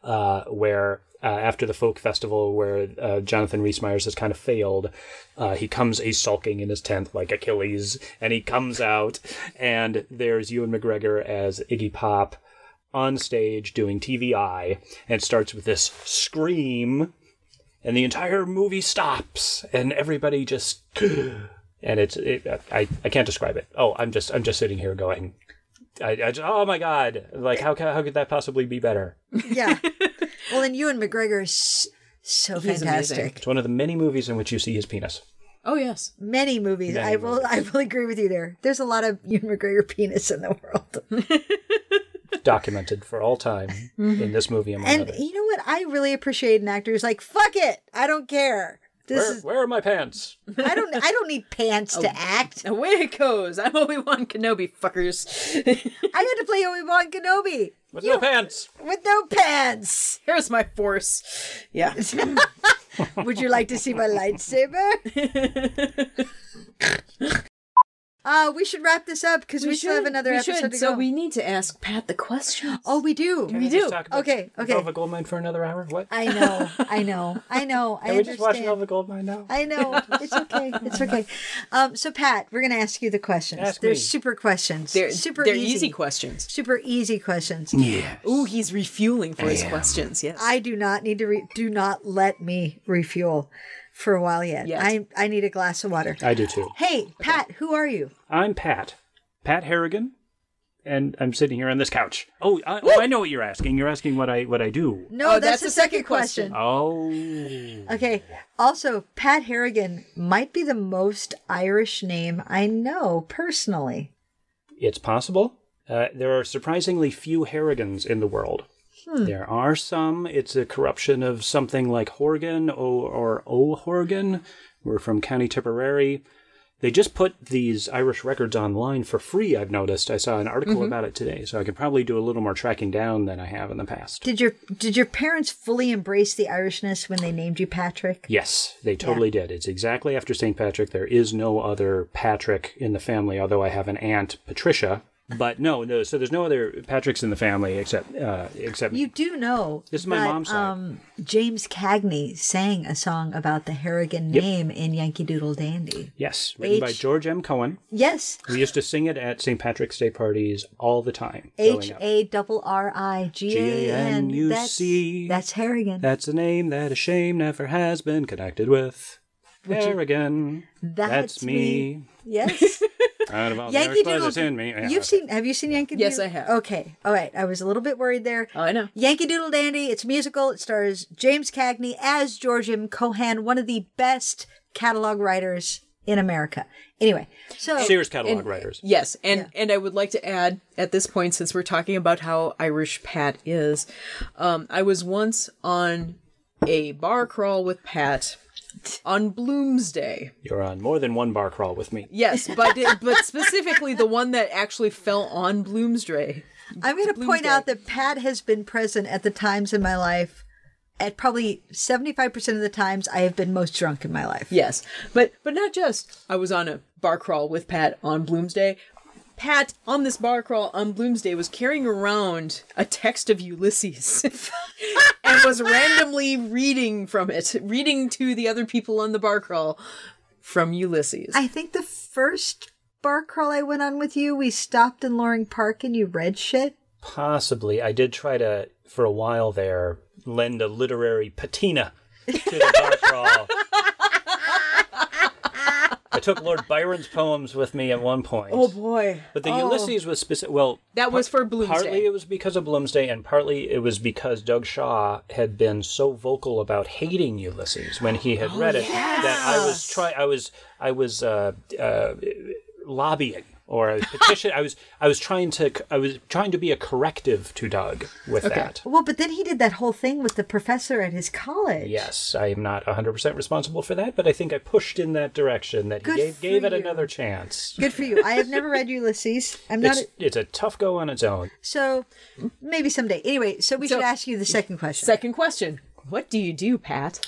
[SPEAKER 1] uh, where uh, after the folk festival where uh, jonathan rhys meyers has kind of failed uh, he comes a sulking in his tent like achilles and he comes out and there's ewan mcgregor as iggy pop on stage doing tvi and it starts with this scream and the entire movie stops and everybody just (gasps) and it's it, I I can't describe it. Oh, I'm just I'm just sitting here going, I, I just, oh my god, like how ca- how could that possibly be better?
[SPEAKER 3] Yeah. well, and Ewan McGregor is so
[SPEAKER 2] He's amazing.
[SPEAKER 3] fantastic.
[SPEAKER 1] It's one of the many movies in which you see his penis. (laughs)
[SPEAKER 2] Oh yes.
[SPEAKER 3] many movies.
[SPEAKER 1] Many
[SPEAKER 3] I will. I will agree with you there. There's a lot of Ewan McGregor penis in the
[SPEAKER 1] (laughs)
[SPEAKER 3] world,
[SPEAKER 1] Documented for all time in this movie among
[SPEAKER 3] Mm-hmm. and
[SPEAKER 1] others.
[SPEAKER 3] you know what? I really appreciate an actor who's like, "Fuck it, I don't care. This
[SPEAKER 1] Where,
[SPEAKER 3] is.
[SPEAKER 1] where Oh. are my pants?
[SPEAKER 3] I don't. I don't need pants
[SPEAKER 1] (laughs)
[SPEAKER 3] to act.
[SPEAKER 2] Away it goes. I'm Obi Wan Kenobi, fuckers.
[SPEAKER 3] I had to play Obi Wan Kenobi
[SPEAKER 1] With no pants.
[SPEAKER 3] with no pants.
[SPEAKER 2] (laughs)
[SPEAKER 3] (laughs)
[SPEAKER 2] Here's my force. Yeah.
[SPEAKER 3] Would you like to see
[SPEAKER 1] (laughs)
[SPEAKER 3] my lightsaber? Uh, we should wrap this up because we, still have another
[SPEAKER 2] we
[SPEAKER 3] episode
[SPEAKER 2] should,
[SPEAKER 3] to
[SPEAKER 2] so
[SPEAKER 3] go.
[SPEAKER 2] we need to ask Pat the question.
[SPEAKER 3] oh, we do.
[SPEAKER 2] We
[SPEAKER 1] Let's
[SPEAKER 2] do.
[SPEAKER 1] talk about
[SPEAKER 3] Okay, okay.
[SPEAKER 1] Velvet Goldmine for another hour. What?
[SPEAKER 3] I know. I know. I know.
[SPEAKER 1] (laughs)
[SPEAKER 3] I
[SPEAKER 1] Can we just watch
[SPEAKER 3] understand.
[SPEAKER 1] Velvet Goldmine now?
[SPEAKER 3] I know. It's okay. It's okay. Um, so Pat, we're gonna ask you the questions.
[SPEAKER 1] Ask
[SPEAKER 3] they're
[SPEAKER 1] me.
[SPEAKER 3] super questions.
[SPEAKER 2] They're,
[SPEAKER 3] super
[SPEAKER 2] they're
[SPEAKER 3] easy.
[SPEAKER 2] easy questions.
[SPEAKER 3] Super easy questions.
[SPEAKER 1] yeah.
[SPEAKER 2] Ooh, he's refueling for his questions. Yes.
[SPEAKER 3] I do not need to re- do not let me refuel for a while yet.
[SPEAKER 2] Yes.
[SPEAKER 3] I I need a glass of water.
[SPEAKER 1] I do too.
[SPEAKER 3] Hey, Pat, who are you?
[SPEAKER 1] I'm Pat. Pat Harrigan. And I'm sitting here on this couch. Oh, I, oh, I know what you're asking. You're asking what I what I do.
[SPEAKER 3] No,
[SPEAKER 2] Oh,
[SPEAKER 3] that's,
[SPEAKER 2] that's
[SPEAKER 3] the
[SPEAKER 2] the
[SPEAKER 3] second
[SPEAKER 2] second
[SPEAKER 3] question.
[SPEAKER 1] Oh.
[SPEAKER 3] Okay. Also, Pat Harrigan might be the most Irish name I know personally.
[SPEAKER 1] It's possible. Uh, there are surprisingly few Harrigans in the world. There are some. It's a corruption of something like Horgan or, or O'Horgan. We're from County Tipperary. They just put these Irish records online for free, I've noticed. I saw an article about it today, so I could probably do a little more tracking down than I have in the past.
[SPEAKER 3] Did your did your parents fully embrace the Irishness when they named you Patrick?
[SPEAKER 1] Yes, they totally did. It's exactly after St. Patrick. There is no other Patrick in the family, although I have an aunt, Patricia, But no, no. So there's no other Patricks in the family except uh, except
[SPEAKER 3] You do know
[SPEAKER 1] This is my
[SPEAKER 3] that,
[SPEAKER 1] mom's side.
[SPEAKER 3] um, James Cagney sang a song about the Harrigan
[SPEAKER 1] Yep.
[SPEAKER 3] name in Yankee Doodle Dandy.
[SPEAKER 1] yes, written by
[SPEAKER 3] H-
[SPEAKER 1] George M. Cohen.
[SPEAKER 3] Yes,
[SPEAKER 1] We used to sing it at St. Patrick's Day parties all the time. growing
[SPEAKER 3] H
[SPEAKER 1] up.
[SPEAKER 3] A double R I G A N.
[SPEAKER 1] G-A-N-U-C.
[SPEAKER 3] That's Harrigan.
[SPEAKER 1] That's a name that a shame never has been connected with. There again,
[SPEAKER 3] That's
[SPEAKER 1] me. (laughs) Oh,
[SPEAKER 3] Yes.
[SPEAKER 1] Out of all
[SPEAKER 3] Yankee
[SPEAKER 1] the Irish
[SPEAKER 3] Doodle.
[SPEAKER 1] blood that's in me. Yeah,
[SPEAKER 3] You've seen? Have you seen Yankee?
[SPEAKER 2] Yes,
[SPEAKER 3] Doodle?
[SPEAKER 2] I have.
[SPEAKER 3] Okay. All right. I was a little bit worried there.
[SPEAKER 2] Oh, I know.
[SPEAKER 3] Yankee Doodle Dandy. It's musical. It stars James Cagney as George M. Cohan, one of the best catalog writers in America. Anyway, so
[SPEAKER 1] Sears catalog writers.
[SPEAKER 2] Yes, and and I would like to add at this point, since we're talking about how Irish Pat is, um, I was once on a bar crawl with Pat on Bloomsday.
[SPEAKER 1] You're on more than one bar crawl with me.
[SPEAKER 2] Yes, but it, but specifically the one that actually fell on Bloomsday.
[SPEAKER 3] I'm going to point
[SPEAKER 2] Bloomsday.
[SPEAKER 3] out that Pat has been present at the times in my life. At probably 75% of the times I have been most drunk in my life.
[SPEAKER 2] Yes, but but not just. I was on a bar crawl with Pat on Bloomsday. Pat on this bar crawl on Bloomsday was carrying around a text of Ulysses (laughs) and was randomly reading from it, reading to the other people on the bar crawl from Ulysses.
[SPEAKER 3] I think the first bar crawl I went on with you, we stopped in Loring Park and you read shit.
[SPEAKER 1] Possibly. I did try to, for a while there, lend a literary patina to the bar crawl. I took Lord Byron's poems with me at one point.
[SPEAKER 3] oh,
[SPEAKER 2] Oh, boy,
[SPEAKER 1] But the Ulysses was specific. Well,
[SPEAKER 2] that was for Bloomsday.
[SPEAKER 1] partly it was because of Bloomsday, and partly it was because Doug Shaw had been so vocal about hating Ulysses when he
[SPEAKER 3] Oh,
[SPEAKER 1] had read it that I was try. I was I was uh, uh, lobbying or I was petition. I was I was trying to I was trying to be a corrective to Doug with that.
[SPEAKER 3] Well, but then he did that whole thing with the professor at his college.
[SPEAKER 1] Yes, I am not 100% responsible for that, but I think I pushed in that direction that he
[SPEAKER 3] Good
[SPEAKER 1] gave,
[SPEAKER 3] for
[SPEAKER 1] gave it
[SPEAKER 3] you.
[SPEAKER 1] another chance.
[SPEAKER 3] Good for you. I have never read Ulysses. I'm not
[SPEAKER 1] It's, it's a tough go on its own.
[SPEAKER 3] so maybe someday. Anyway, so we
[SPEAKER 2] So-
[SPEAKER 3] should ask you the second question.
[SPEAKER 2] Second question: What do you do, Pat?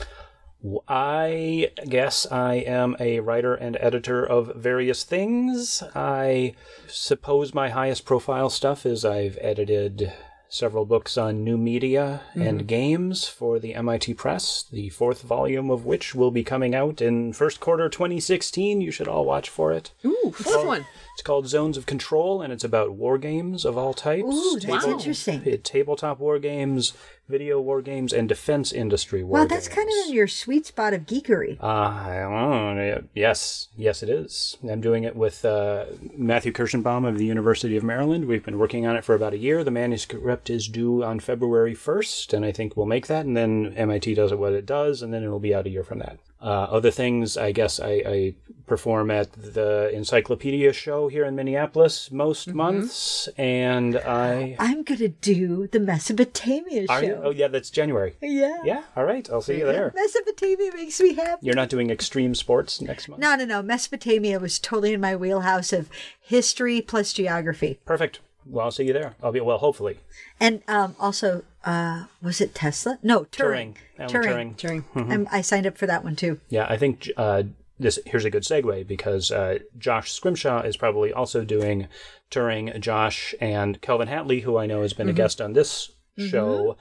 [SPEAKER 1] I guess I am a writer and editor of various things. I suppose my highest profile stuff is I've edited several books on new media
[SPEAKER 3] Mm-hmm.
[SPEAKER 1] and games for the MIT Press, the fourth volume of which will be coming out in first quarter 2016. You should all watch for it.
[SPEAKER 2] Ooh,
[SPEAKER 1] Oh,
[SPEAKER 2] fourth one.
[SPEAKER 1] It's called Zones of Control, and it's about war games of all types.
[SPEAKER 3] Ooh, that's
[SPEAKER 1] Table-
[SPEAKER 3] interesting.
[SPEAKER 1] t- Tabletop war games, video war games, and defense industry war
[SPEAKER 3] Wow, that's
[SPEAKER 1] games.
[SPEAKER 3] kind of in your sweet spot of geekery.
[SPEAKER 1] Uh, I don't know. Yes, yes, it is. I'm doing it with uh, Matthew Kirschenbaum of the University of Maryland. We've been working on it for about a year. The manuscript is due on February 1st, and I think we'll make that. And then MIT does it what it does, and then it'll be out a year from that. Uh, other things, I guess, I, I perform at the Encyclopedia show here in Minneapolis most
[SPEAKER 3] Mm-hmm.
[SPEAKER 1] months, and I.
[SPEAKER 3] I'm gonna do the Mesopotamia
[SPEAKER 1] Are
[SPEAKER 3] show.
[SPEAKER 1] you? Oh, yeah, that's January.
[SPEAKER 3] Yeah.
[SPEAKER 1] Yeah, all right. I'll see you there.
[SPEAKER 3] Mesopotamia makes me happy.
[SPEAKER 1] You're not doing extreme sports next month?
[SPEAKER 3] No, no, no. Mesopotamia was totally in my wheelhouse of history plus geography.
[SPEAKER 1] Perfect. Well, I'll see you there. I'll be well. Hopefully,
[SPEAKER 3] And um, also, uh, was it Tesla? No, Turing.
[SPEAKER 1] Turing. Alan Turing. Mm-hmm.
[SPEAKER 2] During
[SPEAKER 3] I'm- I signed up for that one too.
[SPEAKER 1] Yeah, I think uh, this. Here's a good segue because uh, Josh Scrimshaw is probably also doing Turing. Josh and Kelvin Hatley, who I know has been a guest on this show,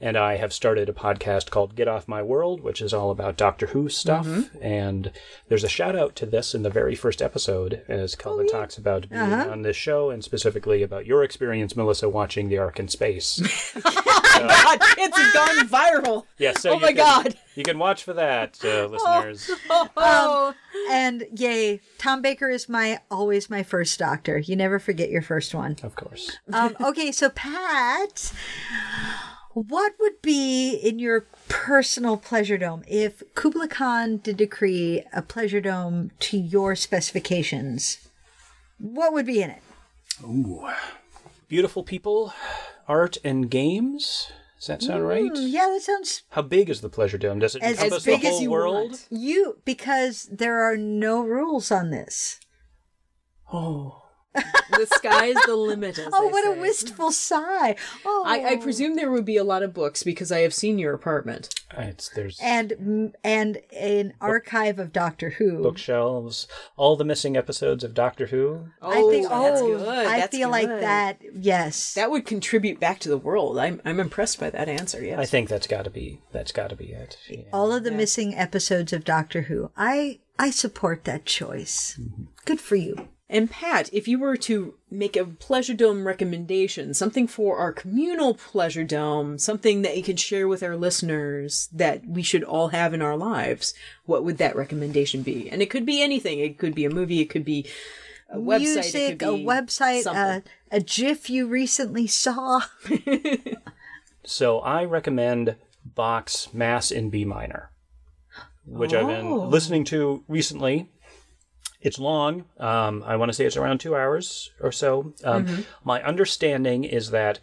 [SPEAKER 1] and I have started a podcast called Get Off My World, which is all about Doctor Who stuff. And there's a shout out to this in the very first episode, as Kelvin talks about being on this show and specifically about your experience, Melissa, watching The Ark in Space.
[SPEAKER 2] God, it's gone viral.
[SPEAKER 1] (laughs) Yes. so
[SPEAKER 2] Oh
[SPEAKER 1] you
[SPEAKER 2] my
[SPEAKER 1] can-
[SPEAKER 2] God.
[SPEAKER 1] You can watch for that,
[SPEAKER 2] (laughs)
[SPEAKER 1] uh, listeners.
[SPEAKER 3] Um,
[SPEAKER 2] Oh,
[SPEAKER 3] And yay, Tom Baker is my always my first doctor. You never forget your first one.
[SPEAKER 1] Of course.
[SPEAKER 3] Um, okay, so Pat, what would be in your personal pleasure dome if Kublai Khan did decree a pleasure dome to your specifications? What would be in it?
[SPEAKER 1] Beautiful people, art, and games. Does that sound right?
[SPEAKER 3] Hmm, Yeah, that sounds
[SPEAKER 1] How big is the pleasure dome? Does it
[SPEAKER 3] As- as
[SPEAKER 1] encompass
[SPEAKER 2] big
[SPEAKER 1] the
[SPEAKER 2] Mm. as
[SPEAKER 1] whole
[SPEAKER 2] you
[SPEAKER 1] world?
[SPEAKER 2] want.
[SPEAKER 3] you because there are no rules on this.
[SPEAKER 1] Oh,
[SPEAKER 2] the sky's the limit. As
[SPEAKER 3] Oh,
[SPEAKER 2] they
[SPEAKER 3] what
[SPEAKER 2] say.
[SPEAKER 3] a wistful sigh. Oh,
[SPEAKER 2] I, I presume there would be a lot of books because I have seen your apartment.
[SPEAKER 1] It's, there's
[SPEAKER 3] and and an archive of Doctor Who.
[SPEAKER 1] bookshelves, all the missing episodes of Doctor Who.
[SPEAKER 3] I think.
[SPEAKER 2] Oh,
[SPEAKER 3] Oh,
[SPEAKER 2] that's good.
[SPEAKER 3] I
[SPEAKER 2] That's
[SPEAKER 3] feel like
[SPEAKER 2] good.
[SPEAKER 3] that. Yes.
[SPEAKER 2] That would contribute back to the world. I'm I'm impressed by that answer. Yes.
[SPEAKER 1] I think that's got to be that's got to be it. Yeah.
[SPEAKER 3] all of the missing episodes of Doctor Who. I I support that choice.
[SPEAKER 1] Mm-hmm.
[SPEAKER 3] Good for you.
[SPEAKER 2] And Pat, if you were to make a pleasure dome recommendation, something for our communal pleasure dome, something that you could share with our listeners that we should all have in our lives, what would that recommendation be? And it could be anything. It could be a movie. It could be a website.
[SPEAKER 3] Music,
[SPEAKER 2] it could be
[SPEAKER 3] a website, uh,
[SPEAKER 2] something.
[SPEAKER 3] a, a GIF you recently saw.
[SPEAKER 1] So I recommend Bach's Mass in B minor, which I've been listening to recently. It's long. Um, I want to say it's around two hours or so. Um, My understanding is that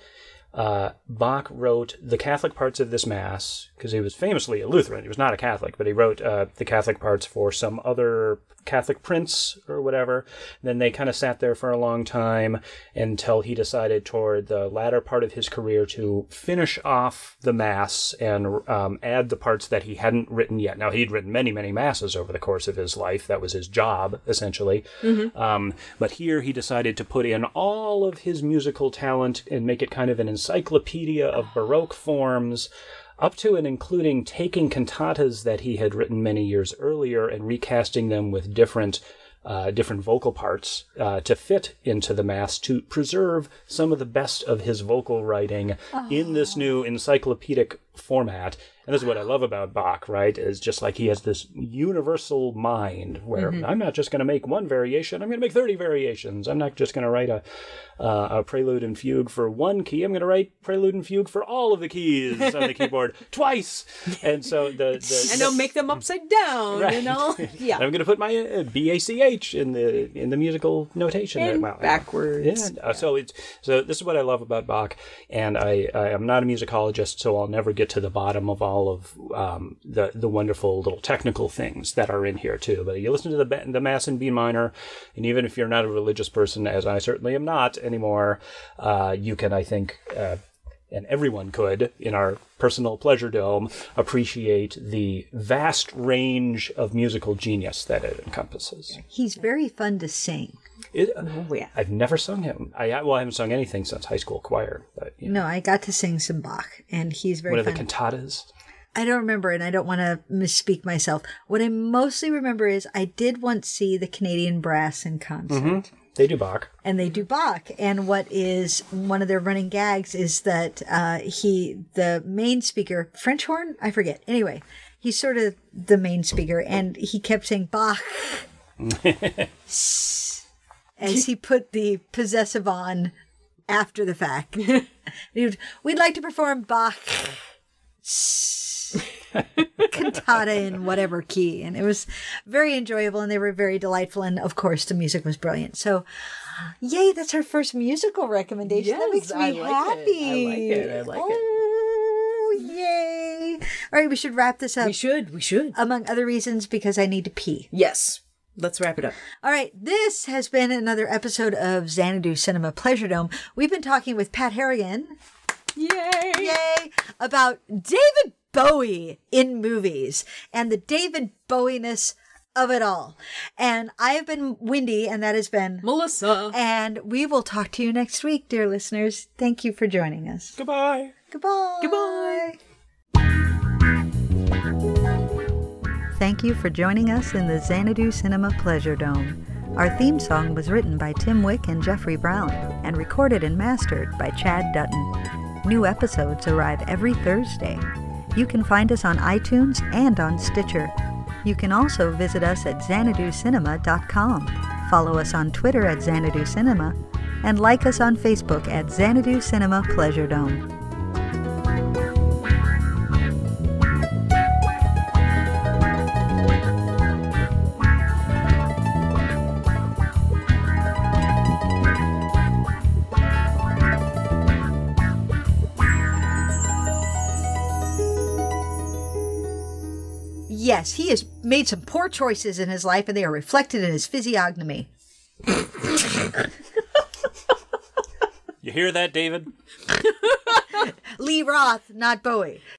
[SPEAKER 1] uh, Bach wrote the Catholic parts of this Mass because he was famously a Lutheran. He was not a Catholic, but he wrote uh, the Catholic parts for some other Catholic prince or whatever. Then they kind of sat there for a long time until he decided toward the latter part of his career to finish off the Mass and um, add the parts that he hadn't written yet. Now, he'd written many, many Masses over the course of his life. That was his job, essentially. Um, but here he decided to put in all of his musical talent and make it kind of an encyclopedia of Baroque forms, up to and including taking cantatas that he had written many years earlier and recasting them with different. Uh, different vocal parts uh, to fit into the mass to preserve some of the best of his vocal writing in this new encyclopedic format and this is what I love about Bach, right? Is just like he has this universal mind where I'm not just going to make one variation, I'm going to make 30 variations. I'm not just going to write a, uh, a prelude and fugue for one key, I'm going to write prelude and fugue for all of the keys on the
[SPEAKER 2] (laughs)
[SPEAKER 1] keyboard twice. And so the. the
[SPEAKER 2] and they'll make them upside down. You
[SPEAKER 1] Right. (laughs)
[SPEAKER 2] know. Yeah.
[SPEAKER 1] I'm going to put my uh, B A C H in the in the musical notation. there.
[SPEAKER 2] And
[SPEAKER 1] Wow.
[SPEAKER 2] backwards.
[SPEAKER 1] Yeah. uh, So it's so this is what I love about Bach, and I I am not a musicologist, so I'll never get to the bottom of all of um, the the wonderful little technical things that are in here too. But you listen to the ba- the Mass in B minor, and even if you're not a religious person, as I certainly am not anymore, uh, you can I think. Uh, and everyone could in our personal pleasure dome appreciate the vast range of musical genius that it encompasses.
[SPEAKER 3] He's very fun to sing.
[SPEAKER 1] It,
[SPEAKER 2] Oh, yeah.
[SPEAKER 1] I've never sung him. I I- well, I haven't sung anything since high school choir. But you know,
[SPEAKER 3] No, I got to sing some Bach, and he's very
[SPEAKER 1] one of the
[SPEAKER 3] fun.
[SPEAKER 1] cantatas.
[SPEAKER 3] I don't remember, and I don't want to misspeak myself. What I mostly remember is I did once see the Canadian Brass in concert.
[SPEAKER 1] They do Bach.
[SPEAKER 3] and they do Bach. And what is one of their running gags is that uh, he, the main speaker, French horn, I forget. Anyway, he's sort of the main speaker, and he kept saying Bach as he put the possessive on after the
[SPEAKER 2] (laughs)
[SPEAKER 3] fact. And he would, We'd like to perform Bach. cantata in whatever key and it was very enjoyable and they were very delightful and of course the music was brilliant so Yay, that's our first musical recommendation. that
[SPEAKER 2] Yes,
[SPEAKER 3] makes me
[SPEAKER 2] I like it. I like
[SPEAKER 3] happy.
[SPEAKER 2] it. I like it.
[SPEAKER 3] oh, yay. All right, we should wrap this up.
[SPEAKER 2] We should. We should.
[SPEAKER 3] Among other reasons, because I need to pee.
[SPEAKER 2] Yes. Let's wrap it up.
[SPEAKER 3] All right, this has been another episode of Xanadu Cinema Pleasure Dome. We've been talking with Pat Harrigan. Yay! Yay! About David Bowie in movies and the David Bowie-ness of it all. And I have been Windy, and that has been
[SPEAKER 2] Melissa.
[SPEAKER 3] and we will talk to you next week, dear listeners. Thank you for joining us.
[SPEAKER 1] Goodbye.
[SPEAKER 3] Goodbye.
[SPEAKER 2] Goodbye.
[SPEAKER 3] Thank you for joining us in the Xanadu Cinema Pleasure Dome. Our theme song was written by Tim Wick and Jeffrey Brown and recorded and mastered by Chad Dutton. New episodes arrive every Thursday. You can find us on iTunes and on Stitcher. You can also visit us at xanaducinema.com, follow us on Twitter at Xanadu Cinema, and like us on Facebook at Xanadu Cinema Pleasure Dome. Yes, he has made some poor choices in his life and they are reflected in his physiognomy.
[SPEAKER 1] You hear that, David?
[SPEAKER 3] Lee Roth, not Bowie.